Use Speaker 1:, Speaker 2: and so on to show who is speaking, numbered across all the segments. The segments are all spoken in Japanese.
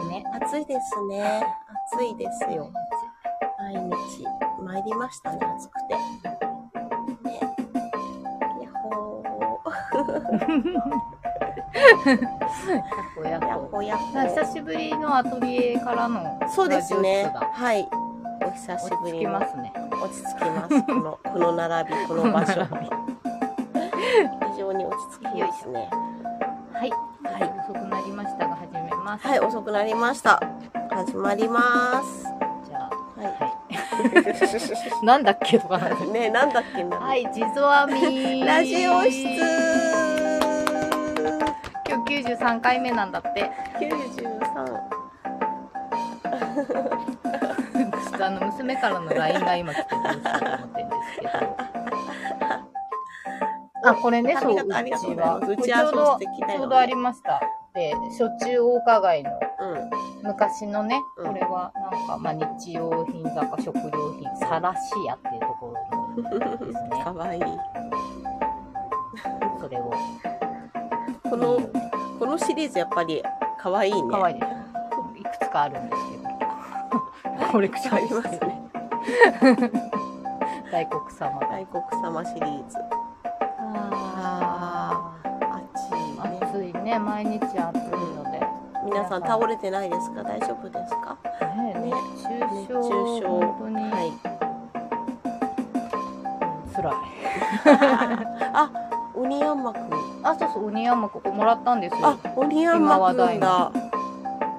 Speaker 1: ですね。暑いですよ。毎日。参りましたね、暑くて。ね。やっほ
Speaker 2: こや
Speaker 1: ー。やっ
Speaker 2: こ
Speaker 1: ほやっほ。
Speaker 2: 久しぶりのアトリエからの
Speaker 1: そうですね
Speaker 2: ラジオ室だ。
Speaker 1: はい。お久し
Speaker 2: 落
Speaker 1: ぶ
Speaker 2: ち着
Speaker 1: り
Speaker 2: き
Speaker 1: の
Speaker 2: ますね
Speaker 1: 落ち着きます。こ の、この並び、この場所。
Speaker 2: この
Speaker 1: 非常に落ち着きますね。
Speaker 2: はい、
Speaker 1: はい
Speaker 2: 遅くなりましたが始めます、
Speaker 1: はい、遅くなりました。始まります。
Speaker 2: じゃあ
Speaker 1: は。
Speaker 2: はいいなんだっけとかな
Speaker 1: ねえ、なんだっけな。
Speaker 2: はい地蔵編み
Speaker 1: ラジオ室
Speaker 2: 今日93回目なんだって
Speaker 1: 93
Speaker 2: ちょっとあの娘からの LINE が今来てどうしようと思ってるんですけどあこれね
Speaker 1: あ
Speaker 2: そうう
Speaker 1: りがとうありがとう
Speaker 2: ち
Speaker 1: ございま
Speaker 2: は
Speaker 1: す。う
Speaker 2: これ
Speaker 1: ち
Speaker 2: ち
Speaker 1: は
Speaker 2: ょうど
Speaker 1: 素敵だよ、ね。
Speaker 2: ちょうどありましたでしょっちゅう大花街の
Speaker 1: うん。
Speaker 2: 昔のね、
Speaker 1: うん
Speaker 2: これはなんか、まあ、日用品だか食料品さらし屋っていうところ のですね
Speaker 1: かわいい。
Speaker 2: それを
Speaker 1: この、このシリーズやっぱり可愛いね。
Speaker 2: かわいいでしょいくつかあるんですけどコレクショ
Speaker 1: あ
Speaker 2: ン
Speaker 1: り
Speaker 2: し
Speaker 1: ま
Speaker 2: て
Speaker 1: す
Speaker 2: る
Speaker 1: ね。
Speaker 2: 大黒様が
Speaker 1: 大黒様シリーズ。
Speaker 2: あ
Speaker 1: あっちい
Speaker 2: ー
Speaker 1: ね。
Speaker 2: 暑いね毎日暑いので、
Speaker 1: 皆さん倒れてないですか大丈夫ですか
Speaker 2: ね
Speaker 1: ね熱
Speaker 2: 熱中
Speaker 1: 中
Speaker 2: 症
Speaker 1: 症。
Speaker 2: 本当に、
Speaker 1: はい。
Speaker 2: うん辛い
Speaker 1: あ、鬼山くん。
Speaker 2: あそうそう鬼山ここもらったんです
Speaker 1: あ
Speaker 2: よ、
Speaker 1: 鬼山くん
Speaker 2: 今
Speaker 1: だ。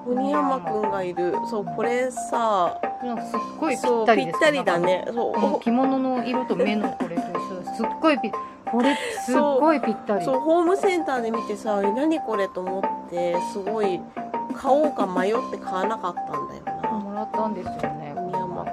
Speaker 1: 鬼山くんがいる。そう、これさ、
Speaker 2: なんかすっごいぴ
Speaker 1: そ
Speaker 2: っ
Speaker 1: う
Speaker 2: た
Speaker 1: ぴ
Speaker 2: り
Speaker 1: っ
Speaker 2: です
Speaker 1: たりだね。
Speaker 2: この
Speaker 1: そ
Speaker 2: 着物の色と目のこれと一緒です。すっごいぴこれすっごいぴった
Speaker 1: う、
Speaker 2: り。
Speaker 1: そうホームセンターで見てさ、え何これと思って、すごい買おうか迷って買わなかったんだよな。
Speaker 2: もらったんですよね。
Speaker 1: 宮本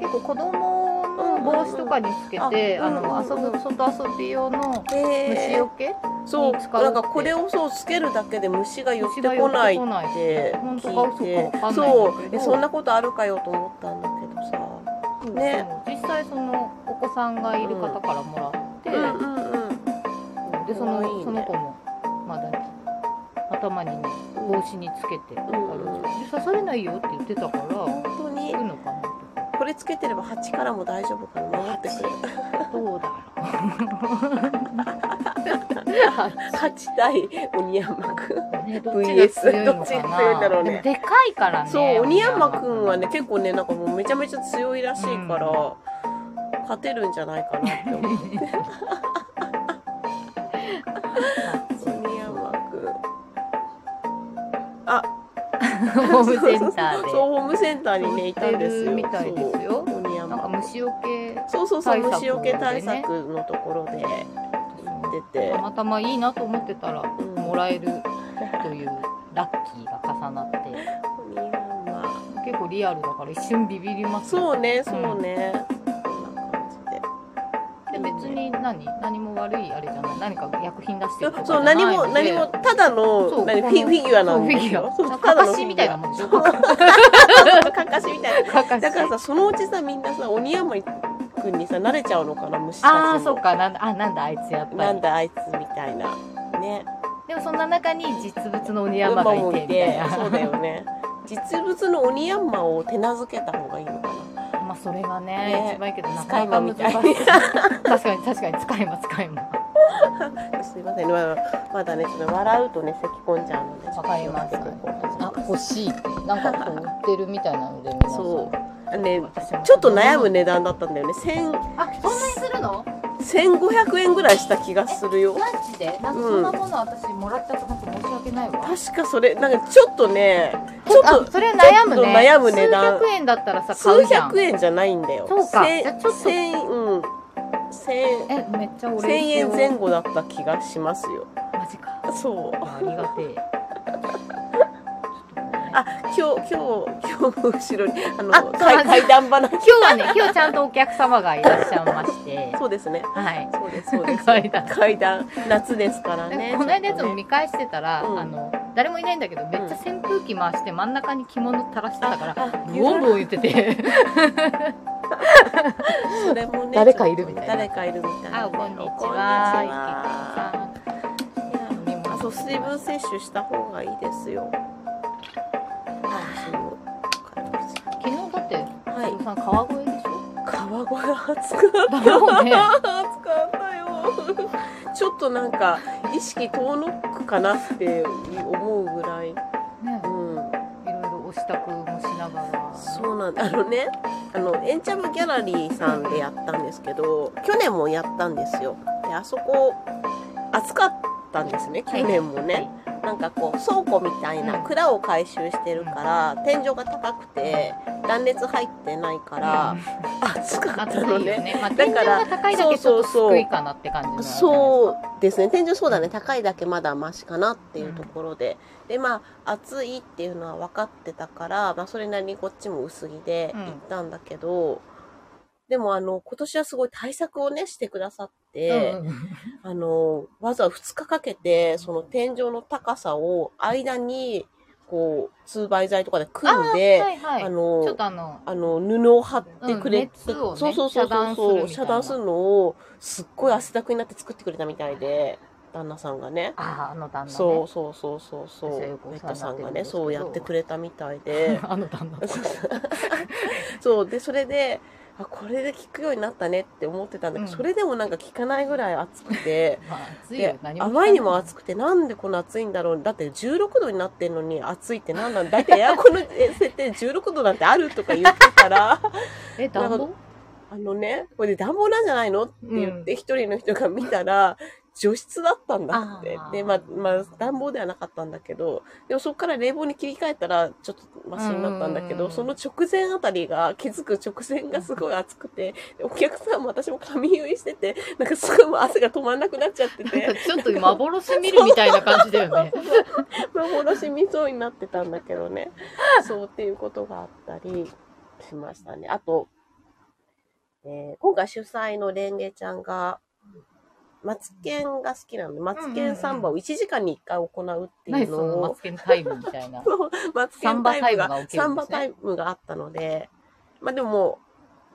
Speaker 2: 結構子供の帽子とかにつけて、
Speaker 1: うんうんうんあ
Speaker 2: あ
Speaker 1: うんうん
Speaker 2: の遊ぶ外遊び用の虫
Speaker 1: へ
Speaker 2: 除け、
Speaker 1: そう、
Speaker 2: に使うって
Speaker 1: なんかこれをそうつけるだけで虫が寄って
Speaker 2: 虫が寄
Speaker 1: こ
Speaker 2: っ
Speaker 1: ない
Speaker 2: て
Speaker 1: っ
Speaker 2: こない。
Speaker 1: て
Speaker 2: 本当か
Speaker 1: 聞
Speaker 2: 嘘かわか
Speaker 1: いて
Speaker 2: んないんだけ
Speaker 1: そ
Speaker 2: ど
Speaker 1: うえそんなことあるかよと思ったんだけどさ
Speaker 2: うん
Speaker 1: ね
Speaker 2: そう実際そのお子さんがいる方からもらって、
Speaker 1: うんうんうん
Speaker 2: でそ
Speaker 1: かわ
Speaker 2: の
Speaker 1: いいね
Speaker 2: その子もまだ頭にね帽子につけて、だから
Speaker 1: うんうん
Speaker 2: 刺されないよって言ってたから、行
Speaker 1: 本当に
Speaker 2: くのかなと。
Speaker 1: これつけてれば蜂からも大丈夫かな守ってくれる
Speaker 2: どうだろ
Speaker 1: 蜂対鬼山くん
Speaker 2: う。ね、どっちが強いのかな。
Speaker 1: どっちが強いんだろうね
Speaker 2: でもでかいからね。
Speaker 1: そう鬼山くんはね。結構ねなんかもうめちゃめちゃ強いらしいから、勝てるんじゃないかなって思う鬼山くん
Speaker 2: ホームセンター
Speaker 1: そう
Speaker 2: で。
Speaker 1: ホームセンターにねいたんですよ
Speaker 2: みたいですよ
Speaker 1: そう鬼
Speaker 2: なんか
Speaker 1: 山くん
Speaker 2: 虫除け。
Speaker 1: そうそうそう
Speaker 2: 対策
Speaker 1: 虫除け対
Speaker 2: でね
Speaker 1: 策のところで行ってて
Speaker 2: たまたまいいなと思ってたら、
Speaker 1: ん
Speaker 2: もらえるというラッキーが重なって、
Speaker 1: 鬼山
Speaker 2: 結構リアルだから一瞬ビビります、
Speaker 1: そうねそうね、こんな感じで
Speaker 2: で別に何何も悪いあれじゃない。何か薬品出してるとかじ
Speaker 1: そう
Speaker 2: ゃない
Speaker 1: 何
Speaker 2: ので。
Speaker 1: も何もただ
Speaker 2: そ
Speaker 1: の
Speaker 2: う
Speaker 1: 何フ
Speaker 2: こ
Speaker 1: ィ
Speaker 2: の
Speaker 1: フィギュアなん
Speaker 2: そう
Speaker 1: で
Speaker 2: フィギ
Speaker 1: す
Speaker 2: ュ
Speaker 1: よ
Speaker 2: ア。
Speaker 1: そう
Speaker 2: なんか
Speaker 1: た
Speaker 2: か
Speaker 1: だ
Speaker 2: か
Speaker 1: のフィ
Speaker 2: し
Speaker 1: ギ
Speaker 2: み
Speaker 1: ュ
Speaker 2: た
Speaker 1: ア
Speaker 2: いなもんでしょ。
Speaker 1: かかしみたい
Speaker 2: かかし
Speaker 1: なだからさそのうちさみんなさ鬼山くんにさ慣れちゃうのかな虫たちも
Speaker 2: ああ、そうか。なんだ、あ、なんだ、あいつやっぱり。
Speaker 1: なんだあいつみたいなね
Speaker 2: でもそんな中に実物の鬼山がいてみたいな。
Speaker 1: そうだよね実物の鬼山を手なずけた方がいいのかな
Speaker 2: まあそれがね
Speaker 1: ね
Speaker 2: 一番いいけどな
Speaker 1: 使
Speaker 2: か
Speaker 1: い
Speaker 2: な
Speaker 1: 魔
Speaker 2: か
Speaker 1: み
Speaker 2: 難
Speaker 1: たい
Speaker 2: しい。確かに確かに使い魔使い魔。
Speaker 1: すいませんまだまだねちょっと笑うとね咳き込んじゃうので
Speaker 2: わかります。あ欲しいってなんかこう売ってるみたいなので皆さん
Speaker 1: そうね
Speaker 2: 私も
Speaker 1: ちょっと悩む。値段だったんだよね千
Speaker 2: あそんなにするの？
Speaker 1: 1500円ぐらいした気がするよ
Speaker 2: ランチでなんかそんなもの私もらっちゃって本当申し訳ないわ。
Speaker 1: 確かそれなんかちょっとねちょっ
Speaker 2: あ
Speaker 1: と
Speaker 2: それ悩むね。
Speaker 1: ちょっと悩む値段
Speaker 2: 数百円だったらさ買
Speaker 1: 数
Speaker 2: うじゃん。
Speaker 1: 百円じゃないんだよ
Speaker 2: そうか
Speaker 1: 千
Speaker 2: じゃあちょっと
Speaker 1: 千うん千
Speaker 2: えめっちゃ俺
Speaker 1: 千円前後だった気がしますよ
Speaker 2: マジか。
Speaker 1: そう
Speaker 2: ありがてえ。
Speaker 1: あ今日今日今日も後ろにあの
Speaker 2: あ
Speaker 1: 階階段話
Speaker 2: 今日はね、今日ちゃんとお客様がいらっしゃいまして、
Speaker 1: そうですね
Speaker 2: はい。
Speaker 1: そうですそうです
Speaker 2: 階段
Speaker 1: 階段夏ですからね
Speaker 2: この間やつ
Speaker 1: ちょ
Speaker 2: も
Speaker 1: っとね
Speaker 2: 見返してたら、
Speaker 1: うん
Speaker 2: あの誰もいないんだけどめっちゃ扇風機回して真ん中に着物垂らしてたから、
Speaker 1: あ
Speaker 2: ブオンブオン言ってて
Speaker 1: それもね
Speaker 2: 誰かいるみたいな
Speaker 1: 誰かいるみたいな
Speaker 2: あこんにちは
Speaker 1: こんにちはあそう水分摂取した方がいいですよ。あそう
Speaker 2: さん川越でしょ
Speaker 1: 川越が暑くな
Speaker 2: だろう ね
Speaker 1: った暑かったよちょっとなんか意識遠のくかなって思うぐらい、う
Speaker 2: ね
Speaker 1: ん、
Speaker 2: いろいろお支度もしながら
Speaker 1: そうなんあのねあのエンチャムギャラリーさんでやったんですけど去年もやったんですよであそこ暑かったんですね去年もね、なんかこう倉庫みたいな
Speaker 2: うん
Speaker 1: 蔵を回収してるから、天井が高くて断熱入ってないから、暑かった
Speaker 2: 暑い
Speaker 1: の
Speaker 2: よ
Speaker 1: ね
Speaker 2: ね、まあ、
Speaker 1: だ
Speaker 2: 天井
Speaker 1: から
Speaker 2: が高いだけちょっと低いかなって感じの
Speaker 1: そうですね天井そうだね高いだけまだマシかなっていうところで、でまあ暑いっていうのは分かってたから、まあ、それなりにこっちも薄着で
Speaker 2: うん
Speaker 1: 行ったんだけど、でもあの今年はすごい対策をねしてくださっ
Speaker 2: う
Speaker 1: て、
Speaker 2: んうん
Speaker 1: あのわざわざ2日かけてその天井の高さを間にこう通売材とかで組ん
Speaker 2: は
Speaker 1: で
Speaker 2: いはい
Speaker 1: あ
Speaker 2: ち
Speaker 1: の
Speaker 2: ょっとあの
Speaker 1: あの布を貼ってく
Speaker 2: う
Speaker 1: れ
Speaker 2: ん
Speaker 1: て、
Speaker 2: 熱をね
Speaker 1: そうそうそ
Speaker 2: 遮
Speaker 1: う
Speaker 2: 断す
Speaker 1: そ
Speaker 2: るみた
Speaker 1: う
Speaker 2: いな
Speaker 1: 遮断するのをすっごい汗だくになって作ってくれたみたいで旦那さんがね
Speaker 2: あああの旦那ね
Speaker 1: そうそうそうそうそ
Speaker 2: 私は
Speaker 1: う
Speaker 2: よくお
Speaker 1: ベッ
Speaker 2: 世話
Speaker 1: タ
Speaker 2: にな
Speaker 1: さ
Speaker 2: って
Speaker 1: ん
Speaker 2: る
Speaker 1: が
Speaker 2: んです
Speaker 1: ね
Speaker 2: けど
Speaker 1: そうやってくれたみたいで
Speaker 2: あの旦那
Speaker 1: そうそうそう でそれであこれで効くようになったねって思ってたんだけど、
Speaker 2: うん
Speaker 1: それでもなんか効かないぐらい暑くて。
Speaker 2: まあ暑いよ
Speaker 1: で
Speaker 2: 何
Speaker 1: あまりにも
Speaker 2: く
Speaker 1: 暑くてなんでこの暑いんだろうだって16度になってんのに暑いってなんなんだいたいエアコンのえ設定16度なんてあるとか言ってたら
Speaker 2: え暖
Speaker 1: なん
Speaker 2: 房
Speaker 1: かあのねこれで暖房なんじゃないのって言って一人の人が見たら、除湿だったんだって
Speaker 2: あー
Speaker 1: でまあまあ暖房ではなかったんだけどでもそこから冷房に切り替えたらちょっとマシになったんだけ
Speaker 2: うんうんう
Speaker 1: ど
Speaker 2: ん
Speaker 1: その直前あたりが気づく直前がすごい暑くてでお客さんも私も髪結いしててなんかすごいもう汗が止まんなくなっちゃってて
Speaker 2: なんか ちょっと幻見るみたいな感じだよね
Speaker 1: 幻見そうになってたんだけどね。そうっていうことがあったりしましたね。あと、えー今回主催のレンゲちゃんが、マツケンが好きなので、マツケンサンバを1時間に1回行うってい
Speaker 2: 何
Speaker 1: うの
Speaker 2: そのマ
Speaker 1: を、
Speaker 2: ツケンタイムみたいな
Speaker 1: マツケンタイムが、サ
Speaker 2: サ
Speaker 1: ン
Speaker 2: ン
Speaker 1: バ
Speaker 2: バ
Speaker 1: タ
Speaker 2: タ
Speaker 1: イムがあったので、まあでもも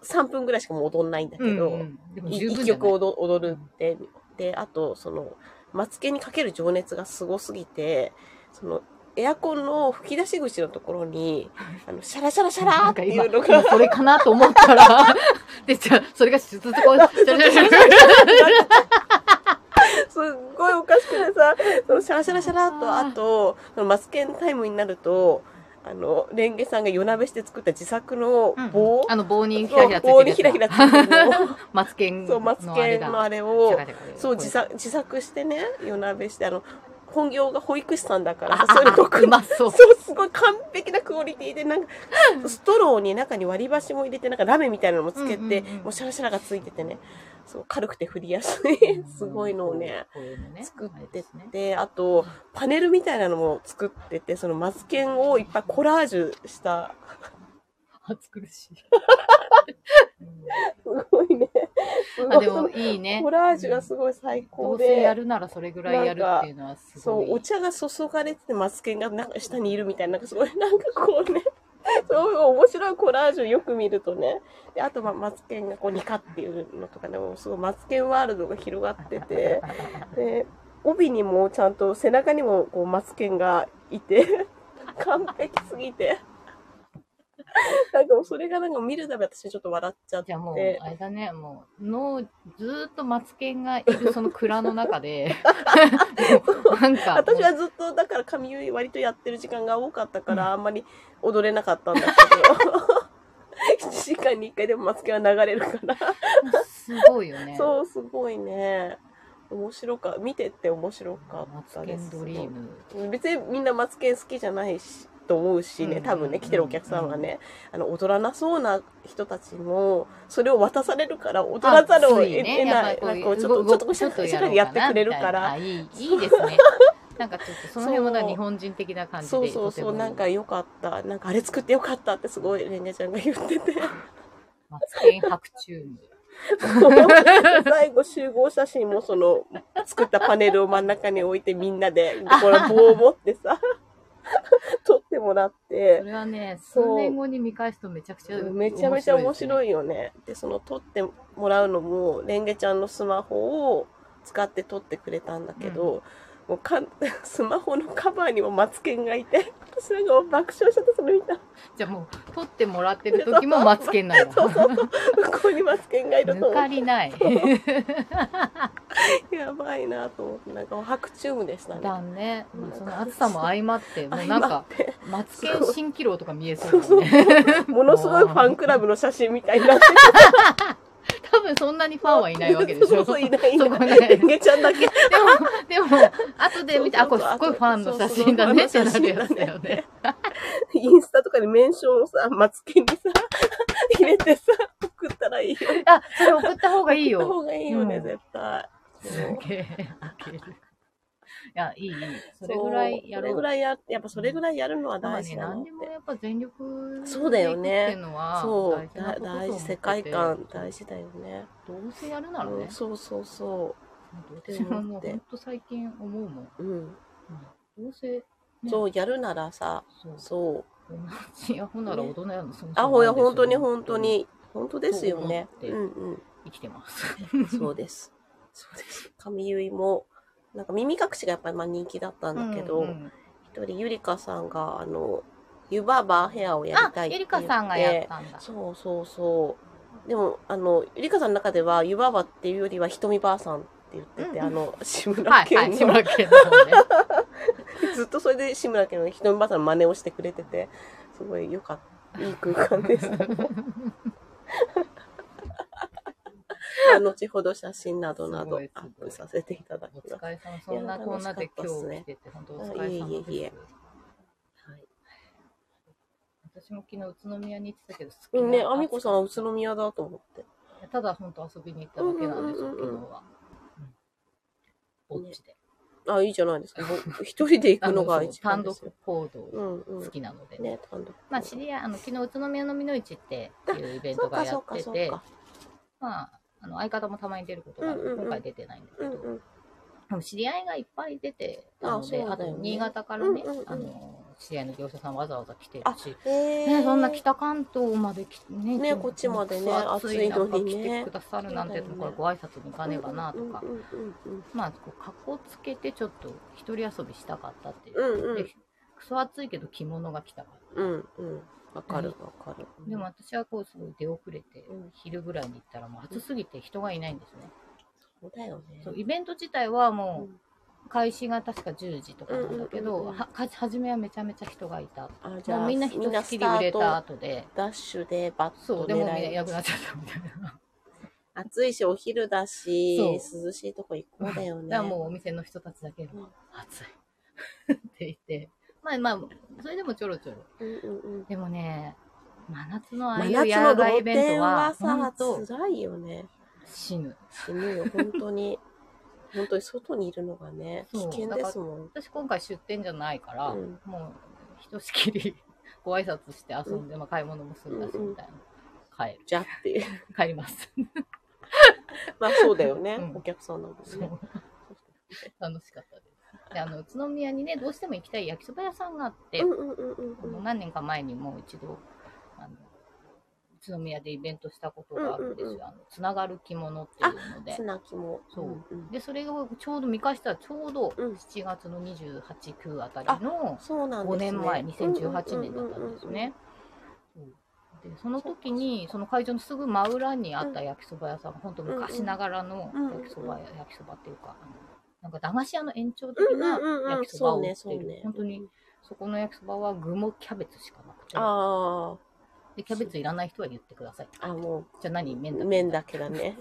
Speaker 1: う3分ぐらいしかもう踊んないんだけ
Speaker 2: うん
Speaker 1: ど、
Speaker 2: うんでも
Speaker 1: い
Speaker 2: 十分
Speaker 1: 一
Speaker 2: じゃな
Speaker 1: 曲
Speaker 2: い
Speaker 1: 踊踊るって、で、あと、その、マツケンにかける情熱がすごすぎて、その、エアコンの吹き出し口のところに、あの、シャラシャラシャラーっていう
Speaker 2: な
Speaker 1: の
Speaker 2: んか今
Speaker 1: が、
Speaker 2: 今それかなと思ったら、 で、じゃあそれが ずっとこう、じゃじゃじゃじゃ
Speaker 1: すっごいおかしくてさ、そのシャラシャラシャラーと、あと、そのマツケンタイムになると、あの、レンゲさんが夜鍋して作った自作の棒、
Speaker 2: あの棒にひ
Speaker 1: そ
Speaker 2: ら
Speaker 1: う
Speaker 2: ひらついて
Speaker 1: 棒
Speaker 2: る
Speaker 1: に
Speaker 2: やつ
Speaker 1: ひ
Speaker 2: だ
Speaker 1: らひらついてるのを
Speaker 2: マツケン
Speaker 1: そう、マツケンのあれを、そう自
Speaker 2: 作
Speaker 1: 作自作してね夜鍋してあの本業が保育士さんだからさそういうのこ
Speaker 2: うまそう
Speaker 1: そうすごい完璧なクオリティでなんかストローに中に割り箸も入れてなんかラメみたいなのもつけて、
Speaker 2: うんうんうん
Speaker 1: もうシャラシャラがついててねそう軽くて振りやすいすごいのをね
Speaker 2: こういうのね
Speaker 1: 作
Speaker 2: あれ
Speaker 1: って
Speaker 2: ですね
Speaker 1: てあとパネルみたいなのも作っててそのマツケンをいっぱいコラージュした
Speaker 2: 暑苦しい
Speaker 1: すごいねす
Speaker 2: あ
Speaker 1: ごい
Speaker 2: でもいいね
Speaker 1: コラージュがすごい最
Speaker 2: ど
Speaker 1: 高
Speaker 2: う
Speaker 1: で。
Speaker 2: せやるならそれぐらいやるっていうのはす
Speaker 1: そ、
Speaker 2: ごいう
Speaker 1: お茶が注がれてて、マツケンがなんか下にいるみたいな、なんかすごい、なんかこうね、そういう面白いコラージュよく見るとね。で、あと、まあ、マツケンがこう、ニカっていうのとかね、もうすごいマツケンワールドが広がってて、で、帯にもちゃんと背中にもこう、マツケンがいて、 完璧すぎて。なんかもうそれがなんか見るたび私ちょっと笑っちゃって
Speaker 2: じゃあもう、あれだね、もう、の、ずーっとマツケンがいるその蔵の中で、もうなんか、
Speaker 1: 私はずっとだから髪結い割とやってる時間が多かったからあんまり踊れなかったんだけど7時間に1回でもマツケンは流れるから
Speaker 2: すごいよね。
Speaker 1: そうすごいね面白か見てって面白か
Speaker 2: マ
Speaker 1: っ
Speaker 2: ツ
Speaker 1: た
Speaker 2: ケ
Speaker 1: で
Speaker 2: ン
Speaker 1: す
Speaker 2: ドリーム。
Speaker 1: 別にみんなマツケン好きじゃないしと思うしね多分ね来てるお客さんはねあの踊らなそうな人たちもそれを渡されるから踊らざるを
Speaker 2: あ
Speaker 1: 得
Speaker 2: ついね
Speaker 1: 得な
Speaker 2: やっ
Speaker 1: い
Speaker 2: ぱ
Speaker 1: な
Speaker 2: り
Speaker 1: ん
Speaker 2: こ
Speaker 1: か
Speaker 2: う
Speaker 1: ちょっとちょっと
Speaker 2: ちょっと
Speaker 1: し
Speaker 2: やろうか
Speaker 1: っか
Speaker 2: な
Speaker 1: りやってくれる
Speaker 2: み
Speaker 1: から
Speaker 2: たいなあいい、いいですね。なんかちょっとその辺もだ
Speaker 1: そう
Speaker 2: 日本人的な感じで。
Speaker 1: そうそうそう
Speaker 2: とても
Speaker 1: なんか良かったなんかあれ作って良かったってすごいレンゲちゃんが言って て
Speaker 2: マツケン白昼夢。
Speaker 1: 最後集合写真もその作ったパネルを真ん中に置いてみんな でこれ棒を持ってさ撮ってもらっ
Speaker 2: そ
Speaker 1: て
Speaker 2: れはね、数
Speaker 1: そう
Speaker 2: 年後に見返すとめちゃくちゃ
Speaker 1: めちゃめちゃ面白
Speaker 2: い
Speaker 1: いよねでその撮ってもらうのもレンゲちゃんのスマホを使って撮ってくれたんだけど、 もうかスマホのカバーにもマツケンがいて、私なんかもう爆笑しちゃった、それ見たら。
Speaker 2: じゃあもう、取ってもらってる時もマツケンなんだ
Speaker 1: そう。そうそう。向こうにマツケンがいると
Speaker 2: 抜
Speaker 1: 思
Speaker 2: か
Speaker 1: っ
Speaker 2: りない。
Speaker 1: て、やばいなと思って、なんかもう白チュームでしたね。
Speaker 2: だね。まあその暑さも相まって、もうなんか、
Speaker 1: 相まって
Speaker 2: マツケン蜃気楼とか見えそうだね。
Speaker 1: ものすごいファンクラブの写真みたいになってる
Speaker 2: 多分そんなにファンはいないわけでし
Speaker 1: そ
Speaker 2: ょ。
Speaker 1: うそういないい
Speaker 2: そこ
Speaker 1: な
Speaker 2: ないい
Speaker 1: レンゲちゃんだけ
Speaker 2: でも、でも、後で見て、あ、これすごいファンの写真だねってなるやつだよね。
Speaker 1: インスタとかにメンションをさマツケンにさ入れてさ送ったらいいよ
Speaker 2: あ、それ送った方がいい
Speaker 1: 送った
Speaker 2: よ。
Speaker 1: 方がいいよね、
Speaker 2: うん
Speaker 1: 絶対
Speaker 2: すげえ。いや、いい、いい。それ
Speaker 1: そう
Speaker 2: ぐらいや
Speaker 1: それ
Speaker 2: ろ
Speaker 1: ぐ
Speaker 2: う。
Speaker 1: らいややっぱそれぐらいやるのは
Speaker 2: まあ
Speaker 1: 大
Speaker 2: ね、
Speaker 1: 事だなっ
Speaker 2: 何
Speaker 1: て
Speaker 2: でもやっぱ全力
Speaker 1: そうだよ
Speaker 2: で生きていくってい
Speaker 1: ね
Speaker 2: うのは
Speaker 1: そう
Speaker 2: な
Speaker 1: だ
Speaker 2: ことと
Speaker 1: 大事
Speaker 2: 思ってて
Speaker 1: 世界観大事だよね
Speaker 2: どうせやるならね
Speaker 1: うん、そうそうそ
Speaker 2: 私ももうほんと最近思うもん、
Speaker 1: ううん、
Speaker 2: うんどうせ、ね、
Speaker 1: そうやるならさ
Speaker 2: そう
Speaker 1: そう
Speaker 2: 同じアホなら大人やの、そもそもなんでしょう
Speaker 1: あほや本当に本当に本当ですよね
Speaker 2: そうう思
Speaker 1: んうん
Speaker 2: 生きてます
Speaker 1: そうです。そうです。髪結いも、なんか耳隠しがやっぱりまあ人気だったんだけど、
Speaker 2: う
Speaker 1: 一、
Speaker 2: んうん
Speaker 1: 人ゆりかさんが、あの、湯婆婆ヘアをやりた
Speaker 2: あ
Speaker 1: いって
Speaker 2: ゆ
Speaker 1: 言っ
Speaker 2: り
Speaker 1: て。
Speaker 2: かさんがやったんだ
Speaker 1: そうそうそう。でも、あの、ゆりかさんの中では、湯婆婆っていうよりは、ひとみばあさんって言ってて、
Speaker 2: うん
Speaker 1: あの、志
Speaker 2: は
Speaker 1: 村
Speaker 2: い
Speaker 1: け
Speaker 2: は
Speaker 1: ん
Speaker 2: い
Speaker 1: の、
Speaker 2: 志村けんの方ね
Speaker 1: ずっとそれで志村けんのひとみばあさんの真似をしてくれてて、すごいよかった。いい空間 でした。まあ後ほど写真などな
Speaker 2: す
Speaker 1: ど
Speaker 2: ごい
Speaker 1: アッ
Speaker 2: すご
Speaker 1: プ
Speaker 2: い
Speaker 1: させていただき
Speaker 2: お
Speaker 1: ます。
Speaker 2: 疲れ様そんなこんなで今日来てて本当お疲れ様です
Speaker 1: いえいえいえはい
Speaker 2: 私も昨日宇都宮に行ってたけどすっごい
Speaker 1: ね、
Speaker 2: 暑く
Speaker 1: あ
Speaker 2: て
Speaker 1: みこさんは宇都宮だと思って。
Speaker 2: ただ本当遊びに行っただけなんですよ、
Speaker 1: うんうんうんうん
Speaker 2: 昨日は。うんぼっちで。
Speaker 1: あ、いいじゃな いですか。もう一人で行
Speaker 2: あ
Speaker 1: くの
Speaker 2: の
Speaker 1: が
Speaker 2: そう
Speaker 1: 一番
Speaker 2: 単
Speaker 1: で
Speaker 2: 独
Speaker 1: すよ。
Speaker 2: 行
Speaker 1: う
Speaker 2: 動
Speaker 1: んう
Speaker 2: 好
Speaker 1: ん。
Speaker 2: きなので。
Speaker 1: ね、単独。
Speaker 2: まあ、知り合い、あの、昨日宇都宮の美の市っていうイベン
Speaker 1: そ
Speaker 2: ト
Speaker 1: う
Speaker 2: が
Speaker 1: か
Speaker 2: や
Speaker 1: そう
Speaker 2: っ
Speaker 1: か
Speaker 2: て
Speaker 1: そう
Speaker 2: て、
Speaker 1: か。
Speaker 2: まあ、あの、相方もたまに出ることがある
Speaker 1: うんうんうん
Speaker 2: 今回出てないんです
Speaker 1: う
Speaker 2: け
Speaker 1: ん
Speaker 2: ど、
Speaker 1: うん。
Speaker 2: でも知り合いがいっぱい出てたので、
Speaker 1: あそう
Speaker 2: あ
Speaker 1: だよね
Speaker 2: と、新潟からね、
Speaker 1: うんうんうん
Speaker 2: あの、知り合いの業者さんわざわざ来てる
Speaker 1: あ
Speaker 2: し、
Speaker 1: へ
Speaker 2: ね、そんな北関東まで来てね
Speaker 1: ねこっちまでね
Speaker 2: 暑い中
Speaker 1: 暑いのに
Speaker 2: 来
Speaker 1: ね
Speaker 2: てくださるなんてところご挨拶に行かねえかなとか
Speaker 1: うんうんうん
Speaker 2: まあ、こう、格好つけてちょっと一人遊びしたかったっていう。
Speaker 1: うんうん
Speaker 2: でクソ暑いけど着物が来たかっ
Speaker 1: うん。うんうん。わかるわかる。
Speaker 2: た。でも、私はこう、すごい出遅れて
Speaker 1: うん、
Speaker 2: 昼ぐらいに行ったらもう暑すぎて人がいないんですね。
Speaker 1: そうだよね。
Speaker 2: そう、イベント自体はもう、開始が確か10時とかなんだけ
Speaker 1: うんうん
Speaker 2: ど、
Speaker 1: うんうん
Speaker 2: は、か初めはめちゃめちゃ人がいた。
Speaker 1: あ、じゃ
Speaker 2: も
Speaker 1: あ、
Speaker 2: うみんなひとしきり売れ
Speaker 1: み
Speaker 2: た
Speaker 1: んなスタート
Speaker 2: 後で、
Speaker 1: ダッシュでバッ
Speaker 2: そ
Speaker 1: と
Speaker 2: う、でもみんな
Speaker 1: 狙
Speaker 2: い
Speaker 1: い。
Speaker 2: なくなっちゃったみたいな。
Speaker 1: 暑いし、お昼だし、
Speaker 2: そ
Speaker 1: 涼しいとこ行こうだよね。
Speaker 2: だからもうお店の人たちだけが
Speaker 1: うん
Speaker 2: 暑い。って言って。まあまあ、それでもちょろちょろ。
Speaker 1: うんうんうん。
Speaker 2: でもね、真夏のああ
Speaker 1: 真
Speaker 2: いう野
Speaker 1: 夏の
Speaker 2: 外イ
Speaker 1: 露
Speaker 2: ベン
Speaker 1: 店
Speaker 2: トは
Speaker 1: は、
Speaker 2: 本
Speaker 1: さ、
Speaker 2: 当
Speaker 1: 辛いよね。
Speaker 2: 死ぬ。
Speaker 1: 死ぬよ、本当に。 本当に外にいるのがね、危
Speaker 2: そう
Speaker 1: 険ですもん。
Speaker 2: 私今回出店じゃないから、
Speaker 1: うん
Speaker 2: もう、ひとしきり ご挨拶して遊んで、まあ、買い物も済んだし、
Speaker 1: うんうん
Speaker 2: みたいな。帰る。
Speaker 1: じゃって いう。
Speaker 2: 帰ります。
Speaker 1: まあそうだよね、
Speaker 2: うん
Speaker 1: お客さんなの
Speaker 2: そ
Speaker 1: でね
Speaker 2: う。楽しかったです。で、あの、宇都宮にね、どうしても行きたい焼きそば屋さんがあって、
Speaker 1: うんうんうんうん
Speaker 2: あの
Speaker 1: うん。
Speaker 2: 何年か前にもう一度、あの、宇都宮でイベントしたことがあるんですよ。
Speaker 1: うんうんう
Speaker 2: あの、つながる着物っていうので。
Speaker 1: つなぎも。
Speaker 2: そうん
Speaker 1: ん
Speaker 2: で、それをちょうど見返したら、ちょうど
Speaker 1: うん
Speaker 2: 7月の28、9あたりの
Speaker 1: そうなん
Speaker 2: 5
Speaker 1: ですね。
Speaker 2: 年前、2018年だったんですね。そうで、その時に、その会場のすぐ真裏にあった焼きそば屋さん、本当昔ながらの
Speaker 1: うんうん
Speaker 2: 焼きそばや、焼きそばっていうか、あのなんか駄菓子屋の延長的な焼きそばを売って
Speaker 1: うんうんうんうんそうねそう
Speaker 2: る
Speaker 1: ね。
Speaker 2: 本当に、そこの焼きそばは具もキャベツしかなくて、
Speaker 1: あ
Speaker 2: で、キャベツいらない人は言ってください。
Speaker 1: あ、あ、も
Speaker 2: じゃあ何麺
Speaker 1: う、
Speaker 2: だ
Speaker 1: 麺だけだね。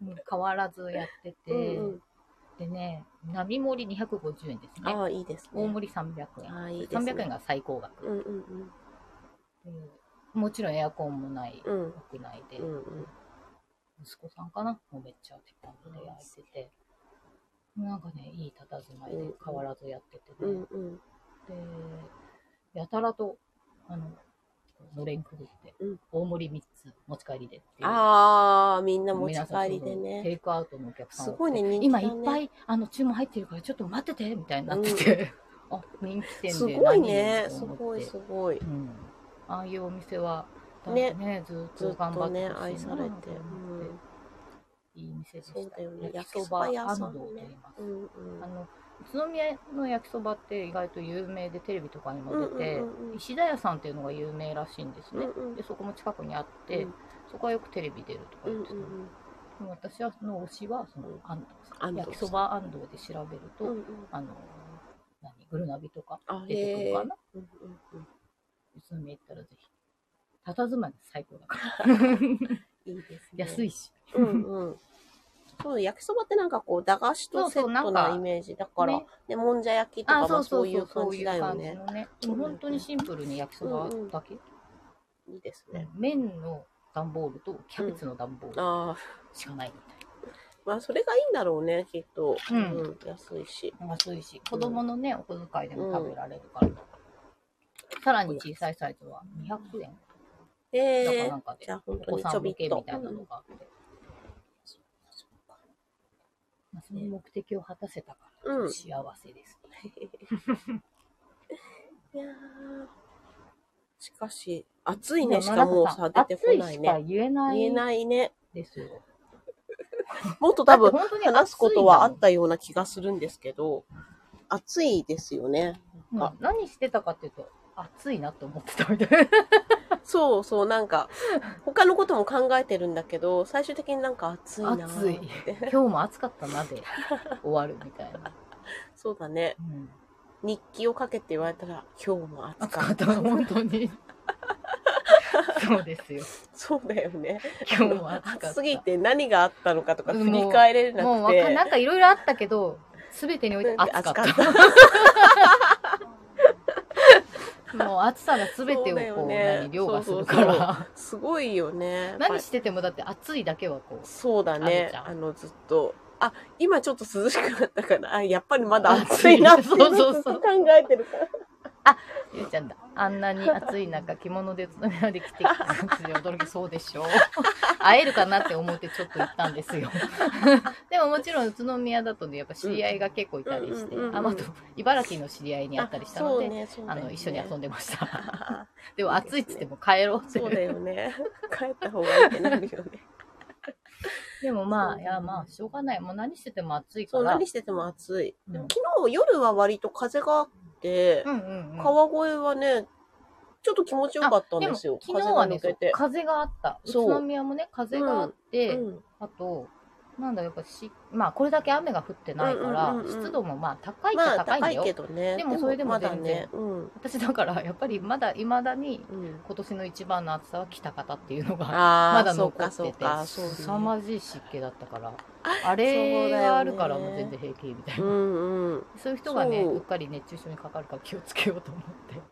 Speaker 2: うん変わらずやってて、
Speaker 1: うんうん
Speaker 2: でね、並盛り250円ですね。
Speaker 1: ああ、いいですね。
Speaker 2: 大盛り300円。
Speaker 1: ああ、いいですね。
Speaker 2: 300円が最高額。
Speaker 1: うんうんうん。
Speaker 2: うんもちろんエアコンもない、
Speaker 1: うん
Speaker 2: 屋内で、
Speaker 1: うんうん。
Speaker 2: 息子さんかなもうめっちゃ鉄板で焼いてて、なんかね、いい佇まいで
Speaker 1: うん
Speaker 2: 変わらずやってて
Speaker 1: う
Speaker 2: ね
Speaker 1: ん。うん。
Speaker 2: で、やたらと、あの、のれんくぐって、
Speaker 1: うん
Speaker 2: 大盛り3つ持ち帰りでっていう。
Speaker 1: ああ、みんな持ち
Speaker 2: 皆さん
Speaker 1: 帰りで
Speaker 2: その
Speaker 1: ね。
Speaker 2: テイクアウトのお客さん多くて
Speaker 1: すごいね人気だ
Speaker 2: 今
Speaker 1: ね
Speaker 2: いっぱいあの注文入ってるからちょっと待っててみたいになってて、 あ人気店です何
Speaker 1: ごいね。
Speaker 2: と
Speaker 1: す
Speaker 2: 思って
Speaker 1: ごいすごい。
Speaker 2: うん、ああいうお店は
Speaker 1: ね
Speaker 2: ねずっ
Speaker 1: ず
Speaker 2: と
Speaker 1: っ
Speaker 2: 頑張
Speaker 1: と
Speaker 2: って
Speaker 1: ね、
Speaker 2: ほしい
Speaker 1: 愛
Speaker 2: な
Speaker 1: されて。
Speaker 2: と
Speaker 1: う
Speaker 2: 思って
Speaker 1: ん
Speaker 2: いい店で
Speaker 1: そう
Speaker 2: し
Speaker 1: だ
Speaker 2: た
Speaker 1: よね。
Speaker 2: 焼きそば
Speaker 1: 焼きそば屋
Speaker 2: 安
Speaker 1: さ
Speaker 2: 藤
Speaker 1: ん
Speaker 2: と言い
Speaker 1: ね
Speaker 2: ま。す、
Speaker 1: うんうん
Speaker 2: あの宇都宮の焼きそばって意外と有名でテレビとかにも出て、
Speaker 1: うんうんうんうん
Speaker 2: 石田屋さんっていうのが有名らしいんです
Speaker 1: うん
Speaker 2: ね、
Speaker 1: うん
Speaker 2: でそこも近くにあって、
Speaker 1: うん
Speaker 2: そこはよくテレビ出るとか
Speaker 1: う
Speaker 2: 言
Speaker 1: ん
Speaker 2: ってた、でも私はの推しはその安藤さん
Speaker 1: 安藤さん
Speaker 2: 焼きそば安藤で調べると、
Speaker 1: うんうん
Speaker 2: あの何グルナビとか
Speaker 1: あ
Speaker 2: 出てくるかな
Speaker 1: へーうんうんうん
Speaker 2: 宇都宮行ったらぜひ佇まいが最高だから
Speaker 1: いいですね。
Speaker 2: 安いし
Speaker 1: うんうん。そう、焼きそばってなんかこう、駄菓子とセ
Speaker 2: そうそう
Speaker 1: ッ
Speaker 2: な
Speaker 1: ト
Speaker 2: んか
Speaker 1: なイメージだから、
Speaker 2: ね
Speaker 1: で、もんじゃ焼きと
Speaker 2: あ
Speaker 1: か
Speaker 2: そ
Speaker 1: も
Speaker 2: うそ
Speaker 1: そううい
Speaker 2: そううそ
Speaker 1: 感
Speaker 2: うい
Speaker 1: じ
Speaker 2: う
Speaker 1: だよ
Speaker 2: 感じ
Speaker 1: ね。
Speaker 2: のね
Speaker 1: うんうん
Speaker 2: 本当にシンプルに焼きそばだけ、
Speaker 1: いいですね。
Speaker 2: 麺の段ボールとキャベツの段ボール
Speaker 1: ああ、
Speaker 2: しかないみたい
Speaker 1: まあそれがいいんだろうね、きっと。
Speaker 2: うん
Speaker 1: 安いし。
Speaker 2: な安いし子供のねお小遣いでも食べられるから、さらに小さいサイズは200円
Speaker 1: え
Speaker 2: だか
Speaker 1: え
Speaker 2: なんかで
Speaker 1: じゃあ
Speaker 2: お
Speaker 1: 本当
Speaker 2: 子
Speaker 1: に
Speaker 2: さ
Speaker 1: ちょ
Speaker 2: ん
Speaker 1: び
Speaker 2: 向け
Speaker 1: っ
Speaker 2: み
Speaker 1: と。
Speaker 2: たいなのがあって、まあ、その目的を果たせたから、
Speaker 1: うん
Speaker 2: 幸せですね
Speaker 1: いやーしかし、暑いね、しかもうさ、出てこな
Speaker 2: 暑
Speaker 1: いね。
Speaker 2: いしか言えな
Speaker 1: 言え
Speaker 2: い
Speaker 1: ないね。
Speaker 2: ですよ。
Speaker 1: もっと多分
Speaker 2: だって本当に暑いんだもん
Speaker 1: 話すことはあったような気がするんですけど、暑いですよね。
Speaker 2: うん
Speaker 1: あ
Speaker 2: 何してたかっていうと、暑いなって思ってたみたいな。
Speaker 1: そうそう、なんか、他のことも考えてるんだけど、最終的になんか暑いなー
Speaker 2: 暑い。今日も暑かったなで終わるみたいな。
Speaker 1: そうだね。
Speaker 2: うん、
Speaker 1: 日記をかけって言われたら、今日も暑
Speaker 2: 暑
Speaker 1: か
Speaker 2: か
Speaker 1: っ。
Speaker 2: ったた、本当に。そうですよ。
Speaker 1: そうだよね。
Speaker 2: 今日も暑かった。
Speaker 1: 暑すぎて何があったのかとか
Speaker 2: もう
Speaker 1: 振り返れなくて。
Speaker 2: もうわかんなんかいろいろあったけど、すべてにおいて暑かった。もう暑さがすべてを
Speaker 1: そうだ
Speaker 2: こ
Speaker 1: よ
Speaker 2: う、
Speaker 1: ね
Speaker 2: 何凌駕するから。
Speaker 1: そうそうすごいよね。
Speaker 2: 何しててもだって暑いだけはこう。
Speaker 1: そうだね。
Speaker 2: あるじゃん
Speaker 1: あの、ずっと。あ、今ちょっと涼しくなったから、あ、やっぱりまだ暑いなって、
Speaker 2: そうそうそう
Speaker 1: ずっと考えてるから。
Speaker 2: ゆうちゃんだ。あんなに暑い中、着物で宇都宮で着てきた感じで驚きそうでしょう。会えるかなって思ってちょっと行ったんですよ。 でももちろん宇都宮だとね、やっぱ知り合いが結構いたりして
Speaker 1: うんうんうんう、ん
Speaker 2: あ、まああと、茨城の知り合いに会ったりしたので、
Speaker 1: そうね、そう
Speaker 2: あ
Speaker 1: だよね
Speaker 2: の、一緒に遊んでました。
Speaker 1: あ
Speaker 2: でも暑いっつっても帰ろうって。
Speaker 1: そうだよね。帰った方がいいってな るよね。
Speaker 2: でもま
Speaker 1: そう
Speaker 2: あ、いやまあ、しょうがない。もう何してても暑いか
Speaker 1: そう、
Speaker 2: ら。
Speaker 1: 何してても暑い。
Speaker 2: うん
Speaker 1: でも昨日夜は割と風があって、
Speaker 2: うんうんうん。
Speaker 1: 川越はね、ちょっと気持ちよかったんですよ。
Speaker 2: でも昨日はね、
Speaker 1: 風が抜けて。
Speaker 2: そう風があった。宇
Speaker 1: そう
Speaker 2: 都宮もね、風があって、
Speaker 1: うん
Speaker 2: あと、なんだやっぱし、まあこれだけ雨が降ってないから、
Speaker 1: うんうんうんうん
Speaker 2: 湿度もまあ高いっち
Speaker 1: ま
Speaker 2: ゃ
Speaker 1: あ
Speaker 2: 高いん
Speaker 1: 高
Speaker 2: だ
Speaker 1: い
Speaker 2: よ。
Speaker 1: けどね。
Speaker 2: でもそれでも
Speaker 1: まだ
Speaker 2: 全然
Speaker 1: ね。うん。
Speaker 2: 私だから、やっぱりまだ未だに
Speaker 1: うん、
Speaker 2: 今年の一番の暑さは北方っていうのが、
Speaker 1: ああ、
Speaker 2: まだ
Speaker 1: そ
Speaker 2: 残
Speaker 1: う
Speaker 2: ってて、
Speaker 1: か、そうか、そうね
Speaker 2: 凄まじい湿気だった から、あれがあるからもう全然平気みたいうな。
Speaker 1: んうん。
Speaker 2: そういう人がね、
Speaker 1: そう
Speaker 2: うっかり熱中症にかかるから気をつけようと思って。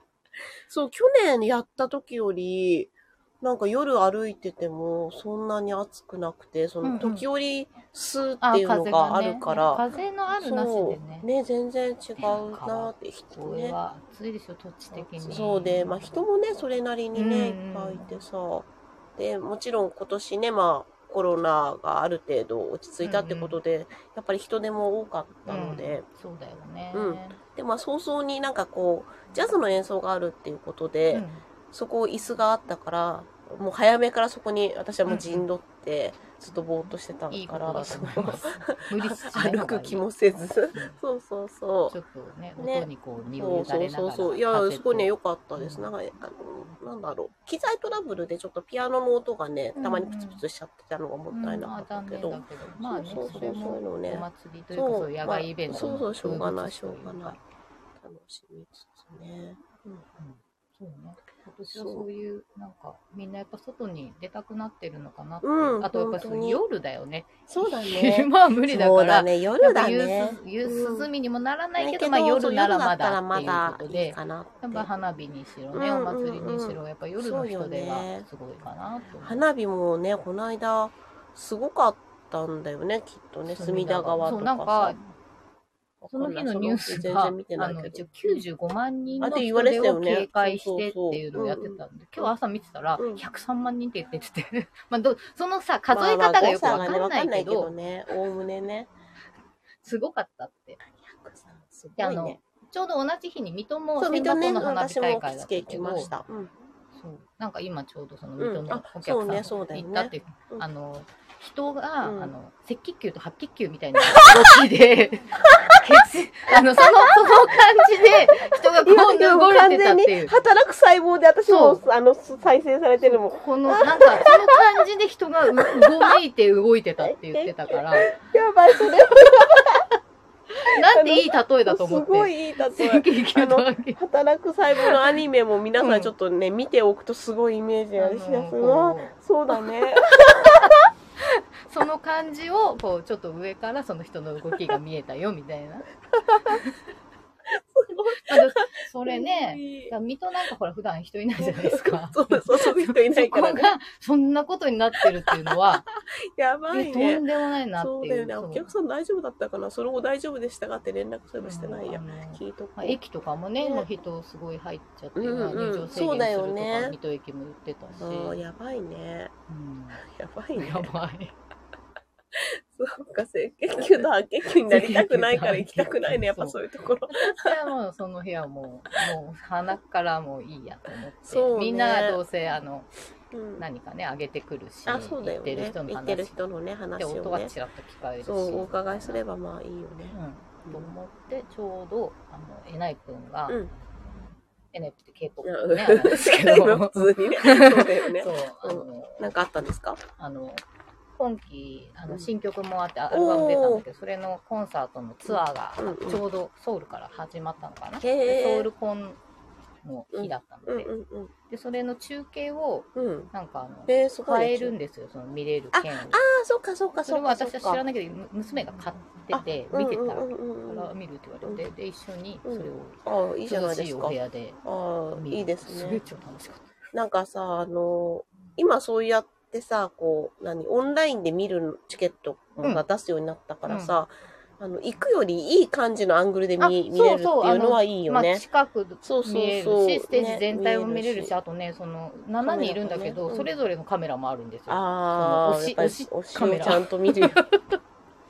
Speaker 1: そう、去年やった時より、なんか夜歩いててもそんなに暑くなくて、そ
Speaker 2: うんう
Speaker 1: の
Speaker 2: ん
Speaker 1: 時折スー
Speaker 2: あ
Speaker 1: っていうのがあるから、
Speaker 2: 風のあるなし
Speaker 1: そ
Speaker 2: でね
Speaker 1: う、。ね、全然違うなって人
Speaker 2: これ
Speaker 1: ね。
Speaker 2: は暑いですよ、土地的に。
Speaker 1: そうで、まあ人もね、それなりにね、いっ
Speaker 2: うん
Speaker 1: ぱいいてさ。で、もちろん今年ね、まあコロナがある程度落ち着いたってことで、やっぱり人手も多かったので、
Speaker 2: うんそうだよね。
Speaker 1: うんで、まあ早々になんかこう、ジャズの演奏があるっていうことで、
Speaker 2: うん
Speaker 1: そこ椅子があったから、もう早めからそこに私はもう陣取って、ずっとぼーっとしてた
Speaker 2: いい
Speaker 1: か
Speaker 2: ことだ
Speaker 1: ら、
Speaker 2: と
Speaker 1: そ
Speaker 2: 思います。無理しない
Speaker 1: 歩
Speaker 2: 方がい
Speaker 1: く
Speaker 2: い
Speaker 1: 気もせず。
Speaker 2: うん
Speaker 1: そうそうそ
Speaker 2: ちょっとね、
Speaker 1: ね
Speaker 2: 音にこう、
Speaker 1: う。
Speaker 2: 身
Speaker 1: そ
Speaker 2: を
Speaker 1: う
Speaker 2: 委
Speaker 1: そう
Speaker 2: ねな
Speaker 1: そ
Speaker 2: が
Speaker 1: う
Speaker 2: ら。
Speaker 1: そう。いや
Speaker 2: 風、と
Speaker 1: すごいね、良かったです。
Speaker 2: うん
Speaker 1: なんか、あの、なんだろう。機材トラブルでちょっとピアノの音がね、たまにプツプツしちゃってたのがもったいなかったけど。
Speaker 2: うんまあ残念だけど、まあね、
Speaker 1: そうそうそ
Speaker 2: そ
Speaker 1: う
Speaker 2: れ
Speaker 1: そういうの
Speaker 2: も、
Speaker 1: ね
Speaker 2: お祭りというか、そういう野外イベント
Speaker 1: ま
Speaker 2: の
Speaker 1: あそうそう、しょうがない、
Speaker 2: 風
Speaker 1: しょ
Speaker 2: 物詩というか
Speaker 1: がない。。楽しみつつね。
Speaker 2: そうね。今年はそういう、なんか、みんなやっぱ外に出たくなってるのかなって。
Speaker 1: うん
Speaker 2: あとやっぱり
Speaker 1: 本当に
Speaker 2: 夜だよね。
Speaker 1: そうだ ね。
Speaker 2: 昼間は無理だ
Speaker 1: そう
Speaker 2: か
Speaker 1: だ
Speaker 2: ら。
Speaker 1: ね、
Speaker 2: やっ
Speaker 1: 夜
Speaker 2: ぱ
Speaker 1: だ
Speaker 2: 夕
Speaker 1: ね。
Speaker 2: 涼夕涼みにもならないけど、
Speaker 1: だ
Speaker 2: まあ
Speaker 1: そ
Speaker 2: 夜
Speaker 1: う
Speaker 2: ならま
Speaker 1: 夜った
Speaker 2: だっていうこと
Speaker 1: いい
Speaker 2: で、
Speaker 1: かなって
Speaker 2: やっぱ花火にしろね、
Speaker 1: うん
Speaker 2: お祭りにし
Speaker 1: うん
Speaker 2: ろ、やっぱ夜の人出がすごいかなと思う。
Speaker 1: 花火もねこの間すごかったんだよねきっとね隅田川と
Speaker 2: そう、なん
Speaker 1: か
Speaker 2: か
Speaker 1: さ、
Speaker 2: その日のニュース
Speaker 1: 全
Speaker 2: が、あ
Speaker 1: 然見てな
Speaker 2: の、
Speaker 1: い
Speaker 2: 一
Speaker 1: け
Speaker 2: 応
Speaker 1: ど
Speaker 2: 95万人の
Speaker 1: あで
Speaker 2: 人
Speaker 1: 言われて
Speaker 2: 出
Speaker 1: たよ
Speaker 2: を
Speaker 1: ね
Speaker 2: 警戒してっていうのをやって
Speaker 1: そう
Speaker 2: たんで、今日朝見てたら、
Speaker 1: うん
Speaker 2: 103万人って言ってて、 まあど、そのさ、数え方がよくわかんないけ
Speaker 1: まあまあ誤差が
Speaker 2: ど、
Speaker 1: ねおおむねね
Speaker 2: すごかったって。
Speaker 1: す
Speaker 2: で、
Speaker 1: ご
Speaker 2: あ
Speaker 1: い
Speaker 2: の
Speaker 1: ね、
Speaker 2: ちょうど同じ日に水戸も
Speaker 1: そ
Speaker 2: 千
Speaker 1: う水
Speaker 2: 葉
Speaker 1: 戸ね
Speaker 2: 湖
Speaker 1: うん
Speaker 2: の花火
Speaker 1: 私
Speaker 2: 大会
Speaker 1: も着
Speaker 2: だった
Speaker 1: 付
Speaker 2: け
Speaker 1: け来ま
Speaker 2: ど
Speaker 1: し、たうん
Speaker 2: そうなんか今ちょうどその
Speaker 1: う
Speaker 2: 水
Speaker 1: ん
Speaker 2: 戸の
Speaker 1: あ
Speaker 2: お客さ
Speaker 1: そうん
Speaker 2: が
Speaker 1: ねそうだよ
Speaker 2: 行ったっ
Speaker 1: ね
Speaker 2: て、
Speaker 1: うん
Speaker 2: あの人が、
Speaker 1: うん
Speaker 2: あの赤血球と白血球みたいな動きで 血あのそのその感じで人がこう
Speaker 1: 今
Speaker 2: 動
Speaker 1: 完
Speaker 2: れてた
Speaker 1: 全
Speaker 2: っ
Speaker 1: に
Speaker 2: ていう。
Speaker 1: 働く細胞で私も
Speaker 2: そ
Speaker 1: あの再生されてるもん。
Speaker 2: このなんかその感じで人がううごめいて動いてたって言ってた から
Speaker 1: やばいそれ
Speaker 2: なんていい例えだと
Speaker 1: す
Speaker 2: 思って
Speaker 1: ごいいい例
Speaker 2: 赤
Speaker 1: え。
Speaker 2: 血球と白血球
Speaker 1: 働く細胞のアニメも皆さ
Speaker 2: うんん
Speaker 1: ちょっとね、見ておくとすごいイメージがあるし
Speaker 2: あの
Speaker 1: すごい
Speaker 2: こ
Speaker 1: そうだね。
Speaker 2: うその感じをこうちょっと上からその人の動きが見えたよみたいなあのそれね。 だから水戸なんかほら普段人いないじゃないですか
Speaker 1: そうそうそういう人いない
Speaker 2: そ
Speaker 1: か
Speaker 2: こ
Speaker 1: ら
Speaker 2: が
Speaker 1: ね。
Speaker 2: そんなことになってるっていうの は、
Speaker 1: やばい
Speaker 2: えと
Speaker 1: ね
Speaker 2: ん。でもないなって
Speaker 1: そうだ
Speaker 2: い
Speaker 1: よ
Speaker 2: う
Speaker 1: ね。
Speaker 2: そう
Speaker 1: お客さん大丈夫だったかな。その後大丈夫でしたかって連絡すればしてないや
Speaker 2: うんあ。の
Speaker 1: 聞いとこ
Speaker 2: まあ
Speaker 1: う。
Speaker 2: 駅とかもね、
Speaker 1: ね
Speaker 2: もう人すごい入っちゃって、
Speaker 1: うんうん
Speaker 2: まあ入場制
Speaker 1: そう
Speaker 2: 限
Speaker 1: だ
Speaker 2: する
Speaker 1: よ
Speaker 2: と
Speaker 1: ね
Speaker 2: か、水戸駅も言ってたし、
Speaker 1: ああ、やばいね。
Speaker 2: うん
Speaker 1: やばいね。
Speaker 2: やばい。
Speaker 1: そうか、赤血球の白血球になりたくないから行きたく ないね。やっぱそういうところ。
Speaker 2: 私はもうその部屋もう、もう鼻からもういいやと思って、
Speaker 1: そうね
Speaker 2: みんながどうせあの
Speaker 1: うん
Speaker 2: 何かね、あげてくるし、
Speaker 1: あ、そうだよ
Speaker 2: 言
Speaker 1: ね。
Speaker 2: ってる人の
Speaker 1: 行ってる
Speaker 2: 話
Speaker 1: 人のね、
Speaker 2: で
Speaker 1: 話
Speaker 2: 音
Speaker 1: を
Speaker 2: が
Speaker 1: ね。
Speaker 2: ちらっと聞かれるし、
Speaker 1: そう、お伺いすればまあいいよね。
Speaker 2: うん、と思って、ちょうど、あの、えないくんが、
Speaker 1: うん。
Speaker 2: えないくんって K-POP
Speaker 1: う
Speaker 2: ね、あれなんですけど、
Speaker 1: ん
Speaker 2: そう、
Speaker 1: 普通にね。そうだよね。
Speaker 2: あの、
Speaker 1: なんかあったんですか
Speaker 2: あの、今期、あ
Speaker 1: うん
Speaker 2: の、新曲もあって、アルバム出たんだけど、それのコンサートのツアーが、
Speaker 1: うんうん
Speaker 2: ちょうどソウルから始まったのかな。
Speaker 1: へー
Speaker 2: でソウルコンの日だったので、
Speaker 1: うんうん
Speaker 2: で、それの中継を、
Speaker 1: うん。うん。
Speaker 2: なんかあの、
Speaker 1: えー、すごいね。
Speaker 2: 買えるんですよ、その見れる券を。
Speaker 1: ああ、そっかそっか
Speaker 2: そ
Speaker 1: そ
Speaker 2: れ
Speaker 1: っ
Speaker 2: は
Speaker 1: か。
Speaker 2: 私は知らないけど、む娘が買ってて、見てた
Speaker 1: うんうんうんう
Speaker 2: から
Speaker 1: ん
Speaker 2: 見るって言われて、で、一緒にそれを
Speaker 1: ああ、いいじゃな
Speaker 2: 涼
Speaker 1: い
Speaker 2: し
Speaker 1: で
Speaker 2: い
Speaker 1: す
Speaker 2: お
Speaker 1: か
Speaker 2: 部。屋で
Speaker 1: ああ、
Speaker 2: 見る
Speaker 1: いいです
Speaker 2: すごい
Speaker 1: ね。
Speaker 2: 超楽しかった。
Speaker 1: なんかさ、あの、今そうやってさ、こう、何、オンラインで見るチケットが出すようになったからさ、あの、行くよりいい感じのアングルで
Speaker 2: あ
Speaker 1: 見見
Speaker 2: そ
Speaker 1: れ
Speaker 2: う
Speaker 1: るって
Speaker 2: そう
Speaker 1: いうの
Speaker 2: あの
Speaker 1: はいいよ
Speaker 2: まあ
Speaker 1: ね。
Speaker 2: 近く
Speaker 1: そうそうそう
Speaker 2: 見えるし、ステージ全体を見れるし、あとね、その7人いるんだけ
Speaker 1: カメラ
Speaker 2: ど、
Speaker 1: もねうん
Speaker 2: それぞれのカメラもあるんですよ。
Speaker 1: ああ、
Speaker 2: その推し
Speaker 1: やっぱり
Speaker 2: 推し
Speaker 1: 推し
Speaker 2: カメ
Speaker 1: を
Speaker 2: ラ
Speaker 1: ちゃんと見るよ。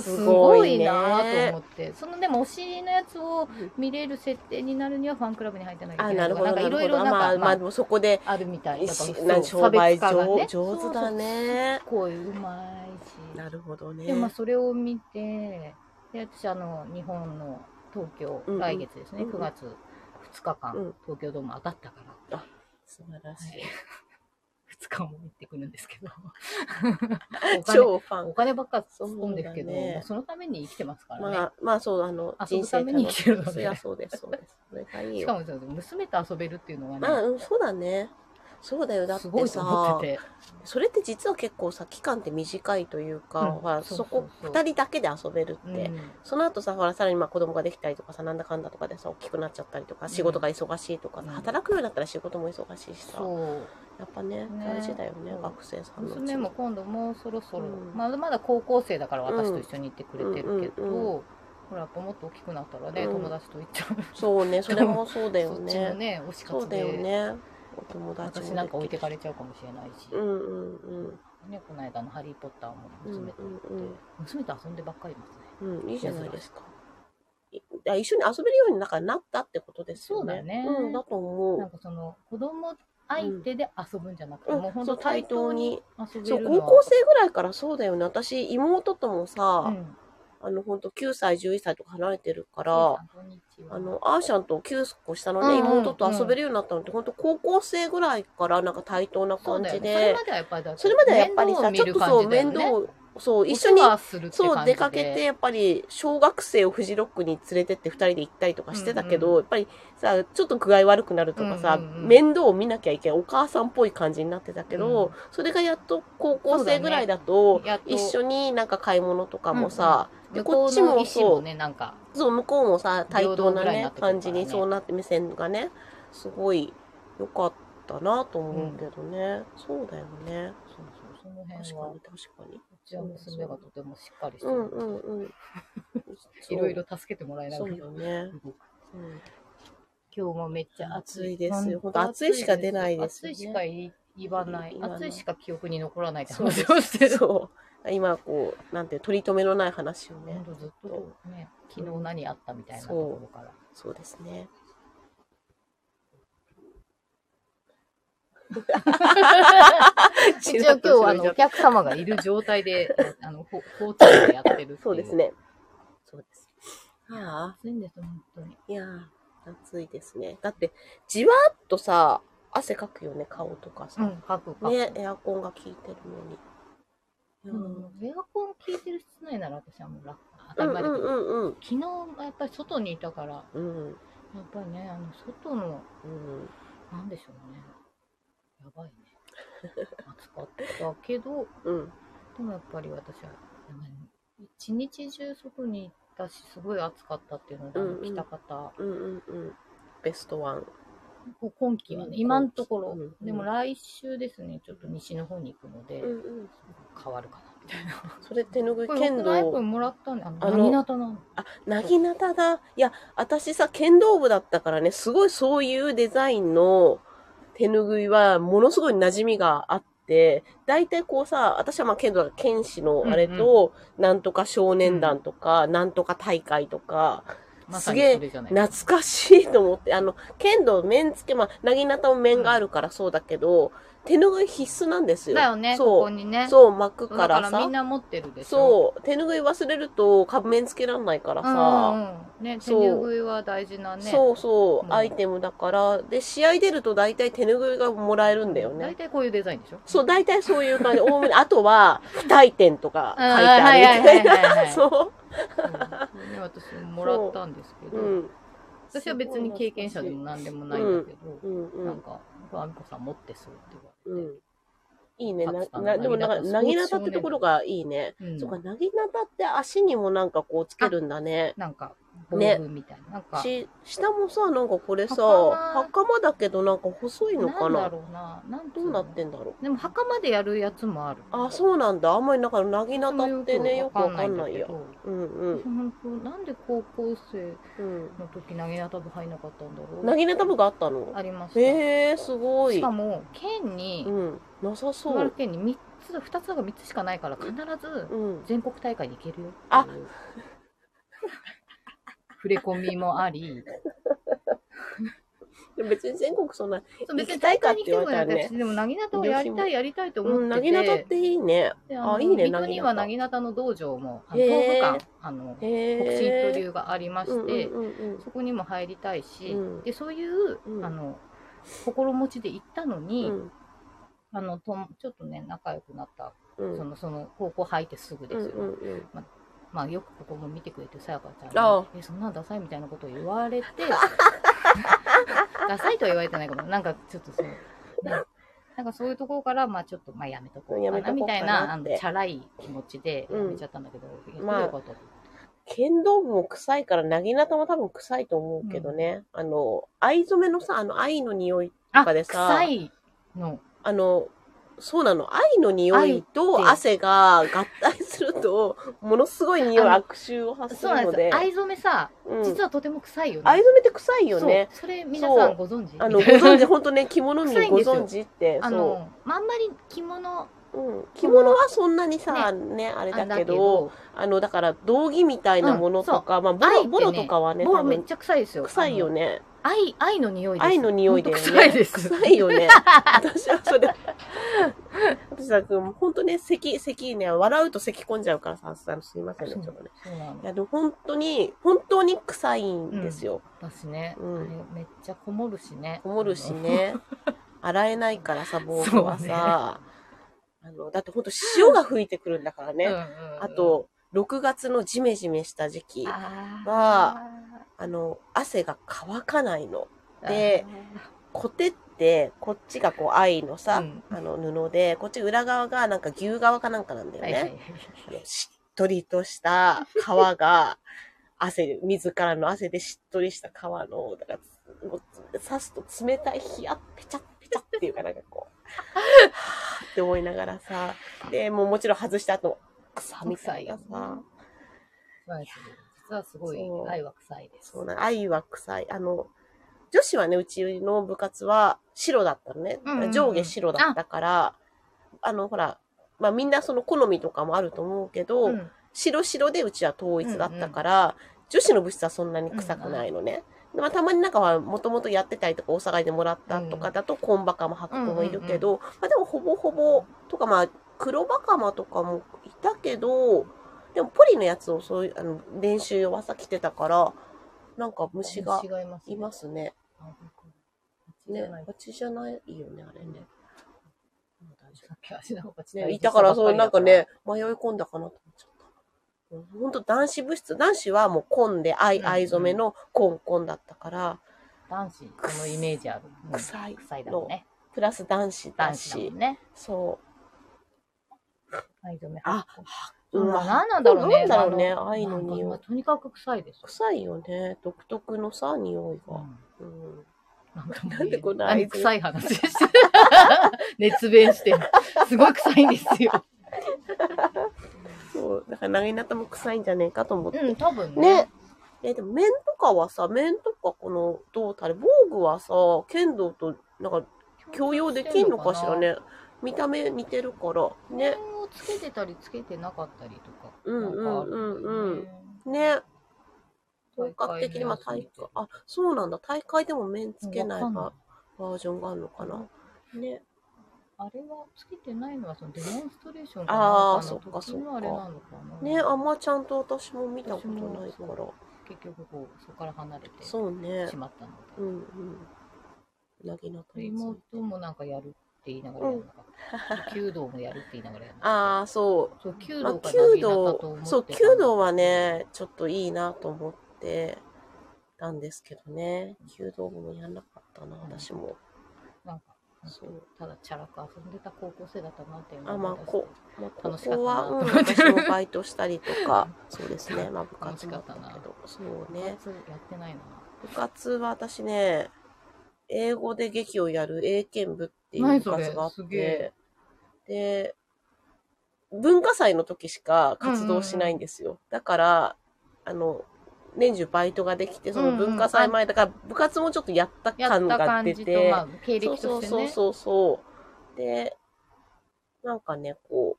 Speaker 2: すごいなぁと思って、そのでも推しのやつを
Speaker 1: ん
Speaker 2: 見れる設定になるにはファンクラブに入ってないとい
Speaker 1: あ、
Speaker 2: け
Speaker 1: な
Speaker 2: ない
Speaker 1: る
Speaker 2: と
Speaker 1: ほ
Speaker 2: か、な
Speaker 1: ど、
Speaker 2: んか
Speaker 1: なる
Speaker 2: い
Speaker 1: ほ
Speaker 2: ろい
Speaker 1: ど。
Speaker 2: ろ
Speaker 1: あ
Speaker 2: なん
Speaker 1: まあ、
Speaker 2: か
Speaker 1: ま
Speaker 2: ま
Speaker 1: あ、
Speaker 2: あ
Speaker 1: でもそこで、
Speaker 2: あるみたいだ
Speaker 1: し
Speaker 2: から
Speaker 1: なん
Speaker 2: そう
Speaker 1: 商売
Speaker 2: 差別化が
Speaker 1: 上
Speaker 2: ね
Speaker 1: 上手だね
Speaker 2: そうそう声うまいし。
Speaker 1: なるほどね
Speaker 2: で。まあそれを見てで私あの日本の東京、
Speaker 1: うんうん
Speaker 2: 来月ですね
Speaker 1: うんうん
Speaker 2: 9月2日間、
Speaker 1: うん
Speaker 2: 東京ドーム当たったから
Speaker 1: 素晴ら しい。
Speaker 2: 2日も行ってくるんです けどお金
Speaker 1: 超ファン
Speaker 2: お。金ばっか突っ込んでるけど
Speaker 1: そうだね
Speaker 2: まあそのために生きてますからね、
Speaker 1: まあ、まあ、そう、あの、
Speaker 2: 遊ぶた
Speaker 1: 人生
Speaker 2: めに生きてるので
Speaker 1: 楽しいいや、そうです、そうです。それがいい
Speaker 2: しか
Speaker 1: よ。
Speaker 2: もそう娘と遊べるっていうのがね、
Speaker 1: まあ、うん、そうだね。そうだよ。だっ
Speaker 2: すご
Speaker 1: て
Speaker 2: いと思
Speaker 1: さ
Speaker 2: っ、てて
Speaker 1: それって実は結構さ、期間って短いというか、
Speaker 2: うん
Speaker 1: ほら、
Speaker 2: そうそ
Speaker 1: そ
Speaker 2: うそう
Speaker 1: こ、二人だけで遊べる
Speaker 2: う
Speaker 1: っ
Speaker 2: ん
Speaker 1: て。その後さ、ほら、さらにまあ子供ができたりとかさ、なんだかんだとかでさ、大きくなっちゃったりとか、
Speaker 2: ん
Speaker 1: 仕事が忙しいとか
Speaker 2: うん
Speaker 1: さ、働くようになったら仕事も忙しいしさ、
Speaker 2: そう
Speaker 1: やっぱね、
Speaker 2: ね
Speaker 1: 大事だよね、
Speaker 2: そう
Speaker 1: 学生さんのうち
Speaker 2: 娘も今度もうそろそろ、
Speaker 1: うん
Speaker 2: まだまだ高校生だから私と一緒に行ってくれてるけど、
Speaker 1: うんうんう
Speaker 2: ほらやっぱもっと大きくなったらね、
Speaker 1: うん
Speaker 2: 友達と行っちゃう
Speaker 1: そうね、それもそうだよ
Speaker 2: そっちも
Speaker 1: ね。
Speaker 2: ね、推し
Speaker 1: そう
Speaker 2: 活
Speaker 1: だ
Speaker 2: で、
Speaker 1: よね。お友達もでき
Speaker 2: 私なんか置いてかれちゃうかもしれないし、
Speaker 1: うんうんうん。
Speaker 2: ね、この間の「ハリー・ポッター」も娘と行って、
Speaker 1: うんうんうん
Speaker 2: 娘と遊んでばっかりですね。
Speaker 1: うん、いいじゃないですか。いあ一緒に遊べるようになんかなったってことですよ
Speaker 2: そ
Speaker 1: ね。
Speaker 2: うだね
Speaker 1: うん、だと思
Speaker 2: なん
Speaker 1: う。
Speaker 2: かその子供相手で遊ぶんじゃなくて、
Speaker 1: うん
Speaker 2: もう本
Speaker 1: そ
Speaker 2: 当
Speaker 1: う対
Speaker 2: 対
Speaker 1: 等
Speaker 2: 等
Speaker 1: に
Speaker 2: に遊べ
Speaker 1: そう、
Speaker 2: る
Speaker 1: 高
Speaker 2: の
Speaker 1: 校生ぐらいからそうだよね。私、妹ともさ、
Speaker 2: うん
Speaker 1: あの、ほんと9歳、11歳とか離れてるから、
Speaker 2: そうさんこんにちは
Speaker 1: あの、アーシャンと9個下のね、
Speaker 2: うんうんうん
Speaker 1: 妹と遊べるようになったのって、ほんと高校生ぐらいからなんか対等な
Speaker 2: そう
Speaker 1: 感
Speaker 2: だよ
Speaker 1: じ
Speaker 2: ねそれま、
Speaker 1: で
Speaker 2: ではやっぱりだって
Speaker 1: それまではやっぱりさ、
Speaker 2: 面
Speaker 1: ち
Speaker 2: 倒
Speaker 1: ょ
Speaker 2: を見る感
Speaker 1: っとそう、
Speaker 2: じだよ
Speaker 1: 面
Speaker 2: ね
Speaker 1: 倒を、そう、一緒
Speaker 2: お
Speaker 1: に
Speaker 2: 世、話するって感じで
Speaker 1: そう、出かけて、やっぱり、小学生をフジロックに連れてって二人で行ったりとかしてたけど、
Speaker 2: うん
Speaker 1: やっぱりさ、ちょっと具合悪くなるとかさ、
Speaker 2: うんうんうん
Speaker 1: 面倒を見なきゃいけない、お母さんっぽい感じになってたけど、
Speaker 2: うん
Speaker 1: それがやっと高校生ぐらいだと、
Speaker 2: やっと
Speaker 1: 一緒になんか買い物とかもさ、で
Speaker 2: 向こ
Speaker 1: こ
Speaker 2: う
Speaker 1: っち
Speaker 2: の
Speaker 1: も
Speaker 2: 意思
Speaker 1: そ
Speaker 2: も
Speaker 1: う、
Speaker 2: ねなんか
Speaker 1: そう、向こうもさ、対等な
Speaker 2: 平等ぐらいに
Speaker 1: ね
Speaker 2: なっ、てくるからね
Speaker 1: 感じにそうなって目線がね、すごい良かったなと思うけどね。そうだよね。
Speaker 2: そうそうその
Speaker 1: 確
Speaker 2: 辺
Speaker 1: か
Speaker 2: は
Speaker 1: に、確かに。
Speaker 2: うちは娘がとてもしっかりして
Speaker 1: う
Speaker 2: る、
Speaker 1: んうん うん。
Speaker 2: いろいろ助けてもらいな
Speaker 1: そ
Speaker 2: が
Speaker 1: う
Speaker 2: ら
Speaker 1: そうよね。
Speaker 2: 動く
Speaker 1: うん
Speaker 2: 今日もめっちゃ暑い。
Speaker 1: 暑いですよ
Speaker 2: 本当
Speaker 1: 本当暑いしか出ないですよね
Speaker 2: 暑いしか言い言わない
Speaker 1: 言。わない
Speaker 2: 暑いしか記憶に残らないって
Speaker 1: そう
Speaker 2: 話
Speaker 1: です
Speaker 2: をしてる。
Speaker 1: そう。今、こう、なんていう、取り留めのない話をね
Speaker 2: 本。当ずっとね、昨日何あったみたいなところから。
Speaker 1: そうですね。
Speaker 2: 一応今日 はあのお客様がいる状態 で、あの、ほ交通でやってるっていう。
Speaker 1: そうです。ね。そうです。いやー
Speaker 2: 暑いんです、本当に。
Speaker 1: いやー暑いですね。だって、じわっとさ、汗かくよね、顔とか
Speaker 2: う
Speaker 1: さ。
Speaker 2: ん、吐くか。
Speaker 1: ね、エアコンが効いてるのに。
Speaker 2: う
Speaker 1: うんん、
Speaker 2: エアコン効いてる室内なら私はもう楽。当た
Speaker 1: う
Speaker 2: り
Speaker 1: ん
Speaker 2: 前
Speaker 1: う
Speaker 2: だけど。
Speaker 1: んうん
Speaker 2: 昨日はやっぱり外にいたから、や
Speaker 1: うん。
Speaker 2: っぱりね、あの、外の、
Speaker 1: うん。
Speaker 2: なんでしょうね。やばいね。 暑かったけど、
Speaker 1: うん。
Speaker 2: でもやっぱり私は、うん一日中外に行ったし、すごい暑かったっていうので、あの
Speaker 1: うんうん
Speaker 2: 来た方、
Speaker 1: うんうんうん。ベストワン。
Speaker 2: こう今期はね、
Speaker 1: うん
Speaker 2: 今のところ、
Speaker 1: うん
Speaker 2: でも来週ですね、ちょっと西の方に行くので、
Speaker 1: うんうん。
Speaker 2: 変わるかな、みたいな。
Speaker 1: それ手ぬぐい
Speaker 2: これ、
Speaker 1: 剣
Speaker 2: 僕のアイプ
Speaker 1: 道。
Speaker 2: もらったんで、あの、
Speaker 1: あの
Speaker 2: 何型なの
Speaker 1: あ、なぎなただ。いや、私さ、剣道部だったからね、すごいそういうデザインの手ぬぐいは、ものすごい馴染みがあって、大体こうさ、私はまあ剣道だから剣士のあれと、なんとか少年団とか、なんとか大会とか、
Speaker 2: まさに
Speaker 1: すげえ
Speaker 2: それじゃない。
Speaker 1: 懐かしいと思って、あの、剣道面付け、まあ、なぎなたも面があるからそうだけど、手ぬぐい必須なんですよ。
Speaker 2: だよね、ここ
Speaker 1: そう。
Speaker 2: にね。
Speaker 1: そう、巻く
Speaker 2: そう
Speaker 1: か
Speaker 2: だからら
Speaker 1: さ。
Speaker 2: みんな持ってるでしょ。
Speaker 1: そう、手ぬぐい忘れると、か面付けらんないから
Speaker 2: うん
Speaker 1: さ。
Speaker 2: うんうん、ね、手
Speaker 1: そう
Speaker 2: ぬぐいは大事なね。
Speaker 1: そうそう、
Speaker 2: うん
Speaker 1: アイテムだから。で、試合出ると大体手ぬぐいがもらえるんだよ
Speaker 2: 大
Speaker 1: ね。
Speaker 2: 体こういうデザインでしょ
Speaker 1: そう、大体そういう感じ。おお むね、あとは、不退点とか書いてあ
Speaker 2: はいはい
Speaker 1: る
Speaker 2: は
Speaker 1: みた
Speaker 2: い
Speaker 1: い
Speaker 2: はいはい
Speaker 1: な。そう。
Speaker 2: うんそれね私ももらったんですけど、
Speaker 1: うん。
Speaker 2: 私は別に経験者でも何でもないんだけど、
Speaker 1: うんう
Speaker 2: なん
Speaker 1: ん。
Speaker 2: か、あみこさん持ってそうって言
Speaker 1: う
Speaker 2: わ
Speaker 1: ん。いいね。
Speaker 2: パ
Speaker 1: な
Speaker 2: キスタンの
Speaker 1: なでもなんか、
Speaker 2: な
Speaker 1: な
Speaker 2: ぎ
Speaker 1: ぎ
Speaker 2: なた
Speaker 1: なたってところがいいね。
Speaker 2: れて、うん
Speaker 1: そうか、なぎなたって足にもなんかこうつけるんだね。
Speaker 2: なんか、防具みたいな、なんか、
Speaker 1: し、下もさ、なんかこれさ、
Speaker 2: 袴
Speaker 1: 袴だけどなんか細いの
Speaker 2: な
Speaker 1: か
Speaker 2: んだ
Speaker 1: な
Speaker 2: ろうな、なんつ
Speaker 1: ど
Speaker 2: う
Speaker 1: うな
Speaker 2: の
Speaker 1: ってんだろう
Speaker 2: でも、袴でやるやつもある。
Speaker 1: あ、そうなんだ。あんまりなんか、なぎなた
Speaker 2: 私も
Speaker 1: ってね、よくわかん
Speaker 2: だ
Speaker 1: な
Speaker 2: け
Speaker 1: いよ。
Speaker 2: ど
Speaker 1: うんうん
Speaker 2: 私。本当、なんで高校生
Speaker 1: うん。
Speaker 2: の時、なぎなた部入んなかったんだろう。
Speaker 1: なぎなた部があったの
Speaker 2: ありました。
Speaker 1: へえ、すご
Speaker 2: し
Speaker 1: い
Speaker 2: か。も、県に、
Speaker 1: うん。なさそ
Speaker 2: 茨城
Speaker 1: う。
Speaker 2: 県に3つ2つが3つしかないから必ず
Speaker 1: うん。
Speaker 2: 全国大会に行けるよっていう
Speaker 1: あ
Speaker 2: 触れ込みもあり
Speaker 1: でも別に全国そんな、
Speaker 2: そう別に
Speaker 1: 行きた
Speaker 2: 大
Speaker 1: いか
Speaker 2: 会
Speaker 1: っ
Speaker 2: に来て
Speaker 1: て言わ
Speaker 2: も
Speaker 1: れた
Speaker 2: や
Speaker 1: ら
Speaker 2: り
Speaker 1: ね
Speaker 2: たいしでもなぎなたをやりたいやりたいと思っ
Speaker 1: う
Speaker 2: てて、
Speaker 1: ん、なぎなたっていいね。
Speaker 2: であの
Speaker 1: あいいね
Speaker 2: 水戸にはな
Speaker 1: な
Speaker 2: ぎ
Speaker 1: ぎ
Speaker 2: なたの道場もあの
Speaker 1: へー
Speaker 2: 東武館あの
Speaker 1: へ
Speaker 2: 北信
Speaker 1: え。
Speaker 2: と流がありまして、
Speaker 1: うんうんうんうん
Speaker 2: そこにも入りたいし、
Speaker 1: うん
Speaker 2: でそういう、
Speaker 1: うん
Speaker 2: あの心持ちで行ったのに、
Speaker 1: うん
Speaker 2: あのともちょっとね仲良くなった
Speaker 1: うん
Speaker 2: そのその高校入ってすぐですよ、
Speaker 1: うんうんうん
Speaker 2: まあよくここも見てくれてるさやかちゃん
Speaker 1: あ
Speaker 2: に、え、そんなダサいみたいなことを言わ れて、ダサいとは言われてないけど、なんかちょっとそう、ねなんかそういうところから、まあちょっと、まあやめとこう
Speaker 1: や
Speaker 2: か
Speaker 1: めと
Speaker 2: な、
Speaker 1: こう
Speaker 2: み
Speaker 1: か
Speaker 2: た
Speaker 1: ない
Speaker 2: な、あの、
Speaker 1: っ
Speaker 2: チ
Speaker 1: て
Speaker 2: ャラい気持ちでやめちゃったんだけど、や
Speaker 1: まあ
Speaker 2: ってよかったと
Speaker 1: 剣道部も臭いから、なぎなたも多分臭いと思うけどね。あの、藍染めのさ、あの、藍の匂い、
Speaker 2: あ、
Speaker 1: かでさ
Speaker 2: 臭いの。
Speaker 1: あの、そうなの。藍の匂いと
Speaker 2: 藍っ
Speaker 1: 汗が合体すると、ものすごい匂い、
Speaker 2: あの
Speaker 1: 悪臭を発す
Speaker 2: そう
Speaker 1: る
Speaker 2: なん
Speaker 1: の
Speaker 2: です
Speaker 1: で
Speaker 2: よ。。藍染めさ、
Speaker 1: うん
Speaker 2: 実はとても臭いよね。
Speaker 1: 藍染めって臭いよね。
Speaker 2: そう。それ皆さ
Speaker 1: そ
Speaker 2: んご存知
Speaker 1: あの、ご存知、本当ね、着物見
Speaker 2: 臭いん
Speaker 1: ご
Speaker 2: ですよ
Speaker 1: 存知って。
Speaker 2: あ
Speaker 1: そ
Speaker 2: の、まああんまり着物
Speaker 1: う。うん。着物はそんなにさ、ね、あれ
Speaker 2: なん
Speaker 1: だ
Speaker 2: だ
Speaker 1: け
Speaker 2: け
Speaker 1: ど、
Speaker 2: ど、
Speaker 1: あの、だから、道着みたいなものとか、まあ、ボ
Speaker 2: 藍っ
Speaker 1: ロ、
Speaker 2: てね
Speaker 1: ボロとかはね、
Speaker 2: も
Speaker 1: 多
Speaker 2: うめっ
Speaker 1: 分、
Speaker 2: ちゃ臭いですよ。
Speaker 1: 臭いよね。
Speaker 2: 愛、愛の匂いです。
Speaker 1: 愛の匂いだよね。
Speaker 2: ほんと臭いです。
Speaker 1: 臭い よね。私はそれ、私はもう本当ね、咳、咳ね、笑うと咳込んじゃうからさ、あのすみませんね、ちょっとね。
Speaker 2: そうなの
Speaker 1: いや、でも本当に、本当に臭いんですよ。
Speaker 2: 私ね、
Speaker 1: うん
Speaker 2: あれめっちゃこもるしね。
Speaker 1: こもるし ね。洗えないからさ、防具はさ。あの、だって本当潮が吹いてくるんだから
Speaker 2: あの。
Speaker 1: ね。
Speaker 2: うんうんうん
Speaker 1: あ、と、6月のジメジメした時期、あ
Speaker 2: あ
Speaker 1: はの、汗が乾かないの。
Speaker 2: ー
Speaker 1: で、コテって、こっちがこう、愛の
Speaker 2: あー
Speaker 1: さ、
Speaker 2: うん
Speaker 1: あの布で、こっち裏側がなんか牛側かなんかなんだよ
Speaker 2: は
Speaker 1: ね。
Speaker 2: いはいはい
Speaker 1: しっとりとした皮が、 汗、自らの汗でしっとりした皮の、だから、もう刺すと冷たい冷やっぺちゃっぺちゃっていうかなんかこう、は ぁって思いながらさ、で、もうもちろん外した後も、草みたい
Speaker 2: 臭いよ
Speaker 1: な
Speaker 2: ね
Speaker 1: さ、
Speaker 2: そうなんですよ実はすごい
Speaker 1: そう
Speaker 2: 愛は臭いです。
Speaker 1: そうな、愛は臭い。あの、女子はね、うちの部活は白だったのね。
Speaker 2: うんうんうん
Speaker 1: 上下白だったから、あの、ほら、まあみんなその好みとかもあると思うけど、
Speaker 2: うん
Speaker 1: 白白でうちは統一だったから、女子の部室はそんなに臭くないのね。でまあ、たまになんかはもともとやってたりとか、大阪でもらったとかだと、コンバカマ、ハクコもいるけど、まあでもほぼほぼ、とかまあ、黒バカマとかもいたけど、でもポリのやつをそういう、あの、練習用はさ着てたから、なんか虫が
Speaker 2: 違います、
Speaker 1: いますね。
Speaker 2: あ僕蜂じ
Speaker 1: ね
Speaker 2: ゃない、
Speaker 1: バチじゃないよね、あれね。もう大丈
Speaker 2: さっき足の方が
Speaker 1: 夫ね、いたから、そう、なんかね、迷い込んだかなと思っちゃった。うんほんと男子部室、男子はもう紺で、藍、
Speaker 2: うん
Speaker 1: 藍染めのコンコンだったから、
Speaker 2: 男子そのイメージある、うん
Speaker 1: 臭い。
Speaker 2: 臭いだもんね
Speaker 1: プラス男子だ
Speaker 2: 男子だも
Speaker 1: し
Speaker 2: ん、ね
Speaker 1: そ
Speaker 2: 藍染め
Speaker 1: あう。
Speaker 2: う、
Speaker 1: うんん、
Speaker 2: 何なんだろうね
Speaker 1: なんだろうね
Speaker 2: あの
Speaker 1: 藍の匂い
Speaker 2: なんかとにかく臭いです
Speaker 1: 臭いよね。独特のさ、匂いが。
Speaker 2: な
Speaker 1: うん。
Speaker 2: んかもう
Speaker 1: なんでこんな
Speaker 2: 何
Speaker 1: 藍染め
Speaker 2: 臭い話してる 熱弁してるすごい臭いんですよ
Speaker 1: そう、だから、長いなたも臭いんじゃねえかと思って。
Speaker 2: うん多分
Speaker 1: ね。え、でも面とかはさ、面とかこの胴体、防具はさ、剣道となんか共用できんのかしらね。見た目似てるから。
Speaker 2: ね
Speaker 1: ね。
Speaker 2: をつけてたりつけてなかったりとか
Speaker 1: うんうんうんう
Speaker 2: なん
Speaker 1: ん
Speaker 2: か
Speaker 1: ね。
Speaker 2: あ
Speaker 1: 本
Speaker 2: るよね
Speaker 1: 格的に、まあ体
Speaker 2: 大会のやつ見て、
Speaker 1: 育あ、そうなんだ。大会でも面つけない
Speaker 2: わかんない
Speaker 1: ババージョンがあるのかな。ね。
Speaker 2: あれはつけてないのはそのデモンストレーションな
Speaker 1: あー
Speaker 2: んの
Speaker 1: そっかそっか
Speaker 2: 時のあれなのかな
Speaker 1: ね、あんまちゃんと私も見たことないから。
Speaker 2: 結局こうそこから離れてし
Speaker 1: そうね。
Speaker 2: まったので
Speaker 1: うんうん。うなぎの玉
Speaker 2: 妹もなんかやるって言いながらやらなかった。弓道もやるって言いながらやらなかっ
Speaker 1: ああ、そう。
Speaker 2: た。そう、弓
Speaker 1: まあ、
Speaker 2: 道か
Speaker 1: 弓
Speaker 2: なぎなたと
Speaker 1: 道
Speaker 2: 思っ、て
Speaker 1: そう、
Speaker 2: た
Speaker 1: 弓道はね、ちょっといいなと思ってたんですけどね。弓道部もやんなかったな、
Speaker 2: ん
Speaker 1: 私も。
Speaker 2: なんか、
Speaker 1: そう。
Speaker 2: ただチャラく遊んでた高校生だったなっていうのを
Speaker 1: あまあ
Speaker 2: 思い出して
Speaker 1: こまあ、こ
Speaker 2: 楽しかったな
Speaker 1: こは、うん、
Speaker 2: と思って
Speaker 1: 私もバイトしたりと か、そうですね、まあ部活もだったけ
Speaker 2: 楽しかった
Speaker 1: ど、そう
Speaker 2: 部
Speaker 1: ね。
Speaker 2: 活やってないな。
Speaker 1: 部活は私ね、英語で劇をやる英検部っていう
Speaker 2: 何
Speaker 1: 部
Speaker 2: それ
Speaker 1: 活があっ
Speaker 2: すげ
Speaker 1: て、で、文化祭の時しか活動しないんですよ。だから、あの、年中バイトができて、その文化祭前だから部活もちょっとやった
Speaker 2: やっ
Speaker 1: 感
Speaker 2: た
Speaker 1: が
Speaker 2: 感
Speaker 1: 出
Speaker 2: じ
Speaker 1: て、
Speaker 2: と、まあ、経歴として
Speaker 1: そう
Speaker 2: ね。
Speaker 1: そうそうそう。で、なんかね、こう、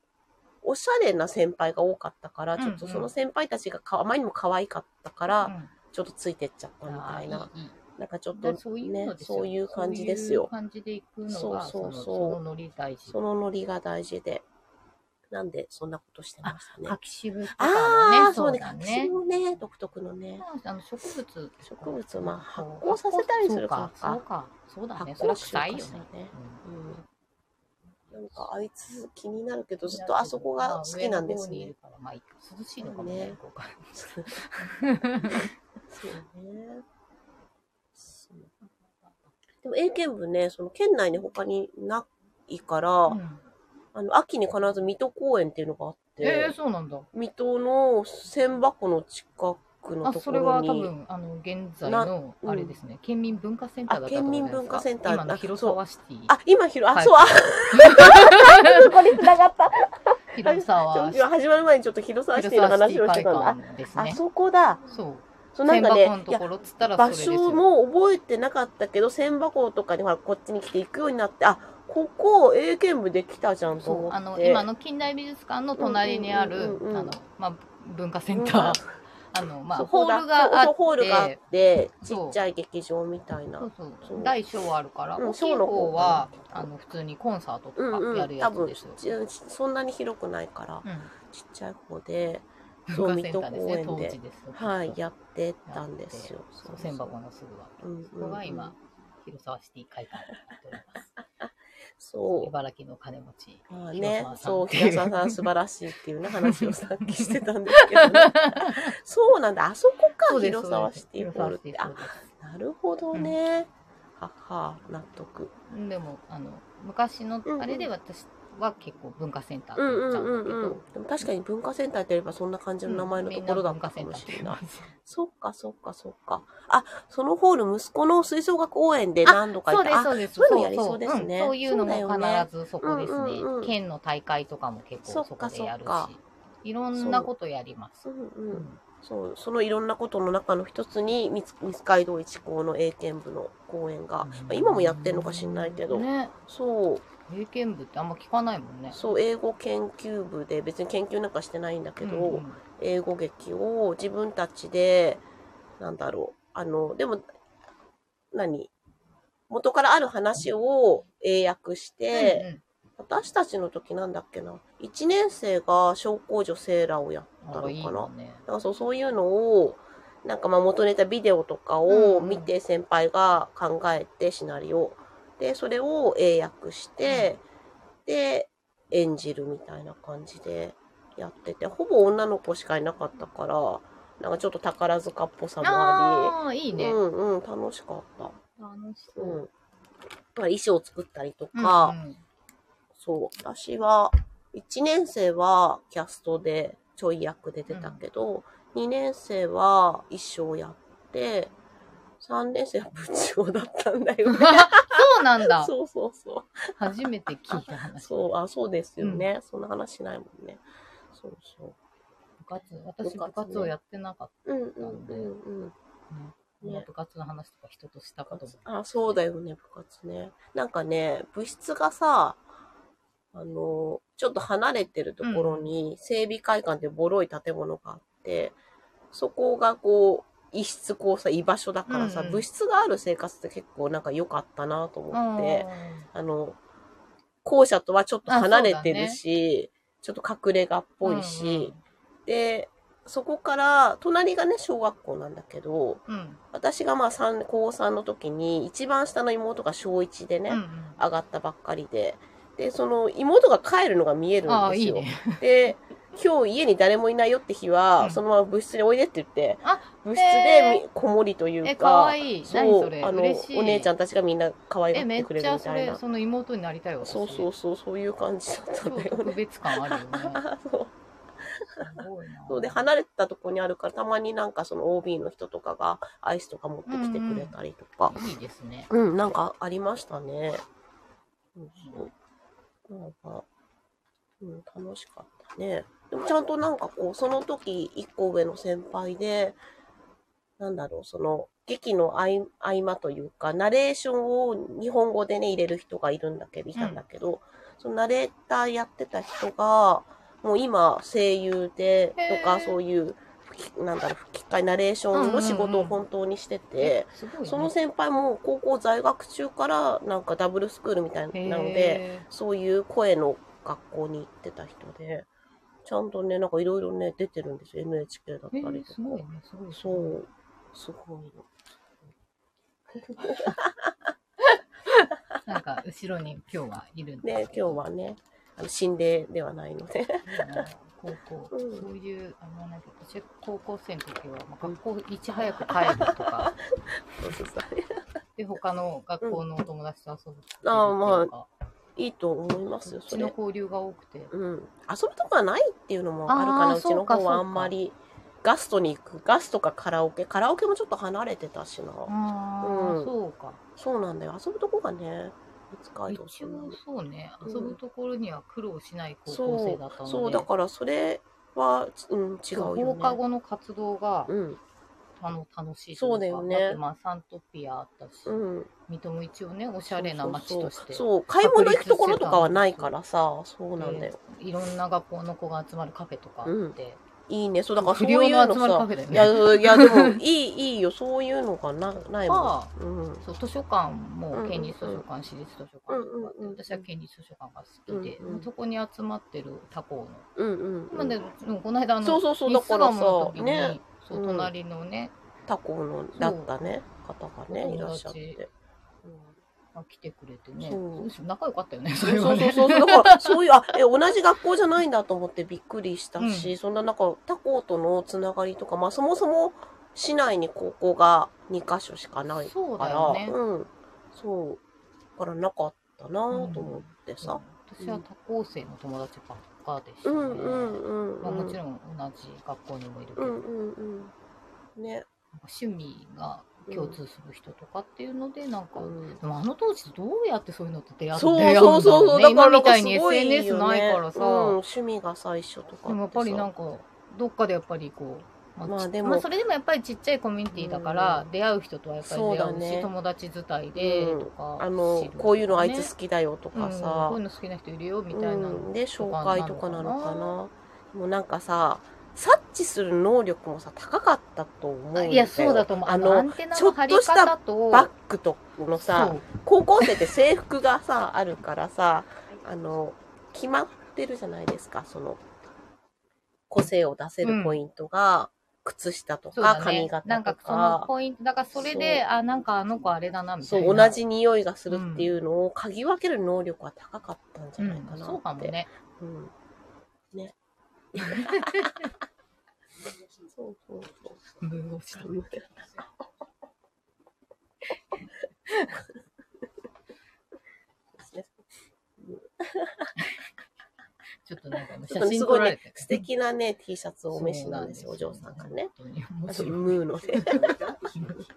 Speaker 1: おしゃれな先輩が多かったから、
Speaker 2: うんうん
Speaker 1: ちょっとその先輩たちがかあまりにも可愛かったから、
Speaker 2: うん
Speaker 1: ちょっとついてっちゃったみたいな。
Speaker 2: あーいいいい
Speaker 1: なんかちょっ
Speaker 2: だ
Speaker 1: と
Speaker 2: からそういう
Speaker 1: ね
Speaker 2: の、ですよ
Speaker 1: そういう感じですよ
Speaker 2: そういう。感じで行くのが、
Speaker 1: そ
Speaker 2: そう
Speaker 1: そうそう
Speaker 2: のそのノリ大事。
Speaker 1: そのノリが大事で。なんで、そんなことしてましたね。
Speaker 2: 柿渋とかも
Speaker 1: ああ
Speaker 2: ね、
Speaker 1: ー、そうね。
Speaker 2: だ
Speaker 1: 隠しもね、独特のね。
Speaker 2: あの植物
Speaker 1: 植物をまあ発酵させたりするから
Speaker 2: そうかそうかそうだね
Speaker 1: 発
Speaker 2: それ
Speaker 1: 酵
Speaker 2: は臭いよ
Speaker 1: 臭
Speaker 2: ね
Speaker 1: さね。
Speaker 2: う
Speaker 1: うん。なんか、あいつ気になるけど、
Speaker 2: ん
Speaker 1: ずっとあそこが好きなんです
Speaker 2: まあ上の方にい
Speaker 1: ね
Speaker 2: る。からまあいいか涼しいのかもね
Speaker 1: ね
Speaker 2: ここから
Speaker 1: そうそうね。そうでも、英検部ね、その県内に他にないから、
Speaker 2: うん
Speaker 1: あの、秋に必ず水戸公園っていうのがあって。
Speaker 2: えーそうなんだ
Speaker 1: 水戸の千箱の近くの
Speaker 2: あ
Speaker 1: と
Speaker 2: そ
Speaker 1: こ
Speaker 2: れは
Speaker 1: ろに
Speaker 2: 多分あの現在の
Speaker 1: な
Speaker 2: あれですね、県民文化センターだった
Speaker 1: あ
Speaker 2: と
Speaker 1: 県
Speaker 2: 思い
Speaker 1: 民
Speaker 2: ます
Speaker 1: 文化センター
Speaker 2: 今の広沢シティ
Speaker 1: あ今ひろあ、
Speaker 2: はい
Speaker 1: そうあそこに繋がった
Speaker 2: 広沢
Speaker 1: 今始まる前にちょっと広沢市の話をしてたんだ、
Speaker 2: 広沢シティ会館です
Speaker 1: あ
Speaker 2: ね
Speaker 1: そこだ
Speaker 2: そう
Speaker 1: そうな
Speaker 2: 千
Speaker 1: んか
Speaker 2: 箱の
Speaker 1: ねい
Speaker 2: と
Speaker 1: や
Speaker 2: ころっつったらそ
Speaker 1: 場
Speaker 2: れですよ
Speaker 1: 所も覚えてなかったけど千箱とかにほらこっちに来て行くようになってあここ英検部できたじゃんと
Speaker 2: そ
Speaker 1: 思
Speaker 2: う
Speaker 1: って
Speaker 2: あの今の近代美術館の隣にある
Speaker 1: うんうんうんうん
Speaker 2: あのまあ文化センターあのまあ
Speaker 1: そ
Speaker 2: ホ
Speaker 1: こ
Speaker 2: ー
Speaker 1: だ
Speaker 2: ルがあ
Speaker 1: そう
Speaker 2: っ
Speaker 1: ホールがあっててち
Speaker 2: そう
Speaker 1: っちゃい劇場みたいな
Speaker 2: そうそう
Speaker 1: そう
Speaker 2: 大小あるから
Speaker 1: うん
Speaker 2: 大きい
Speaker 1: 小の方
Speaker 2: 方は
Speaker 1: かな
Speaker 2: あの普通にコンサートと
Speaker 1: うん
Speaker 2: か
Speaker 1: う
Speaker 2: や
Speaker 1: ん
Speaker 2: る
Speaker 1: 多
Speaker 2: やつ
Speaker 1: 分
Speaker 2: ですよ
Speaker 1: ちそんなに広くないから
Speaker 2: うん
Speaker 1: ちっちゃい方でそう
Speaker 2: 文化セン
Speaker 1: 水戸
Speaker 2: ターですね
Speaker 1: 公園
Speaker 2: 当
Speaker 1: で
Speaker 2: 時です
Speaker 1: はい、
Speaker 2: や
Speaker 1: やってたんですよ。
Speaker 2: そう千箱のすぐは
Speaker 1: うん
Speaker 2: そこが
Speaker 1: うんうん
Speaker 2: 今広沢シティ会館になっておりま
Speaker 1: そ
Speaker 2: す
Speaker 1: う。
Speaker 2: 茨城の金持 ち
Speaker 1: まあね、そう、平
Speaker 2: 広
Speaker 1: 沢
Speaker 2: 沢
Speaker 1: さ
Speaker 2: さん
Speaker 1: ん素晴らしいっていうね、話をさっきしてたんですけ ど、ね、そうなんだ、あそこ
Speaker 2: そ
Speaker 1: か、
Speaker 2: う です
Speaker 1: 広沢シティホールって。
Speaker 2: 広
Speaker 1: あ
Speaker 2: 沢シティホール、です
Speaker 1: なるほどね。はは、納得。
Speaker 2: でもあの昔の
Speaker 1: うんうん
Speaker 2: あれで私は結構文化センターって
Speaker 1: う
Speaker 2: 言っ
Speaker 1: んう
Speaker 2: ちゃ
Speaker 1: ん
Speaker 2: う
Speaker 1: うん
Speaker 2: だけど、
Speaker 1: んうん。でも確かに文化センターって言えばそんな感じの名前のところだったかもしれない。そっかそっかそっか。あ、そのホール、息子の吹奏楽応援で何度か行
Speaker 2: そ
Speaker 1: っ
Speaker 2: うで
Speaker 1: た。
Speaker 2: す、そ
Speaker 1: あ、
Speaker 2: うです。
Speaker 1: そういうのやりそうですね
Speaker 2: んそういうのも
Speaker 1: そうだよね
Speaker 2: 必ずそこですね
Speaker 1: うんうんうん。
Speaker 2: 県の大会とかも結
Speaker 1: そっ
Speaker 2: 構
Speaker 1: か
Speaker 2: そこでやるし
Speaker 1: そっか、
Speaker 2: いろんなことやります
Speaker 1: う。ん
Speaker 2: う
Speaker 1: うん。
Speaker 2: ん
Speaker 1: そう、そのいろんなことの中の一つに、みつ三街道一高の英検部の講演が、まあ今もやってんのか知んないけど、
Speaker 2: ね、
Speaker 1: そう、
Speaker 2: 英検部ってあんま聞かないもんね。
Speaker 1: そう、英語研究部で、別に研究なんかしてないんだけど、
Speaker 2: うんうん
Speaker 1: 英語劇を自分たちで、なんだろう、あの、でも、何元からある話を英訳して、
Speaker 2: うんうん
Speaker 1: 私たちの時なんだっけな、1年生が小公女セーラーをやったの
Speaker 2: あいい
Speaker 1: かな。
Speaker 2: よね。
Speaker 1: なんかそうそういうのを、なんかまあ元ネタビデオとかを見て先輩が考えてシナリオ。で、それを英訳して、で、演じるみたいな感じでやってて、ほぼ女の子しかいなかったから、なんかちょっと宝塚っぽさもあ
Speaker 2: ああ、いい
Speaker 1: り、
Speaker 2: ね。
Speaker 1: うんうん、楽しかった。
Speaker 2: 楽しそ
Speaker 1: うん。
Speaker 2: う。
Speaker 1: まあ衣装を作ったりと
Speaker 2: うん
Speaker 1: か、
Speaker 2: うん
Speaker 1: そう。私は、1年生はキャストでちょい役で出たけど、2年生は一生やって、3年生は部長だったんだよね。
Speaker 2: そうなんだ。
Speaker 1: そうそうそ
Speaker 2: 初めて聞いた
Speaker 1: う。
Speaker 2: 話。
Speaker 1: そう、あ、そうですよね。そんな話しないもんね。そうそう。
Speaker 2: 部活、私
Speaker 1: 部活ね
Speaker 2: 部活をやってなかっ
Speaker 1: うんうんうんうん。
Speaker 2: たね。
Speaker 1: ね
Speaker 2: 部活の話とか人としたかと思う。
Speaker 1: あ、そうだよね、部活ね。なんかね、部室がさ、あの、ちょっと離れてるところに、整備会館ってボロい建物があって、そこがこう、一室こうさ、居場所だからさ、
Speaker 2: うんうん
Speaker 1: 部室がある生活って結構なんか良かったなと思って、あの、校舎とはちょっと離れてるし、ちょっと隠れ家っぽいし、で、そこから、隣がね、小学校なんだけど、
Speaker 2: うん。うん。
Speaker 1: 私がまあ三高3の時に一番下の妹が小1でね、
Speaker 2: うんうん
Speaker 1: 上がったばっかりででその妹が帰るのが見えるん
Speaker 2: ああ、
Speaker 1: で
Speaker 2: い
Speaker 1: す
Speaker 2: い
Speaker 1: よ
Speaker 2: ね。
Speaker 1: で今日家に誰もいないよって日
Speaker 2: う
Speaker 1: は、
Speaker 2: ん
Speaker 1: そのまま部室においでって言って
Speaker 2: あ
Speaker 1: 部室
Speaker 2: へ
Speaker 1: でみこもりというか
Speaker 2: え、かわいい。何
Speaker 1: そう
Speaker 2: それ
Speaker 1: あの
Speaker 2: 嬉しい。
Speaker 1: お姉ちゃ
Speaker 2: ん。
Speaker 1: んたちがみんな可愛が
Speaker 2: え、
Speaker 1: っ
Speaker 2: め
Speaker 1: て
Speaker 2: っ
Speaker 1: くれ
Speaker 2: ち
Speaker 1: るみ
Speaker 2: ゃそ
Speaker 1: た
Speaker 2: れ、
Speaker 1: いな
Speaker 2: その妹になりたいわ。私
Speaker 1: そうそう。そうそういう感じだったん
Speaker 2: 超
Speaker 1: だよね
Speaker 2: 特。別感あるよね。
Speaker 1: そう
Speaker 2: すごいな。
Speaker 1: そうで離れてたとこにあるからたまになんかその OB の人とかがアイスとか持ってきてくれたりとか、
Speaker 2: いいですね。
Speaker 1: うん、なんかありましたね。そうそう。なんか、うん、楽しかったね。でもちゃんとなんかこう、その時、一個上の先輩で、なんだろう、その、劇の合い合間というか、ナレーションを日本語でね、入れる人がいるんだけど、いたんだけど、そのナレーターやってた人が、もう今、声優で、と
Speaker 2: へ
Speaker 1: か、
Speaker 2: ー
Speaker 1: そういう、吹きなんだろう、吹き替え、ナレーションの仕事を本当にしてて、
Speaker 2: すごいね、
Speaker 1: その先輩も高校在学中からなんかダブルスクールみたいなので、
Speaker 2: へ
Speaker 1: そういう声の学校に行ってた人で、ちゃんとね、なんかいろいろね、出てるんですよ。NHK だった
Speaker 2: ー、え
Speaker 1: り
Speaker 2: ー、
Speaker 1: と
Speaker 2: すごいね
Speaker 1: か。、
Speaker 2: すごい。
Speaker 1: そう、すごいの。
Speaker 2: なんか、後ろに今日はいるんで
Speaker 1: ね、
Speaker 2: すけ
Speaker 1: 今
Speaker 2: ど
Speaker 1: 日はね、あの心霊ではないので。
Speaker 2: 高校、
Speaker 1: うん
Speaker 2: そういう、あの、なんか、私、高校生の時は、まあ、学校いち早く帰るとか、
Speaker 1: そうそうそう
Speaker 2: で、他の学校のお友達と遊ぶっていう
Speaker 1: あーまあ
Speaker 2: あ、
Speaker 1: いいと思いま
Speaker 2: う
Speaker 1: すよ、そ
Speaker 2: ちの
Speaker 1: れ。
Speaker 2: 交流が多くて。
Speaker 1: うん。遊ぶとこがないっていうのもあるか
Speaker 2: あ
Speaker 1: な。
Speaker 2: ー
Speaker 1: うちの
Speaker 2: そう
Speaker 1: 方
Speaker 2: かそうか
Speaker 1: はあんまり。ガストに行く。ガストかカラオケ。カラオケもちょっと離れてたしな。
Speaker 2: ああ、
Speaker 1: うん
Speaker 2: そうか。
Speaker 1: そうなんだよ。遊ぶとこがね、別海道
Speaker 2: 一
Speaker 1: そんな
Speaker 2: 応
Speaker 1: に
Speaker 2: そうね、
Speaker 1: うん
Speaker 2: 遊ぶところには苦労しない高校
Speaker 1: そ
Speaker 2: 生だったので、
Speaker 1: う、そう、だからそれは、うん、違う
Speaker 2: そう
Speaker 1: よ
Speaker 2: 放課
Speaker 1: ね。
Speaker 2: 後の活動が、
Speaker 1: うん、
Speaker 2: あの楽しいといか
Speaker 1: そうだよね
Speaker 2: だってまあサントピアあったし、
Speaker 1: うん。
Speaker 2: 水戸も一応ねおしゃれな街として
Speaker 1: そうそうそう、買い物行くところとかはないからさ、そうなんだよ。
Speaker 2: いろんな学校の子が集まるカフェとかあって、
Speaker 1: うんいいね、そう、だからそ
Speaker 2: 不
Speaker 1: うい
Speaker 2: 良
Speaker 1: う
Speaker 2: の
Speaker 1: の
Speaker 2: 集まるカ
Speaker 1: さ、
Speaker 2: フェだよ
Speaker 1: い
Speaker 2: ね
Speaker 1: や、いや、でも、いい、いいよ、そういうのがな、ないも
Speaker 2: まあ
Speaker 1: ん。うん。
Speaker 2: そう図書館も
Speaker 1: うん
Speaker 2: 県立図書館、私立図書館とかあって、
Speaker 1: うんうんうん
Speaker 2: 私は県立図書館が好きで、
Speaker 1: うんうん
Speaker 2: そこに集まってる他校の、
Speaker 1: うんうん、う
Speaker 2: まあで
Speaker 1: ん。
Speaker 2: もこの間あの
Speaker 1: そうそうそう
Speaker 2: ミスガムの時に
Speaker 1: だからさね
Speaker 2: そう
Speaker 1: うん
Speaker 2: 隣のね、
Speaker 1: 他校の、だったね、方が
Speaker 2: そう
Speaker 1: ね、いらっしゃって。うん
Speaker 2: まあ来てくれてね
Speaker 1: そう
Speaker 2: むしろ仲良かったよねそ
Speaker 1: そう
Speaker 2: れは
Speaker 1: そう
Speaker 2: ね
Speaker 1: そうそう。だから、そういう、あ、え、同じ学校じゃないんだと思ってびっくりしたし、そんななんか、他校とのつながりとか、まあ、そもそも市内に高校が2箇所しかない か
Speaker 2: そうだよ
Speaker 1: ら、
Speaker 2: ね、
Speaker 1: うん。そう。だからなかったなぁと思ってさ。
Speaker 2: うん私は他校生の友達ばっかでし
Speaker 1: う
Speaker 2: たね、
Speaker 1: んうんうん。
Speaker 2: まあ、もち
Speaker 1: ん。
Speaker 2: ろん同じ学校にもいるけ
Speaker 1: う
Speaker 2: ど、
Speaker 1: んうんうん。ね。
Speaker 2: 趣味が共通する人とかっていうのでなんか、
Speaker 1: うん
Speaker 2: でもあの当時ってどうやってそういうのって出会
Speaker 1: そう
Speaker 2: 出会
Speaker 1: そううん
Speaker 2: だ
Speaker 1: そう
Speaker 2: ろ
Speaker 1: そうう。
Speaker 2: ね
Speaker 1: だ
Speaker 2: 今
Speaker 1: からなん
Speaker 2: みた
Speaker 1: か
Speaker 2: い
Speaker 1: す
Speaker 2: に
Speaker 1: ごい
Speaker 2: SNS
Speaker 1: よね
Speaker 2: ないからさ、
Speaker 1: うん、趣味が最初とかてさ
Speaker 2: でもやっぱりなんかどっかでやっぱりこう、ま
Speaker 1: まあ
Speaker 2: ち
Speaker 1: でも
Speaker 2: まあ、それでもやっぱりちっちゃいコミュニティだから、
Speaker 1: うん
Speaker 2: 出会う人とはやっぱり出
Speaker 1: そ
Speaker 2: 会
Speaker 1: う
Speaker 2: う
Speaker 1: だ
Speaker 2: し
Speaker 1: ね
Speaker 2: 友達伝いでとか、
Speaker 1: あ
Speaker 2: 知
Speaker 1: の
Speaker 2: るとかね
Speaker 1: こういうのあいつ好きだよとか
Speaker 2: うん
Speaker 1: さ、
Speaker 2: こういうの好きな人いるよみたいなの、
Speaker 1: うん、で紹介とかなのかな
Speaker 2: とかなの
Speaker 1: もうなんかさ察知する能力もさ、高かったと思うんだ
Speaker 2: あ
Speaker 1: よ。
Speaker 2: いや、そうだと思う。あ
Speaker 1: あ
Speaker 2: の、ア
Speaker 1: の、
Speaker 2: ンテナの張り方と、
Speaker 1: バッグとの
Speaker 2: そ
Speaker 1: さ、
Speaker 2: う
Speaker 1: 高校生って制服がさ、あるからさ、あの、決まってるじゃないですか、その、個性を出せるポイントが、靴下と
Speaker 2: そう
Speaker 1: か
Speaker 2: だ
Speaker 1: 髪
Speaker 2: ね。
Speaker 1: 型とか。
Speaker 2: なんかそのポイント、だからそれで、あ、なんかあの子あれだな、みた
Speaker 1: そ
Speaker 2: いな。
Speaker 1: う、同じ匂いがするっていうのを嗅ぎ分ける能力は高かったんじ
Speaker 2: う
Speaker 1: ゃない
Speaker 2: ん
Speaker 1: かなって。、
Speaker 2: そうかもね。
Speaker 1: うん。ね。そうそうそう。
Speaker 2: 無をした。ちょっとなんかもう
Speaker 1: ち
Speaker 2: 写
Speaker 1: ょっとね
Speaker 2: 真
Speaker 1: す
Speaker 2: 撮
Speaker 1: ごい
Speaker 2: られ
Speaker 1: ね
Speaker 2: て、
Speaker 1: 素敵なね、T シャツをお召しなんですよ、お嬢さんがね。。
Speaker 2: そうなんですよ本当に面
Speaker 1: 私、
Speaker 2: 白い
Speaker 1: ムーので。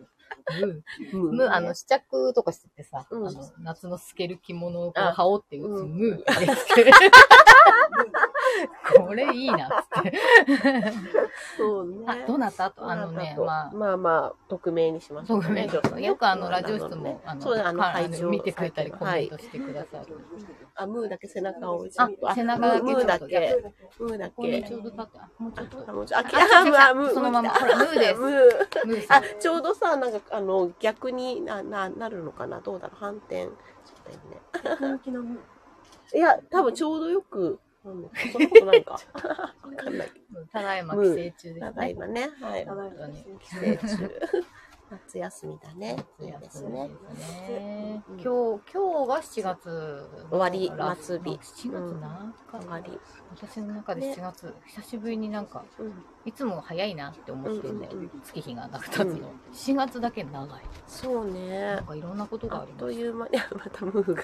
Speaker 1: ム ー
Speaker 2: ム
Speaker 1: のね
Speaker 2: ー、あの、試着とかしててさ、
Speaker 1: うん
Speaker 2: あの夏の透ける着物をこう
Speaker 1: あ
Speaker 2: 羽織って打つ
Speaker 1: うん
Speaker 2: ムーですけど、これいいな、つって。
Speaker 1: そうね。
Speaker 2: あ、どなたと、あのね、まあ、
Speaker 1: まあまあ、匿名にしましょう
Speaker 2: 匿
Speaker 1: か
Speaker 2: 名
Speaker 1: ね、
Speaker 2: で
Speaker 1: ちょっとね
Speaker 2: よくあの、ラジオ室も、あ
Speaker 1: そうねあの、
Speaker 2: か
Speaker 1: 会場
Speaker 2: 見てくれたり、コ
Speaker 1: は
Speaker 2: メン
Speaker 1: い
Speaker 2: ト。してくださる。
Speaker 1: あ、ムーだけ背中を。
Speaker 2: あ背中だけ
Speaker 1: ムーだ
Speaker 2: ちょっ
Speaker 1: け。ムーだ
Speaker 2: ここに
Speaker 1: け
Speaker 2: ち。ょうど立って、あ、もうちょっと。
Speaker 1: あ、もうちょあ、
Speaker 2: あ来た来た
Speaker 1: あムー
Speaker 2: そのままほらムーです
Speaker 1: ムー。
Speaker 2: ムーさ
Speaker 1: あ
Speaker 2: ん。、
Speaker 1: ちょうどさ、なんか、あの、逆にな、な、なるのかなどうだろう反転。ちょっとね。いや、多分ちょうどよく、なんだそんなことないか。わかんない。
Speaker 2: ただいま
Speaker 1: ム
Speaker 2: 寄生
Speaker 1: ー
Speaker 2: 虫です
Speaker 1: ただい
Speaker 2: ね。
Speaker 1: まね。はい。
Speaker 2: 本当に
Speaker 1: 帰省中。夏休みだね。いいですね。
Speaker 2: ね
Speaker 1: うん
Speaker 2: 今日、今日が7月。
Speaker 1: 終わり
Speaker 2: ラス
Speaker 1: 末日
Speaker 2: 7月な、
Speaker 1: 終わり。
Speaker 2: 私の中で
Speaker 1: ね
Speaker 2: 7月、久しぶりになんか、
Speaker 1: うん。
Speaker 2: いつも早いなって思ってるんだよ。
Speaker 1: うんうんうん
Speaker 2: 月日が経つの。4月だけ長い。
Speaker 1: そうね
Speaker 2: なん。かいろんなことが
Speaker 1: あ
Speaker 2: あり
Speaker 1: っ
Speaker 2: ま
Speaker 1: と
Speaker 2: す。
Speaker 1: いう間に、またムーが。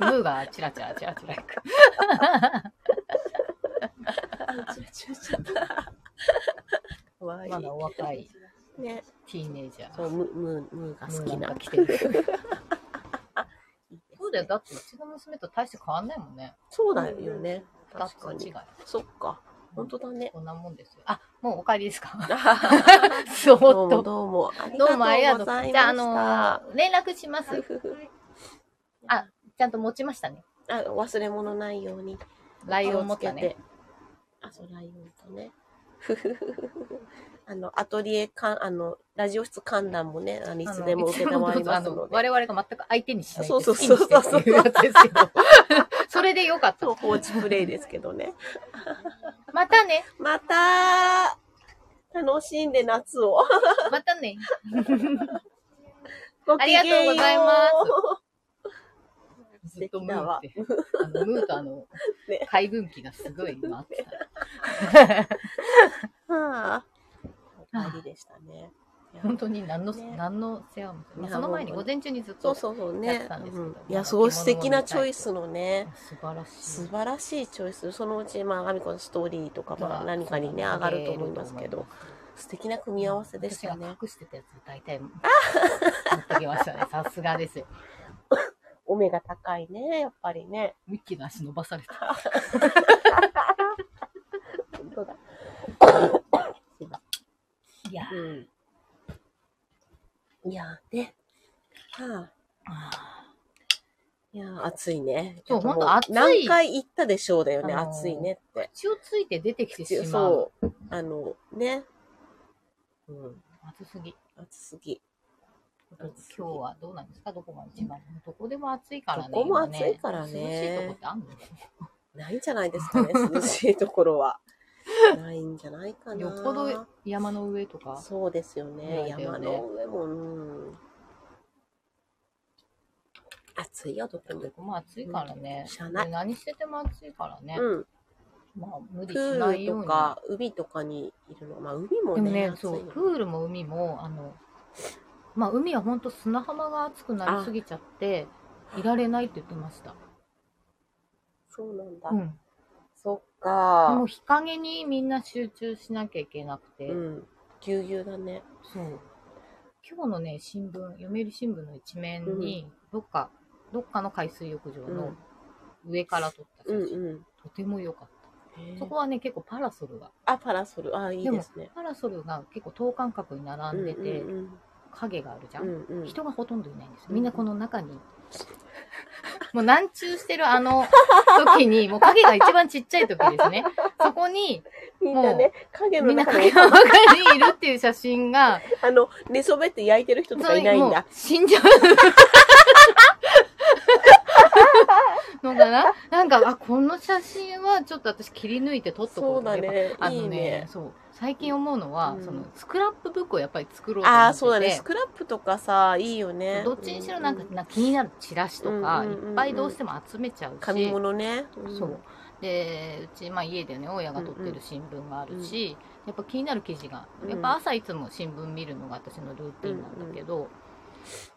Speaker 2: ムーがチラチラチラチラいく。
Speaker 1: かわい
Speaker 2: まだお
Speaker 1: い。
Speaker 2: 若い
Speaker 1: ね。
Speaker 2: ティーネイジャー。
Speaker 1: そう、ムー、ムー、ムーが好
Speaker 2: ム
Speaker 1: き
Speaker 2: ーな
Speaker 1: なん
Speaker 2: か。来てる。そうだよ。だってうちの娘と大して変わんないもんね。
Speaker 1: そうだよね。
Speaker 2: 二つ
Speaker 1: 確か
Speaker 2: 違い
Speaker 1: に。。そっか。本当だね。
Speaker 2: こんなもんですよ。あ、もうお帰りですか そ
Speaker 1: ど
Speaker 2: ーっ
Speaker 1: うも
Speaker 2: と。
Speaker 1: どうも。
Speaker 2: どうもありがとう。
Speaker 1: ござい
Speaker 2: じ
Speaker 1: ま
Speaker 2: ゃあ、
Speaker 1: した
Speaker 2: あのー連絡します。あ、ちゃんと持ちましたね。
Speaker 1: あ、忘れ物ないように。
Speaker 2: ライオン持った
Speaker 1: 気をつ
Speaker 2: ね
Speaker 1: け。て。あ、そう、ライオンとね。 ふふふふあの、アトリエかん、あの、ラジオ室観覧もね、あのい
Speaker 2: あ
Speaker 1: つ
Speaker 2: の
Speaker 1: でも受けたまります
Speaker 2: いつもど
Speaker 1: の
Speaker 2: うぞあの
Speaker 1: で。
Speaker 2: 我々が全く相手にしない
Speaker 1: そうそう
Speaker 2: 好きにしてっていうやつ ですけどそれでよかった
Speaker 1: そう、。放置プレイですけど ね。
Speaker 2: またね。
Speaker 1: また楽しんで夏を。
Speaker 2: またね。
Speaker 1: ごきげんよ。
Speaker 2: ありがとうございます ずっとムーって。あのムーとあの
Speaker 1: ね、
Speaker 2: 海軍機がすごい回ってた。
Speaker 1: はあ。お帰りでしたね。いや
Speaker 2: 本当に何の、
Speaker 1: ね
Speaker 2: 何の世話も。まあ
Speaker 1: いや
Speaker 2: その前に午前中にずっ
Speaker 1: そ
Speaker 2: と。
Speaker 1: うそうそう
Speaker 2: やっ
Speaker 1: ね
Speaker 2: てたんですけど
Speaker 1: うんいやすごい素敵なチョイスの
Speaker 2: あ
Speaker 1: ね
Speaker 2: 素晴らしい。
Speaker 1: 素晴らしいチョイスそのうちまあアミコのストーリーとかまあ
Speaker 2: が
Speaker 1: 何かにね上がると思いますけ
Speaker 2: 上が
Speaker 1: ど
Speaker 2: ると
Speaker 1: 素敵な組み合わせでした
Speaker 2: 私が
Speaker 1: ね
Speaker 2: 隠してたやつ大体持ってきました ね。さすがですよ。
Speaker 1: お目が高いねやっぱりね
Speaker 2: ミッキーの足伸ばさ れた。
Speaker 1: 本当だ
Speaker 2: いや
Speaker 1: うんいやーねはあ
Speaker 2: あ
Speaker 1: いやー暑いね
Speaker 2: そう
Speaker 1: ちょっと
Speaker 2: ほん
Speaker 1: も
Speaker 2: と暑い
Speaker 1: 何回行ったでしょうだよね
Speaker 2: あのー
Speaker 1: 暑いねっ
Speaker 2: ー血をついて出てきてしてまう。
Speaker 1: そうあのねうん
Speaker 2: 暑すぎ。
Speaker 1: 暑すぎ
Speaker 2: 今日はどうなんですかどこが一番どこでも暑いからね。
Speaker 1: どこも暑いからね
Speaker 2: 今涼しいとこってあんの
Speaker 1: ないんじゃないですかね、涼しいとこ ろは。ないんじゃないかな。
Speaker 2: よっぽど山の上とか。
Speaker 1: そうですよね。
Speaker 2: ないだよ
Speaker 1: 山
Speaker 2: ね
Speaker 1: の上も、うん。暑いよ、どこも
Speaker 2: ど。こも暑いからね。
Speaker 1: しゃあない
Speaker 2: で何してても暑いからね。
Speaker 1: うん。
Speaker 2: まあ無
Speaker 1: プ
Speaker 2: 理しない
Speaker 1: ー
Speaker 2: よう
Speaker 1: ル
Speaker 2: に。
Speaker 1: とか、海とかにいるの。まあ、海も
Speaker 2: でも
Speaker 1: ね、
Speaker 2: ね、
Speaker 1: 暑い
Speaker 2: そ
Speaker 1: よ
Speaker 2: う、プールも海も、あの、まあ、海は本当砂浜が熱くなりすぎちゃって、いられないって言ってました。
Speaker 1: そうなんだ。
Speaker 2: うん。
Speaker 1: そっ
Speaker 2: も
Speaker 1: か
Speaker 2: う。日陰にみんな集中しなきゃいけなくて、
Speaker 1: うん。ぎゅうぎゅうだね。
Speaker 2: そう。今日のね、新聞、読売新聞の一面に、どっか、どっかの海水浴場の上から撮った写
Speaker 1: うん
Speaker 2: 真、
Speaker 1: うん。
Speaker 2: とても良かった。
Speaker 1: へえ
Speaker 2: そこはね、結構パラソルが、
Speaker 1: あ、パラソル。あ、いいですね。
Speaker 2: パラソルが結構等間隔に並んでて、
Speaker 1: うんうん
Speaker 2: 影があるじゃ
Speaker 1: うん
Speaker 2: ん
Speaker 1: う。んうん。
Speaker 2: 人がほとんどいないんですよ。みん
Speaker 1: う
Speaker 2: なんこの中に。 もう難 中してるあの時に、もう影が一番ちっちゃい時ですね。そこに、
Speaker 1: みんなね、影の
Speaker 2: みんな
Speaker 1: 中
Speaker 2: 影
Speaker 1: で、
Speaker 2: の中にいるっていう写真が、
Speaker 1: あの、寝そべって焼いてる人とかいない
Speaker 2: も
Speaker 1: ん
Speaker 2: う
Speaker 1: だ。
Speaker 2: 死んじゃう。 のかななんか、あ、この写真はちょっと私切り抜いて撮っとこ
Speaker 1: そ
Speaker 2: う
Speaker 1: う
Speaker 2: と
Speaker 1: だ
Speaker 2: やっぱあ
Speaker 1: ね。いい
Speaker 2: のね
Speaker 1: ね。
Speaker 2: そう最近思うのは、
Speaker 1: うん
Speaker 2: そのスクラップブックをやっぱり作ろうと思ってて
Speaker 1: ああ、そうだね。スクラップとかさ、いいよね。
Speaker 2: どっちにしろなんか
Speaker 1: う
Speaker 2: なんか気になるチラシとか、
Speaker 1: うんうんうんうん
Speaker 2: いっぱいどうしても集めちゃうし
Speaker 1: 紙物ね。ん
Speaker 2: そう。でうち、まあ、家でね親が撮ってる新聞があるし、やっぱ気になる記事が
Speaker 1: うん
Speaker 2: やっぱ朝いつも新聞見るのが私のルーティンなんだけど、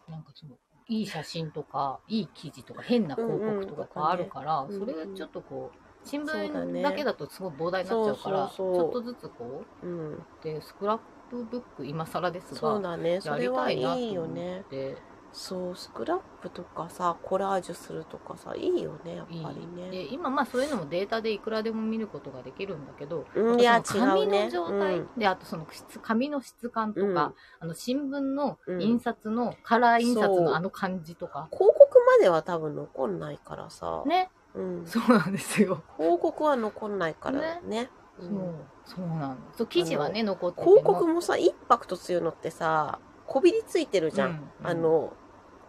Speaker 2: なんかそのいい写真とかいい記事とか変な広告とかがあるから、
Speaker 1: うんうん
Speaker 2: それちょっとこう新
Speaker 1: そうだね
Speaker 2: 聞だけだとすごい膨大になっちゃうから
Speaker 1: そうそうそう
Speaker 2: ちょっとずつこう
Speaker 1: うん。
Speaker 2: でスクラップブック今更です
Speaker 1: そう
Speaker 2: が
Speaker 1: だね。そ
Speaker 2: や
Speaker 1: れ
Speaker 2: り
Speaker 1: は
Speaker 2: た
Speaker 1: い
Speaker 2: いなと
Speaker 1: いよ
Speaker 2: 思
Speaker 1: ね
Speaker 2: っ。て
Speaker 1: そう、スクラップとかさ、コラージュするとかさ、いいよね、やっ
Speaker 2: い
Speaker 1: ぱり
Speaker 2: い
Speaker 1: ね。
Speaker 2: で今まあそういうのもデータでいくらでも見ることができるんだけど
Speaker 1: うん、い
Speaker 2: や
Speaker 1: や、
Speaker 2: っぱ
Speaker 1: 違
Speaker 2: その
Speaker 1: う
Speaker 2: 紙
Speaker 1: ね
Speaker 2: の。状態、であとその質紙の質感とか、
Speaker 1: うん
Speaker 2: あの新聞の
Speaker 1: うん
Speaker 2: 印刷の、カラー印刷
Speaker 1: そう
Speaker 2: のあの感じとか
Speaker 1: 広告までは多分残んないからさ、
Speaker 2: ね
Speaker 1: うん、
Speaker 2: そうなんですよ、
Speaker 1: 広告は残んないからねうん
Speaker 2: そうそうなのそう記事はね残ってても
Speaker 1: 広告もさインパクト強いのってさこびりついてるじゃん、
Speaker 2: うん
Speaker 1: あの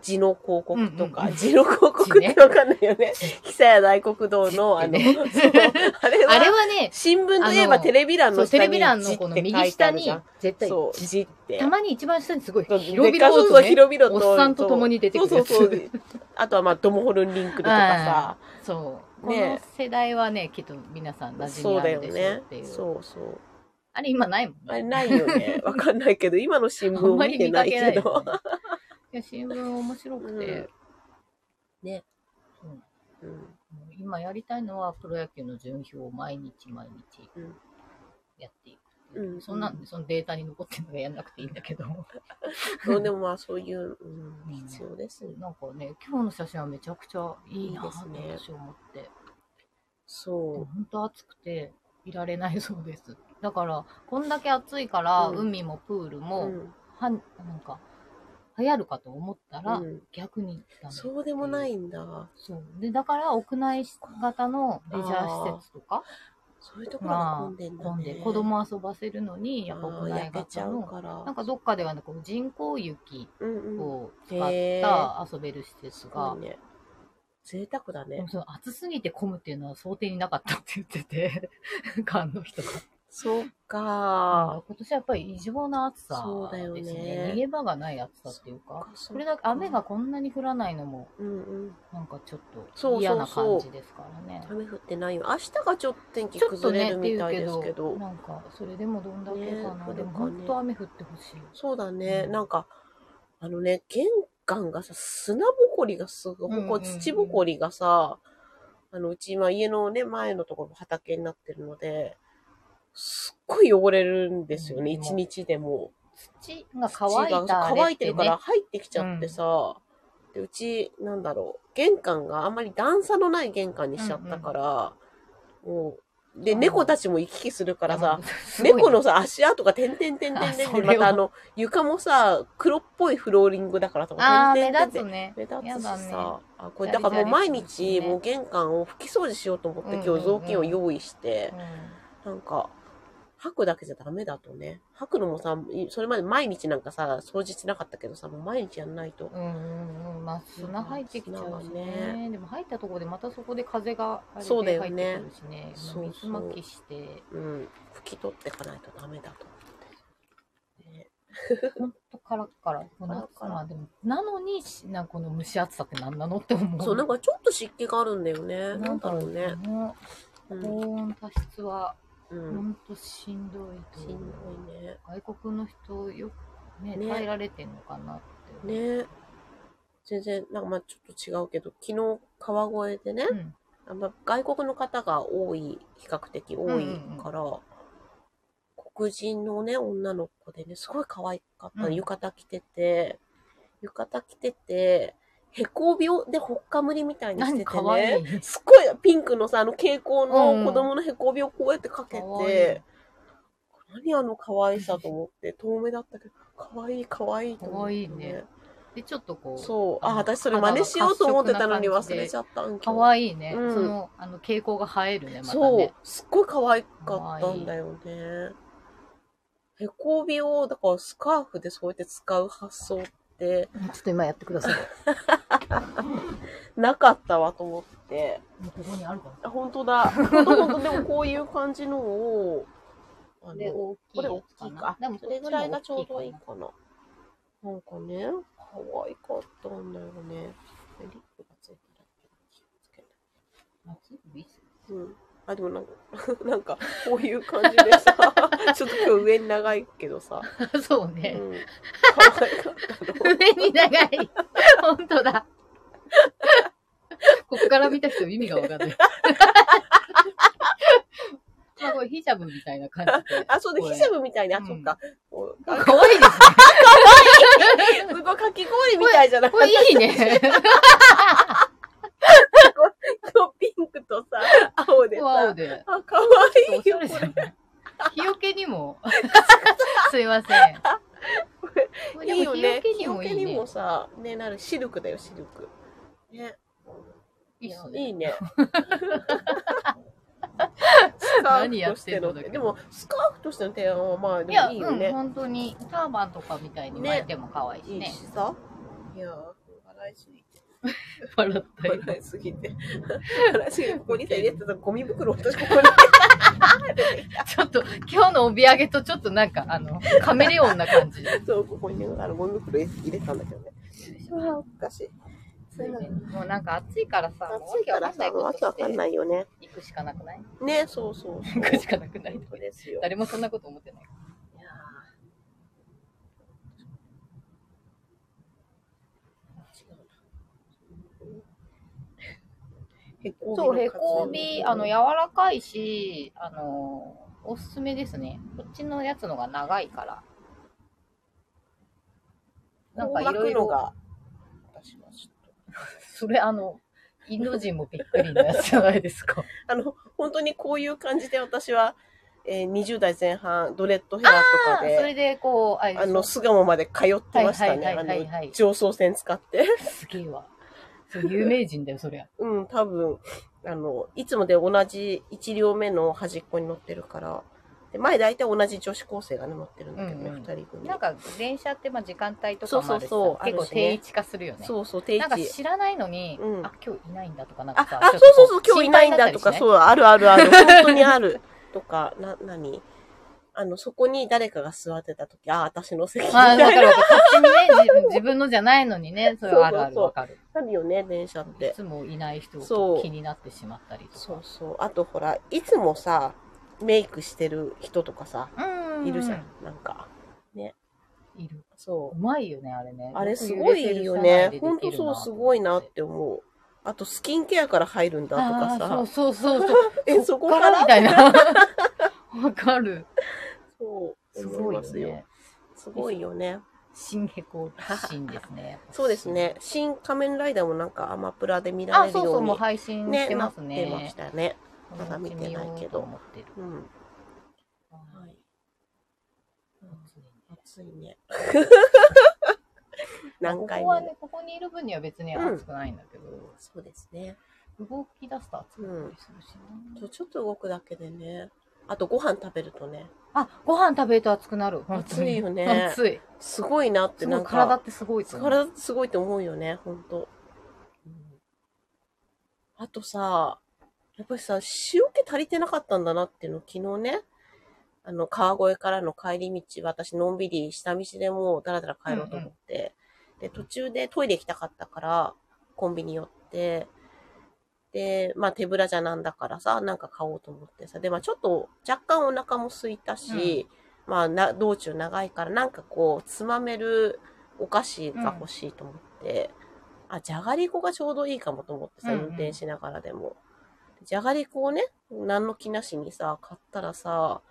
Speaker 1: 字の広告と
Speaker 2: うん
Speaker 1: か、
Speaker 2: うん
Speaker 1: 字の広告ってわかんないよね久屋大黒堂のあの、
Speaker 2: 字って
Speaker 1: そう
Speaker 2: ね
Speaker 1: あれは
Speaker 2: あれはね
Speaker 1: 新聞といえば
Speaker 2: あの
Speaker 1: テレビ欄
Speaker 2: そ
Speaker 1: の
Speaker 2: うテ
Speaker 1: 下
Speaker 2: レビ
Speaker 1: に
Speaker 2: 欄
Speaker 1: 字
Speaker 2: の
Speaker 1: っ
Speaker 2: この
Speaker 1: て書
Speaker 2: 右
Speaker 1: いて
Speaker 2: 下
Speaker 1: あるじ
Speaker 2: に
Speaker 1: ゃん
Speaker 2: 絶対
Speaker 1: そう字って
Speaker 2: たまに一番下にすごい
Speaker 1: そう
Speaker 2: 広
Speaker 1: で
Speaker 2: 々
Speaker 1: かそう
Speaker 2: と
Speaker 1: そう
Speaker 2: ね
Speaker 1: 広々と
Speaker 2: おっさんと共に出てくるやつ
Speaker 1: そうそうそうあとはまあドモホルンリンクルとかさ、
Speaker 2: そう、
Speaker 1: ね
Speaker 2: この世代はねきっと皆さん馴染
Speaker 1: そ
Speaker 2: み
Speaker 1: う
Speaker 2: あ
Speaker 1: だ
Speaker 2: る
Speaker 1: よ
Speaker 2: でしょう
Speaker 1: ね
Speaker 2: っていう
Speaker 1: そうそう
Speaker 2: あれ今ないもん
Speaker 1: あれない よね。わかんないけど、今の新聞を見てないけ
Speaker 2: よ
Speaker 1: ど。
Speaker 2: ねいや新聞面白くて、
Speaker 1: うんね
Speaker 2: そうも
Speaker 1: うん
Speaker 2: う今やりたいのはプロ野球の順表を毎日毎日
Speaker 1: うん
Speaker 2: やっていく、
Speaker 1: うん
Speaker 2: そんなんでそのデータに残ってるのがやんなくていいんだけど
Speaker 1: そうでもまあそういう、う、
Speaker 2: うんん
Speaker 1: 必要ですね。
Speaker 2: なんかね今日の写真はめちゃくちゃいいなって
Speaker 1: いいです
Speaker 2: 私思って、でも
Speaker 1: そ
Speaker 2: 本当暑くていられないそうですだからこんだけ暑いから、
Speaker 1: うん
Speaker 2: 海もプール
Speaker 1: う。
Speaker 2: も、
Speaker 1: うん
Speaker 2: はんなんか流行るかと思ったら、
Speaker 1: うん
Speaker 2: 逆にダメ
Speaker 1: そうでもないんだ。
Speaker 2: そうでだから屋内型のレジャー施設とか
Speaker 1: そういうところが混んでんだ
Speaker 2: 混ん
Speaker 1: ね
Speaker 2: で。子供遊ばせるのにやっぱ
Speaker 1: あ
Speaker 2: 屋
Speaker 1: ー
Speaker 2: 内
Speaker 1: 焼けち
Speaker 2: 型
Speaker 1: ゃう
Speaker 2: の
Speaker 1: か
Speaker 2: な
Speaker 1: ら
Speaker 2: ん。かどっかではなく人工雪
Speaker 1: うんうん。
Speaker 2: を使
Speaker 1: うん
Speaker 2: っ
Speaker 1: へ
Speaker 2: た遊べる施設
Speaker 1: す
Speaker 2: が、
Speaker 1: ごいね。贅沢だ
Speaker 2: で
Speaker 1: ね
Speaker 2: も。その暑すぎて混むっていうのは想定になかったって言ってて 館の人が
Speaker 1: そうか。
Speaker 2: 今年はやっぱり異常な暑さ
Speaker 1: そうだよね
Speaker 2: ですね逃げ場がない暑さっていうか
Speaker 1: そ
Speaker 2: それだけ雨が。こんなに降らないのも
Speaker 1: うんうん。
Speaker 2: なんかちょっ
Speaker 1: そうそうそう
Speaker 2: と嫌な感じですからね
Speaker 1: 雨降ってないよ。明日がちょっと天気
Speaker 2: ちょっと
Speaker 1: 崩れ
Speaker 2: ね
Speaker 1: る
Speaker 2: って
Speaker 1: み
Speaker 2: いう
Speaker 1: たい
Speaker 2: け
Speaker 1: です
Speaker 2: ど
Speaker 1: けど。
Speaker 2: なんかそれでもどんだけ
Speaker 1: ね
Speaker 2: かな、
Speaker 1: これ
Speaker 2: でも
Speaker 1: かね
Speaker 2: 本当雨降ってほしい
Speaker 1: そうだね、
Speaker 2: うん
Speaker 1: なんか、あのね、玄関がさ、砂ぼこりがすごい、
Speaker 2: うんうん
Speaker 1: ここ土ぼこりがさ、あの、うち今家のね、前のところも畑になってるので、すっごい汚れるんですよね、
Speaker 2: うん
Speaker 1: 一、日でも。
Speaker 2: 土が乾い
Speaker 1: 土
Speaker 2: た
Speaker 1: が
Speaker 2: あれ
Speaker 1: 乾い
Speaker 2: ってて
Speaker 1: る
Speaker 2: ね
Speaker 1: から入ってきちゃってさ、でうち、なんだろう、玄関があんまり段差のない玄関にしちゃったから、もう、で、
Speaker 2: うん
Speaker 1: 猫たちも行き来するからさ、
Speaker 2: すごいね
Speaker 1: 猫のさ、足跡が点々点々点々
Speaker 2: あそ
Speaker 1: で、
Speaker 2: れ
Speaker 1: ま
Speaker 2: は
Speaker 1: たあの、床もさ、黒っぽいフローリングだからと
Speaker 2: あ
Speaker 1: か、
Speaker 2: あ
Speaker 1: 点
Speaker 2: 目
Speaker 1: 々
Speaker 2: 立
Speaker 1: 点
Speaker 2: つ
Speaker 1: 々
Speaker 2: ね
Speaker 1: 目立
Speaker 2: や
Speaker 1: つし
Speaker 2: だね
Speaker 1: さ、あこれだからもう毎日、
Speaker 2: ジャリジャリするしね
Speaker 1: もう玄関を拭き掃除しようと思って、今日雑巾を用意して、なんか、吐くだけじゃダメだとね。吐くのもさ、それまで毎日なんかさ、掃除しなかったけどさ、もう毎日やんないと。
Speaker 2: うんうんうんうんまあ砂入ってきちゃうし
Speaker 1: 砂は
Speaker 2: ね
Speaker 1: ね
Speaker 2: でも入ったところでまたそこで風があれ
Speaker 1: そうだ
Speaker 2: で
Speaker 1: よ
Speaker 2: 入っ
Speaker 1: ね
Speaker 2: てくるしね
Speaker 1: そうそう
Speaker 2: 水まきして
Speaker 1: うん。拭き取っていかないとダメだと。ね
Speaker 2: ほんとカラッカラこの暑さまあでもなのにしなんかこの蒸し暑さって何なのって思う
Speaker 1: そう、なんかちょっと湿気があるんだよね。な
Speaker 2: なんん
Speaker 1: だ
Speaker 2: だ
Speaker 1: ろ
Speaker 2: ろ
Speaker 1: う
Speaker 2: うね。
Speaker 1: ねうん。
Speaker 2: 高温多湿は
Speaker 1: う
Speaker 2: ほ
Speaker 1: ん、
Speaker 2: んとしんどいと
Speaker 1: し
Speaker 2: 思
Speaker 1: ん
Speaker 2: う
Speaker 1: どいね。
Speaker 2: 外国の人よくね
Speaker 1: ね
Speaker 2: 耐えられてんのかなって、
Speaker 1: ね全然、なんかまあちょっと違うけど、昨日川越でね、
Speaker 2: うん、
Speaker 1: あんま外国の方が多い、比較的多いから、黒人のね、女の子でね、すごい可愛かった、
Speaker 2: うん
Speaker 1: 浴衣着てて、浴衣着てて、へこ病でほっかむりみたいにして
Speaker 2: 何
Speaker 1: て
Speaker 2: かわい
Speaker 1: ね、
Speaker 2: い
Speaker 1: すごいピンクのさ、あの蛍光の子供のへこ病をこうやってかけて、
Speaker 2: かわいい
Speaker 1: 何あの可愛さと思って、遠目だったけど、可愛い可愛いと思
Speaker 2: 可
Speaker 1: って、
Speaker 2: 愛いね。でちょっとこう
Speaker 1: そう。
Speaker 2: あ
Speaker 1: あ、
Speaker 2: の
Speaker 1: 私それ真似しようと思ってたのに忘れちゃったん
Speaker 2: 可
Speaker 1: い
Speaker 2: 愛いね、
Speaker 1: うん
Speaker 2: そのあの傾向が映えるねまた
Speaker 1: そう
Speaker 2: ね。
Speaker 1: すっごい可愛かったんだよね。へこびを、だからスカーフでそうやって使う発想って
Speaker 2: ちょっと今やってください
Speaker 1: なかったわと思って。
Speaker 2: もうここにあるか
Speaker 1: あ本当だ。本当本当でもこういう感じのを、あ
Speaker 2: らで
Speaker 1: の、
Speaker 2: 大きい
Speaker 1: これ
Speaker 2: や
Speaker 1: 大
Speaker 2: つ
Speaker 1: き
Speaker 2: か
Speaker 1: い
Speaker 2: な
Speaker 1: か。
Speaker 2: でも
Speaker 1: それぐらいがちょうどいい
Speaker 2: こっ
Speaker 1: かな。なんかね、可愛かったんだよね。リップがついてないけど気をつけない
Speaker 2: ちの方が大きいかな
Speaker 1: うん。あ、でもなんか、 なんか、こういう感じでさ、 ちょっと今日上に長いけどさ、
Speaker 2: あ そう
Speaker 1: う
Speaker 2: ね、
Speaker 1: ん。可愛かったの。
Speaker 2: 上に長い本当だここから見た人意味がわかんないまあこれヒジャブみたいな感じで
Speaker 1: あ、そう
Speaker 2: こ
Speaker 1: で、
Speaker 2: れ
Speaker 1: ヒジャブみたいに、あ、
Speaker 2: うん
Speaker 1: そっか。こう、
Speaker 2: 可
Speaker 1: あ
Speaker 2: 愛いですね
Speaker 1: すごいかき氷みたいじゃなく
Speaker 2: これ
Speaker 1: て、
Speaker 2: いいね
Speaker 1: こうピンクとさ、青で
Speaker 2: ワオ
Speaker 1: さ、
Speaker 2: で
Speaker 1: あ、可愛
Speaker 2: お
Speaker 1: い
Speaker 2: しゃ
Speaker 1: よ、
Speaker 2: れ
Speaker 1: こ
Speaker 2: じゃ
Speaker 1: れ。
Speaker 2: ない日よけに もすいません
Speaker 1: これ
Speaker 2: これで
Speaker 1: いいよ
Speaker 2: も日
Speaker 1: ね
Speaker 2: よ。け
Speaker 1: 日
Speaker 2: に
Speaker 1: よ
Speaker 2: もい
Speaker 1: け
Speaker 2: い
Speaker 1: に
Speaker 2: ね
Speaker 1: もさ、ね、なる、シルクだよ、シルク。ね、
Speaker 2: いいっすね
Speaker 1: い いね。スカー
Speaker 2: 何
Speaker 1: フ
Speaker 2: や
Speaker 1: と
Speaker 2: っ
Speaker 1: してて
Speaker 2: んの
Speaker 1: の
Speaker 2: だけど
Speaker 1: でも、スカーフとしての提案は、まあ、
Speaker 2: い
Speaker 1: で
Speaker 2: や、
Speaker 1: もいいよね
Speaker 2: うん、。本当に、ターバンとかみたいに巻いても可愛いし
Speaker 1: いい
Speaker 2: ね
Speaker 1: し。さ。いやー、笑いす ぎて。
Speaker 2: 笑ったよ。
Speaker 1: 笑いすぎて。笑いすぎて、ここにさ、入れてたゴミ袋を私ここに。
Speaker 2: ちょっと、今日のお土産とちょっとなんか、あの、カメレオンな感じ。
Speaker 1: そう、ここにね、あの、ゴミ袋入れたんだけどね。ああ、おかしい。そういうの
Speaker 2: もうなんか暑いからさ、もう
Speaker 1: 暑いからさ、もう
Speaker 2: わ
Speaker 1: わ
Speaker 2: け
Speaker 1: け
Speaker 2: わ
Speaker 1: わ
Speaker 2: か
Speaker 1: か
Speaker 2: ん
Speaker 1: ん
Speaker 2: ないこ
Speaker 1: ないよね。
Speaker 2: として行くしかなくない
Speaker 1: ね、そうそうそう。
Speaker 2: 行くしかなくない
Speaker 1: そうですよ。
Speaker 2: 誰もそんなこと思ってない。
Speaker 1: いやー
Speaker 2: そう、へこび、あの、柔らかいし、あの、おすすめですね。こっちのやつのが長いから。なんかいろいろ。
Speaker 1: が私はちょっ
Speaker 2: それあの、インド人もびっくりなやつじゃないですか。
Speaker 1: とあの本当にこういう感じで私は、えー、20代前半ドレッドヘアと
Speaker 2: そ
Speaker 1: か
Speaker 2: れ
Speaker 1: で
Speaker 2: でこう、あれ
Speaker 1: あの巣鴨まで通ってましたね
Speaker 2: はい
Speaker 1: あ
Speaker 2: はいはいはいはい
Speaker 1: の上層線使って
Speaker 2: すげえわ。そう有名人だよ、そりゃ。
Speaker 1: うん多分あのいつもで同じ1両目の端っこに乗ってるからで前大体同じ女子高生が、ね、乗ってるんだけどね、
Speaker 2: うんうん
Speaker 1: 二2人組
Speaker 2: なんか電車ってまあ時間帯とかもあるしさ
Speaker 1: そうそうそう
Speaker 2: 結
Speaker 1: あ
Speaker 2: 構
Speaker 1: るしね
Speaker 2: 定位置化するよね。
Speaker 1: そうそう定位
Speaker 2: なんか
Speaker 1: 置
Speaker 2: 知らないのに、
Speaker 1: うん
Speaker 2: あ、今日いないんだとか、なんか
Speaker 1: あ
Speaker 2: さ、
Speaker 1: あ
Speaker 2: ちょ
Speaker 1: そ
Speaker 2: っ
Speaker 1: う
Speaker 2: と
Speaker 1: そうそう、今日いないんだとか、そう、あるあるある、本当にある。 とか、な、なにあの、そこに誰かが座ってた時、あ、私の席み
Speaker 2: 心配
Speaker 1: た
Speaker 2: になった
Speaker 1: い
Speaker 2: り
Speaker 1: な。
Speaker 2: しない。あー、わかるわかる。勝手にね、自自分のじゃないのにね、それはあるあるわかる。
Speaker 1: あるよね、電車っ
Speaker 2: い
Speaker 1: て。
Speaker 2: つもいない人
Speaker 1: そう
Speaker 2: 気になってしまったりと
Speaker 1: そ
Speaker 2: か
Speaker 1: う。そう。あと、ほら、いつもさ、メイクしてる人とかさ、
Speaker 2: うん
Speaker 1: いるじゃん。なんか、
Speaker 2: いる。
Speaker 1: そう
Speaker 2: まいよね、あれね。
Speaker 1: う。あれすごいよね。ほんとそう、すごいなって思う。あと、スキンケアから入るんだとか
Speaker 2: あー
Speaker 1: さ、
Speaker 2: そうそうそうそう。
Speaker 1: え、 そこから
Speaker 2: みたいな。 わかる。
Speaker 1: そう、
Speaker 2: す
Speaker 1: 思
Speaker 2: ご
Speaker 1: い
Speaker 2: い
Speaker 1: ま
Speaker 2: よ
Speaker 1: すよ
Speaker 2: ね。。
Speaker 1: すごいよね。。
Speaker 2: 新へこ新ですね
Speaker 1: そうですね。。新仮面ライダーもなんかアマプラで見ら
Speaker 2: あ、
Speaker 1: れるよ
Speaker 2: そうう
Speaker 1: に。
Speaker 2: そう、もう配信
Speaker 1: ね、
Speaker 2: してます
Speaker 1: なってま
Speaker 2: ね。
Speaker 1: したね。
Speaker 2: こ
Speaker 1: ま
Speaker 2: の
Speaker 1: だ
Speaker 2: う
Speaker 1: 見
Speaker 2: ち
Speaker 1: て
Speaker 2: 見
Speaker 1: ない
Speaker 2: よ
Speaker 1: け
Speaker 2: う
Speaker 1: ど
Speaker 2: と思ってる。
Speaker 1: うん。
Speaker 2: はい
Speaker 1: 暑い ね。何回
Speaker 2: ここは
Speaker 1: 目
Speaker 2: ね、ここにいる分には別に暑くないんだけど、
Speaker 1: そうですね。
Speaker 2: 動き出すと暑くなったりするしな、
Speaker 1: そうちょっと動くだけでね。あとご飯食べるとね、
Speaker 2: あ、ご飯食べると暑くなる。本当
Speaker 1: 暑い
Speaker 2: に。
Speaker 1: よね
Speaker 2: 暑い。
Speaker 1: すごいなって
Speaker 2: すご
Speaker 1: ないんか。
Speaker 2: 体ってすごいと思う。
Speaker 1: 体すごいと思うよね、ほんと。あとさ、やっぱりさ、塩気足りてなかったんだなっていうの、昨日ね、あの、川越からの帰り道、私のんびり下道でもうだらだら帰ろうと思って、で、途中でトイレ行きたかったから、コンビニ寄って、で、まあ手ぶらじゃなんだからさ、なんか買おうと思ってさ、で、まあちょっと若干お腹も空いたし、まあな、道中長いから、なんかこう、つまめるお菓子が欲しいと思って、あ、じゃがりこがちょうどいいかもと思ってさ、
Speaker 2: うんうん
Speaker 1: 運転しながらでも。じゃがりこをね、何の気なしにさ、買ったらさ、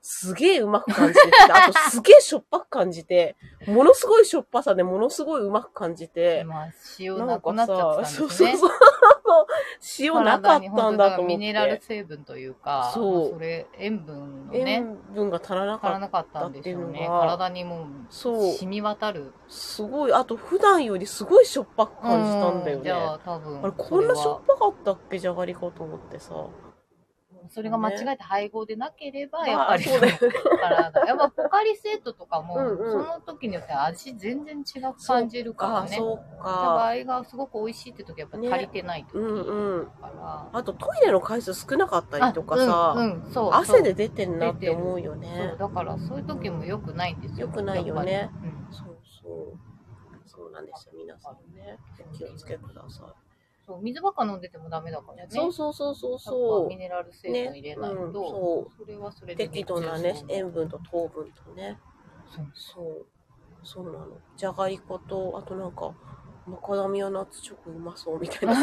Speaker 1: すげえうまく感じ てきて、あとすげえしょっぱく感じて、ものすごいしょっぱさでものすごいうまく感じて、
Speaker 2: まあ、塩なくなっちゃってたんですね。
Speaker 1: そうそうそう。塩なかったんだと思って。
Speaker 2: ミネラル成分というか、
Speaker 1: そう
Speaker 2: それ、塩分のね、
Speaker 1: 塩分が足らな
Speaker 2: 足ら
Speaker 1: かっ
Speaker 2: な
Speaker 1: た。
Speaker 2: かったんでしょうね。
Speaker 1: だから
Speaker 2: 体にもう、
Speaker 1: そう
Speaker 2: 染み渡る。
Speaker 1: すごい、あと普段よりすごいしょっぱく感じたんだよ
Speaker 2: う
Speaker 1: ね。
Speaker 2: じゃあ
Speaker 1: あ
Speaker 2: 多分。
Speaker 1: れ、こんなしょっぱかったっけじゃがりこと思ってさ。
Speaker 2: それが間違えた配合でなければ、やっ
Speaker 1: ま
Speaker 2: ぱ
Speaker 1: あ
Speaker 2: り
Speaker 1: そうだよね。
Speaker 2: 体。やっぱポカリセットとかも、
Speaker 1: うんうん
Speaker 2: その時によって味全然違く感じるから
Speaker 1: あ、
Speaker 2: ね。
Speaker 1: そう
Speaker 2: 場
Speaker 1: か。
Speaker 2: 合がすごく美味しいって時はやっぱ足りてない時
Speaker 1: う
Speaker 2: だ
Speaker 1: んうん。
Speaker 2: か
Speaker 1: あとトイレの回数少なかった
Speaker 2: ら。
Speaker 1: りとかさ、
Speaker 2: うんうん、そう。
Speaker 1: 汗で出てんなって思うよ
Speaker 2: そうそ
Speaker 1: ね
Speaker 2: う。。だからそういう時も良くないんですよ。
Speaker 1: 良くないよね
Speaker 2: やっぱり。うん
Speaker 1: そうそう。そうなんですよ、皆さんね。気をつけくださ
Speaker 2: そう水ばっか飲んでてもダメだから
Speaker 1: い。
Speaker 2: ね。
Speaker 1: そうそうそうそう
Speaker 2: やっぱ
Speaker 1: そ
Speaker 2: ミネラル成分
Speaker 1: う。ね。
Speaker 2: 入れないと、
Speaker 1: うん
Speaker 2: そ
Speaker 1: そう。
Speaker 2: れはそれで
Speaker 1: 適度なね
Speaker 2: 熱中症、
Speaker 1: 塩分と糖分とね。
Speaker 2: そう
Speaker 1: そう。そうなの。じゃがりこと、あとなんか、マカダミアナッツチョコうまそうみた いな。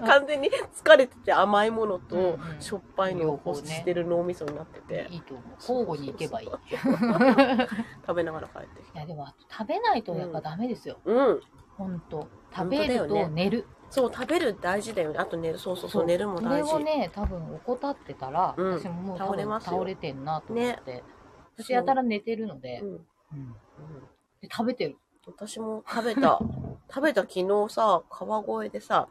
Speaker 1: 完全に疲れてて甘いものと
Speaker 2: うんうん
Speaker 1: しょっぱいのを保持してる脳みそになってて、
Speaker 2: いいと思う。交互に行けばいい。い
Speaker 1: そう食べながら帰ってきた。
Speaker 2: やでもあと食べないとやっぱダメですよ。
Speaker 1: うん。
Speaker 2: ほんと。食
Speaker 1: 本当
Speaker 2: べ
Speaker 1: だよ
Speaker 2: る
Speaker 1: ね
Speaker 2: と寝る。
Speaker 1: そう、食べる大事だよね。あと寝る、そうそうそう、
Speaker 2: そう
Speaker 1: 寝るも
Speaker 2: それ
Speaker 1: 大
Speaker 2: を
Speaker 1: 事。
Speaker 2: ね、多分怠ってたら、
Speaker 1: うん
Speaker 2: 私ももう
Speaker 1: 倒
Speaker 2: 倒
Speaker 1: れ
Speaker 2: れ
Speaker 1: ますよ
Speaker 2: 倒れてんなと思って。私
Speaker 1: そう
Speaker 2: やたら寝てるので
Speaker 1: う、ん。うん
Speaker 2: うんで食べてる。
Speaker 1: 私も食べた、 食べた昨日さ、川越でさ、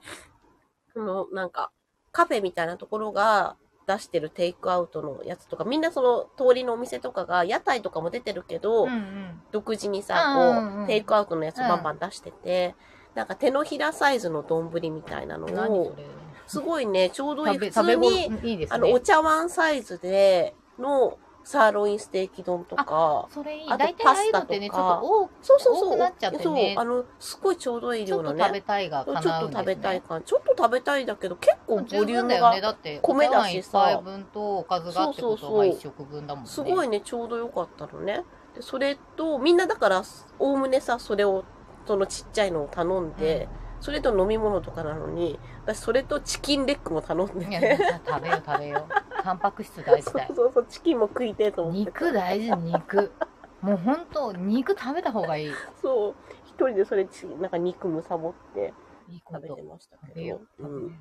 Speaker 1: その、なんか、カフェみたいなところが出してるテイクアウトのやつとか、みんなその通りのお店とかが、屋台とかも出てるけど、
Speaker 2: うんうん
Speaker 1: 独自に
Speaker 2: うん
Speaker 1: さ
Speaker 2: うん、う
Speaker 1: こう、
Speaker 2: ん
Speaker 1: テイクアウトのやつバンバン出してて、なんか手のひらサイズの丼みたいなの
Speaker 2: 何そ
Speaker 1: を、
Speaker 2: れ
Speaker 1: すごいね、ちょうどいい。
Speaker 2: 食べ
Speaker 1: 普
Speaker 2: 食べ
Speaker 1: 通
Speaker 2: ご
Speaker 1: に、
Speaker 2: いいです
Speaker 1: あの、お
Speaker 2: ね。
Speaker 1: 茶碗サイズでのサーロインステーキ丼とか、
Speaker 2: それいい。
Speaker 1: あと
Speaker 2: 大体ああいうのってね、ち
Speaker 1: パ
Speaker 2: ょ
Speaker 1: ス
Speaker 2: っと多く
Speaker 1: タとかそうそうそう。
Speaker 2: 多くなっちゃってね
Speaker 1: そう、あの、すごいちょうどいい
Speaker 2: ちょ
Speaker 1: 量
Speaker 2: っ
Speaker 1: の
Speaker 2: と
Speaker 1: ね。
Speaker 2: 食べたいが
Speaker 1: ちょっ
Speaker 2: 叶うん
Speaker 1: と
Speaker 2: です
Speaker 1: 食
Speaker 2: ね。
Speaker 1: べたい感じ。ちょっと食べたいだけど、結構ボ
Speaker 2: 十
Speaker 1: リュー
Speaker 2: 分
Speaker 1: ム
Speaker 2: だよね。
Speaker 1: が、
Speaker 2: だって、
Speaker 1: 米だ
Speaker 2: 一
Speaker 1: しさ
Speaker 2: 杯分とおかずがってことが一食分だもんね。
Speaker 1: すごいね、ちょうどよかったのね。で、それと、みんなだから、おおむねさ、それを、そのちっちゃいのを頼んで、それと飲み物とかなのに、私それとチキンレッグも頼んで
Speaker 2: いやで
Speaker 1: て。
Speaker 2: もさ食べよう食べよう。タンパク質大事
Speaker 1: そう
Speaker 2: だよ。
Speaker 1: そうそう、チキンも食いてえと思ってた。
Speaker 2: 肉大事、肉。もうほんと、肉食べた方がいい。
Speaker 1: そう。一人でそれち、なんか肉むさぼって
Speaker 2: いいこ
Speaker 1: 食べて
Speaker 2: と。
Speaker 1: ました
Speaker 2: 食べ
Speaker 1: けど
Speaker 2: よ。う。
Speaker 1: うん。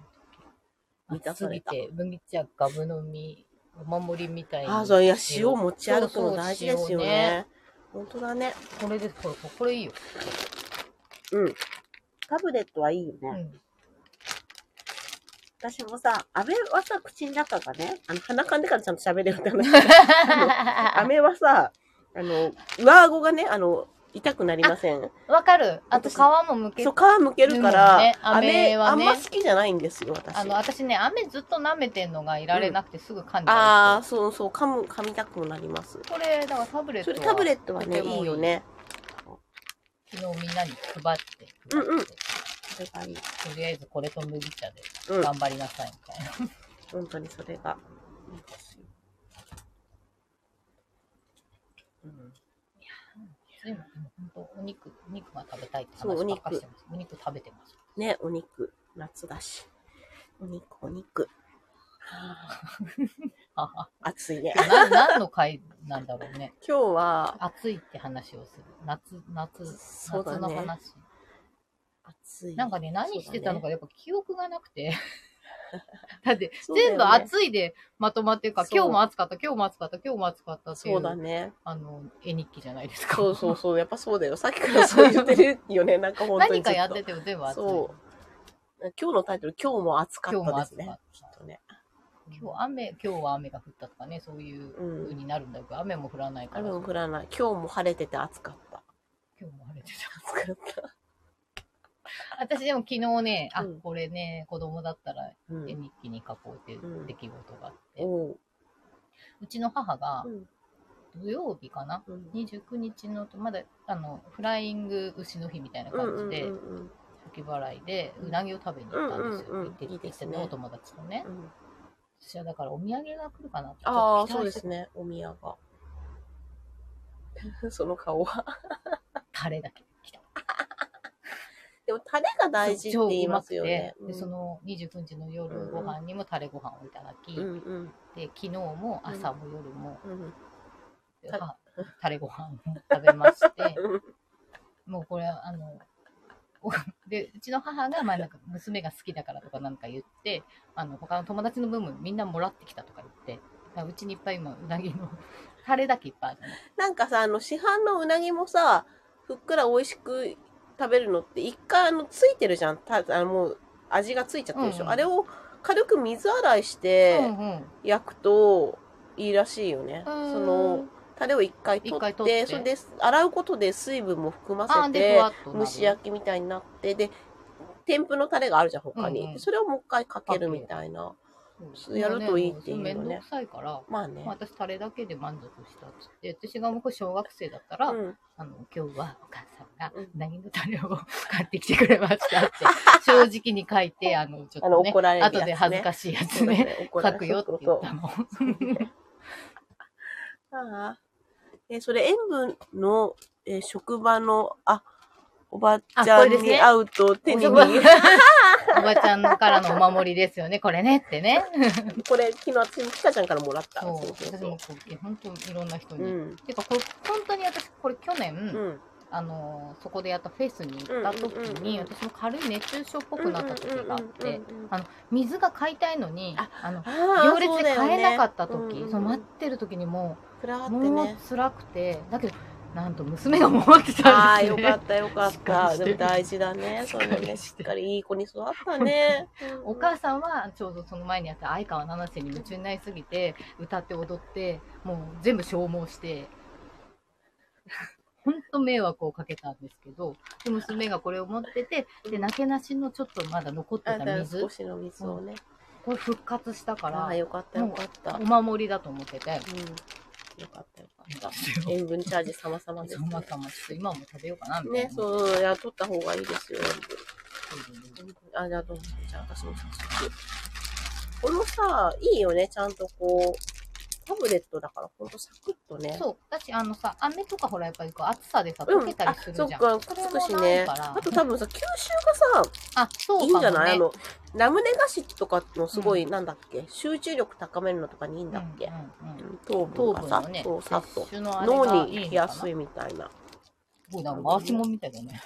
Speaker 1: 満た
Speaker 2: 熱
Speaker 1: さ
Speaker 2: す
Speaker 1: れ
Speaker 2: ぎ
Speaker 1: た
Speaker 2: て、麦茶ガブ飲み、お守りみたいに。
Speaker 1: あ、そう、いや、塩持ち歩く
Speaker 2: そうそ
Speaker 1: の
Speaker 2: う
Speaker 1: 大事ですよ
Speaker 2: 塩ね
Speaker 1: ね。本当だね。
Speaker 2: これです、これ、これいいよ。
Speaker 1: うん。タブレットはいいよね。
Speaker 2: うん。
Speaker 1: 私もさ、飴はさ、口の中がね、あの、鼻かんでからちゃんと喋れるっ て話。飴はさ、あの、上顎がね、あの、痛くなりません。
Speaker 2: わかる。あと皮もむけ
Speaker 1: そう、皮むけるから、
Speaker 2: でもね
Speaker 1: 飴、
Speaker 2: 飴はね
Speaker 1: あんま好きじゃないんですよ、私。
Speaker 2: あの、
Speaker 1: あ
Speaker 2: 私ね、雨ずっと舐めてんのがいられなくてすぐ噛んじゃ
Speaker 1: あ
Speaker 2: う
Speaker 1: ー、そうそう、噛む、噛みたくもなります。
Speaker 2: 人。これ、だからタブレット
Speaker 1: そ
Speaker 2: は。
Speaker 1: れタブレットはね、
Speaker 2: とても
Speaker 1: いいよね。
Speaker 2: 昨日みんなに配って。
Speaker 1: うんうん
Speaker 2: と
Speaker 1: それがいい。
Speaker 2: りあえずこれと麦茶で
Speaker 1: うん。
Speaker 2: 頑張りなさいみたいな。
Speaker 1: 本当にそれがいいですよ。うん
Speaker 2: そういうの、本当お肉、お肉が食べたいって
Speaker 1: そうお
Speaker 2: 話ば
Speaker 1: 肉
Speaker 2: っかりしてます。お肉食べてます。
Speaker 1: ね、お肉、夏だし。お肉、お肉。
Speaker 2: はは
Speaker 1: 暑いね。
Speaker 2: な何の回なんだろうね。
Speaker 1: 今日は、
Speaker 2: 暑いって話をする。夏、夏、
Speaker 1: そう
Speaker 2: 夏
Speaker 1: だ
Speaker 2: の
Speaker 1: ね。
Speaker 2: 話。
Speaker 1: 暑い。
Speaker 2: なんかね、何してたのか、やっぱ記憶がなく て。だって、
Speaker 1: そうだよ
Speaker 2: 全
Speaker 1: ね
Speaker 2: 部暑いでまとまってるから、
Speaker 1: そう
Speaker 2: 今日も暑かった、今日も暑かった、今日も暑かったってい
Speaker 1: そう
Speaker 2: う、
Speaker 1: だね。
Speaker 2: あの、絵日記じゃないですか。
Speaker 1: そうそう そう。やっぱそうだよ。さっきからそう言ってるよね。なんか本当
Speaker 2: 何
Speaker 1: にずっと。
Speaker 2: かやってても全部暑い。
Speaker 1: そう。今日のタイトル、今日も暑か
Speaker 2: 今
Speaker 1: っ
Speaker 2: 日も
Speaker 1: たで
Speaker 2: 暑
Speaker 1: す
Speaker 2: か
Speaker 1: ね
Speaker 2: っ。
Speaker 1: き
Speaker 2: た
Speaker 1: っ。とね。
Speaker 2: 今日雨、今日は雨が降ったとかね、そういう風になるんだけど、雨も降らないから、
Speaker 1: 雨も
Speaker 2: 今
Speaker 1: 降らない。今日も晴れてて暑かった。
Speaker 2: 日も晴れて
Speaker 1: 暑かった。
Speaker 2: た。私でも昨日ね、あ、
Speaker 1: うん
Speaker 2: これね、子供だったら
Speaker 1: う
Speaker 2: 絵
Speaker 1: ん。
Speaker 2: 日記に書こうっていう出来事があって、う
Speaker 1: おう。
Speaker 2: ちの母が
Speaker 1: うん
Speaker 2: 土曜日かな、
Speaker 1: うん
Speaker 2: 29日の、まだ、あの、フライング牛の日みたいな
Speaker 1: うんう
Speaker 2: 感
Speaker 1: ん
Speaker 2: じ
Speaker 1: う
Speaker 2: で、
Speaker 1: んうん
Speaker 2: 秋払いでうなぎを食べに行ったんですよ。
Speaker 1: うんうんうん
Speaker 2: 行って
Speaker 1: いい
Speaker 2: 行
Speaker 1: で
Speaker 2: っ
Speaker 1: す
Speaker 2: て
Speaker 1: ね
Speaker 2: ね、お友達とね
Speaker 1: う。ん。
Speaker 2: 私はだからお土産が来るかなって。
Speaker 1: ああ、
Speaker 2: ちょ
Speaker 1: そ
Speaker 2: っと期
Speaker 1: うで
Speaker 2: 待して
Speaker 1: すね。お宮が。 その顔は。
Speaker 2: タレだけ来た。
Speaker 1: でも、タレが大事って言いますよね
Speaker 2: 超う。まくてで、その29日の夜ご飯にもタレご飯をいただき、
Speaker 1: うんうん
Speaker 2: で、昨日も朝も夜 も、
Speaker 1: うんうん
Speaker 2: あタレご飯を食べまして、
Speaker 1: うん。
Speaker 2: もうこれ、あの、 おで、うちの母が、まあなんか娘が好きだからとかなんか言って、あの、他の友達の分もみんなもらってきたとか言って、だからうちにいっぱい今、うなぎの、 タレだけいっぱいあるの。
Speaker 1: なんかさ、あの、市販のうなぎもさ、ふっくら美味しく食べるのって、一回あの、ついてるじゃん。たあの、もう、味がついちゃってるでしょ。
Speaker 2: うんうん
Speaker 1: あれを軽く水洗いして
Speaker 2: うんうん。
Speaker 1: 焼くといいらしいよね。その、タレを一回取
Speaker 2: 一回
Speaker 1: っ
Speaker 2: 取って
Speaker 1: て、それで、洗うことで水分も含ま
Speaker 2: あ
Speaker 1: せ
Speaker 2: ーでふ
Speaker 1: て
Speaker 2: わっ、となる
Speaker 1: 蒸し焼きみたいになって、で、添付のタレがあるじゃん、他に。
Speaker 2: うんうん
Speaker 1: それをもう一回かけるみたいな。やるといいっていうよ
Speaker 2: め
Speaker 1: ね
Speaker 2: んどくさいから、
Speaker 1: まあね。
Speaker 2: まあ、私タレだけで満足したっつって私がもう小学生だったら、
Speaker 1: うん、
Speaker 2: あの今日はお母さんが
Speaker 1: うん
Speaker 2: うなぎのタレを 買ってきてくれましたって正直に書いてあのちょっ
Speaker 1: あの
Speaker 2: と、ね、
Speaker 1: 怒られるやつね
Speaker 2: 後で恥ずかしいやつ
Speaker 1: そうだ
Speaker 2: ね
Speaker 1: ね怒ら
Speaker 2: 書
Speaker 1: れ
Speaker 2: くよって
Speaker 1: そう
Speaker 2: 言っ
Speaker 1: そう
Speaker 2: たの。
Speaker 1: ああ。え、それ、演舞の、えー職場の、あ、おばちゃ
Speaker 2: あこ
Speaker 1: ん
Speaker 2: れです
Speaker 1: に
Speaker 2: ね
Speaker 1: 会うと手に
Speaker 2: お
Speaker 1: 握 る。
Speaker 2: ばちゃんからのお守りですよね、これねってね。
Speaker 1: これ、昨日私、ちかちゃんからもらった。
Speaker 2: そう、
Speaker 1: そう
Speaker 2: 私
Speaker 1: そう
Speaker 2: もこう、本当にいろんな人
Speaker 1: う
Speaker 2: に。
Speaker 1: ん。
Speaker 2: てか、これ、本当に私、これ去年、
Speaker 1: うん。
Speaker 2: あのそこでやったフェスに行った時に、
Speaker 1: うんうんうんうん
Speaker 2: 私も軽い熱中症っぽくなった時があって、
Speaker 1: うんうんうんうん
Speaker 2: あの水が買いたいのに
Speaker 1: あ
Speaker 2: あの
Speaker 1: ああ
Speaker 2: 行列で買えなかった時そ,、
Speaker 1: そうだよね
Speaker 2: の待ってる時にも
Speaker 1: ふらー
Speaker 2: う
Speaker 1: って
Speaker 2: もう
Speaker 1: ね。
Speaker 2: 辛くてだけどなんと娘が持って
Speaker 1: あ
Speaker 2: た
Speaker 1: あ、
Speaker 2: んです
Speaker 1: よか
Speaker 2: ね
Speaker 1: ったよかっ
Speaker 2: しっかり し
Speaker 1: た。
Speaker 2: て
Speaker 1: でも大事だね。そうだね。し
Speaker 2: し
Speaker 1: っ
Speaker 2: っ
Speaker 1: か
Speaker 2: か
Speaker 1: りいい子に育ったね。
Speaker 2: お母さんはちょうどその前にやった相川七瀬に夢中になりすぎて歌って踊ってもう全部消耗して 本当迷惑をかけたんですけどで娘がこれを持っててでなけなしのちょっとまだ残って
Speaker 1: あ
Speaker 2: た
Speaker 1: なた
Speaker 2: 水
Speaker 1: 少しの水をね。
Speaker 2: これ復活したか
Speaker 1: あ
Speaker 2: ら
Speaker 1: あ、よかったよかった。うん
Speaker 2: お。守りだと思 ってて。
Speaker 1: よかったよかった。塩分チャージ様々です
Speaker 2: そ
Speaker 1: ね
Speaker 2: ま。たまちょっと今も食べようかなみたい
Speaker 1: ね
Speaker 2: な、。
Speaker 1: そう、いや、取った方がいいですよ。
Speaker 2: う
Speaker 1: あ、じゃあどうぞ。じゃあ私も早速。このさ、いいよね。ちゃんとこう、タブレットだから、ほんとサクッとね。
Speaker 2: そう、だしあのさ、飴とかほらやっぱりこう暑さでさ、
Speaker 1: う
Speaker 2: 溶
Speaker 1: ん
Speaker 2: け。たりするじゃん。
Speaker 1: あ、そっか、くっつく
Speaker 2: そ
Speaker 1: しね。
Speaker 2: れもないから
Speaker 1: あと多分さ、吸収がさ、
Speaker 2: あ、そうかも、
Speaker 1: い
Speaker 2: ね。
Speaker 1: いんじゃない、あの、ラムネ菓子とかのすごい、なんだっけ、集中力高めるのとかにいいんだっけ、
Speaker 2: うんうんうん
Speaker 1: 糖分
Speaker 2: 糖
Speaker 1: が
Speaker 2: 分
Speaker 1: さ、
Speaker 2: のね、
Speaker 1: そうさっと
Speaker 2: 摂取のあれが
Speaker 1: 脳
Speaker 2: いいのか
Speaker 1: に行き
Speaker 2: な
Speaker 1: やすいみたいな。
Speaker 2: そうだ、回しもんみたいだ ね。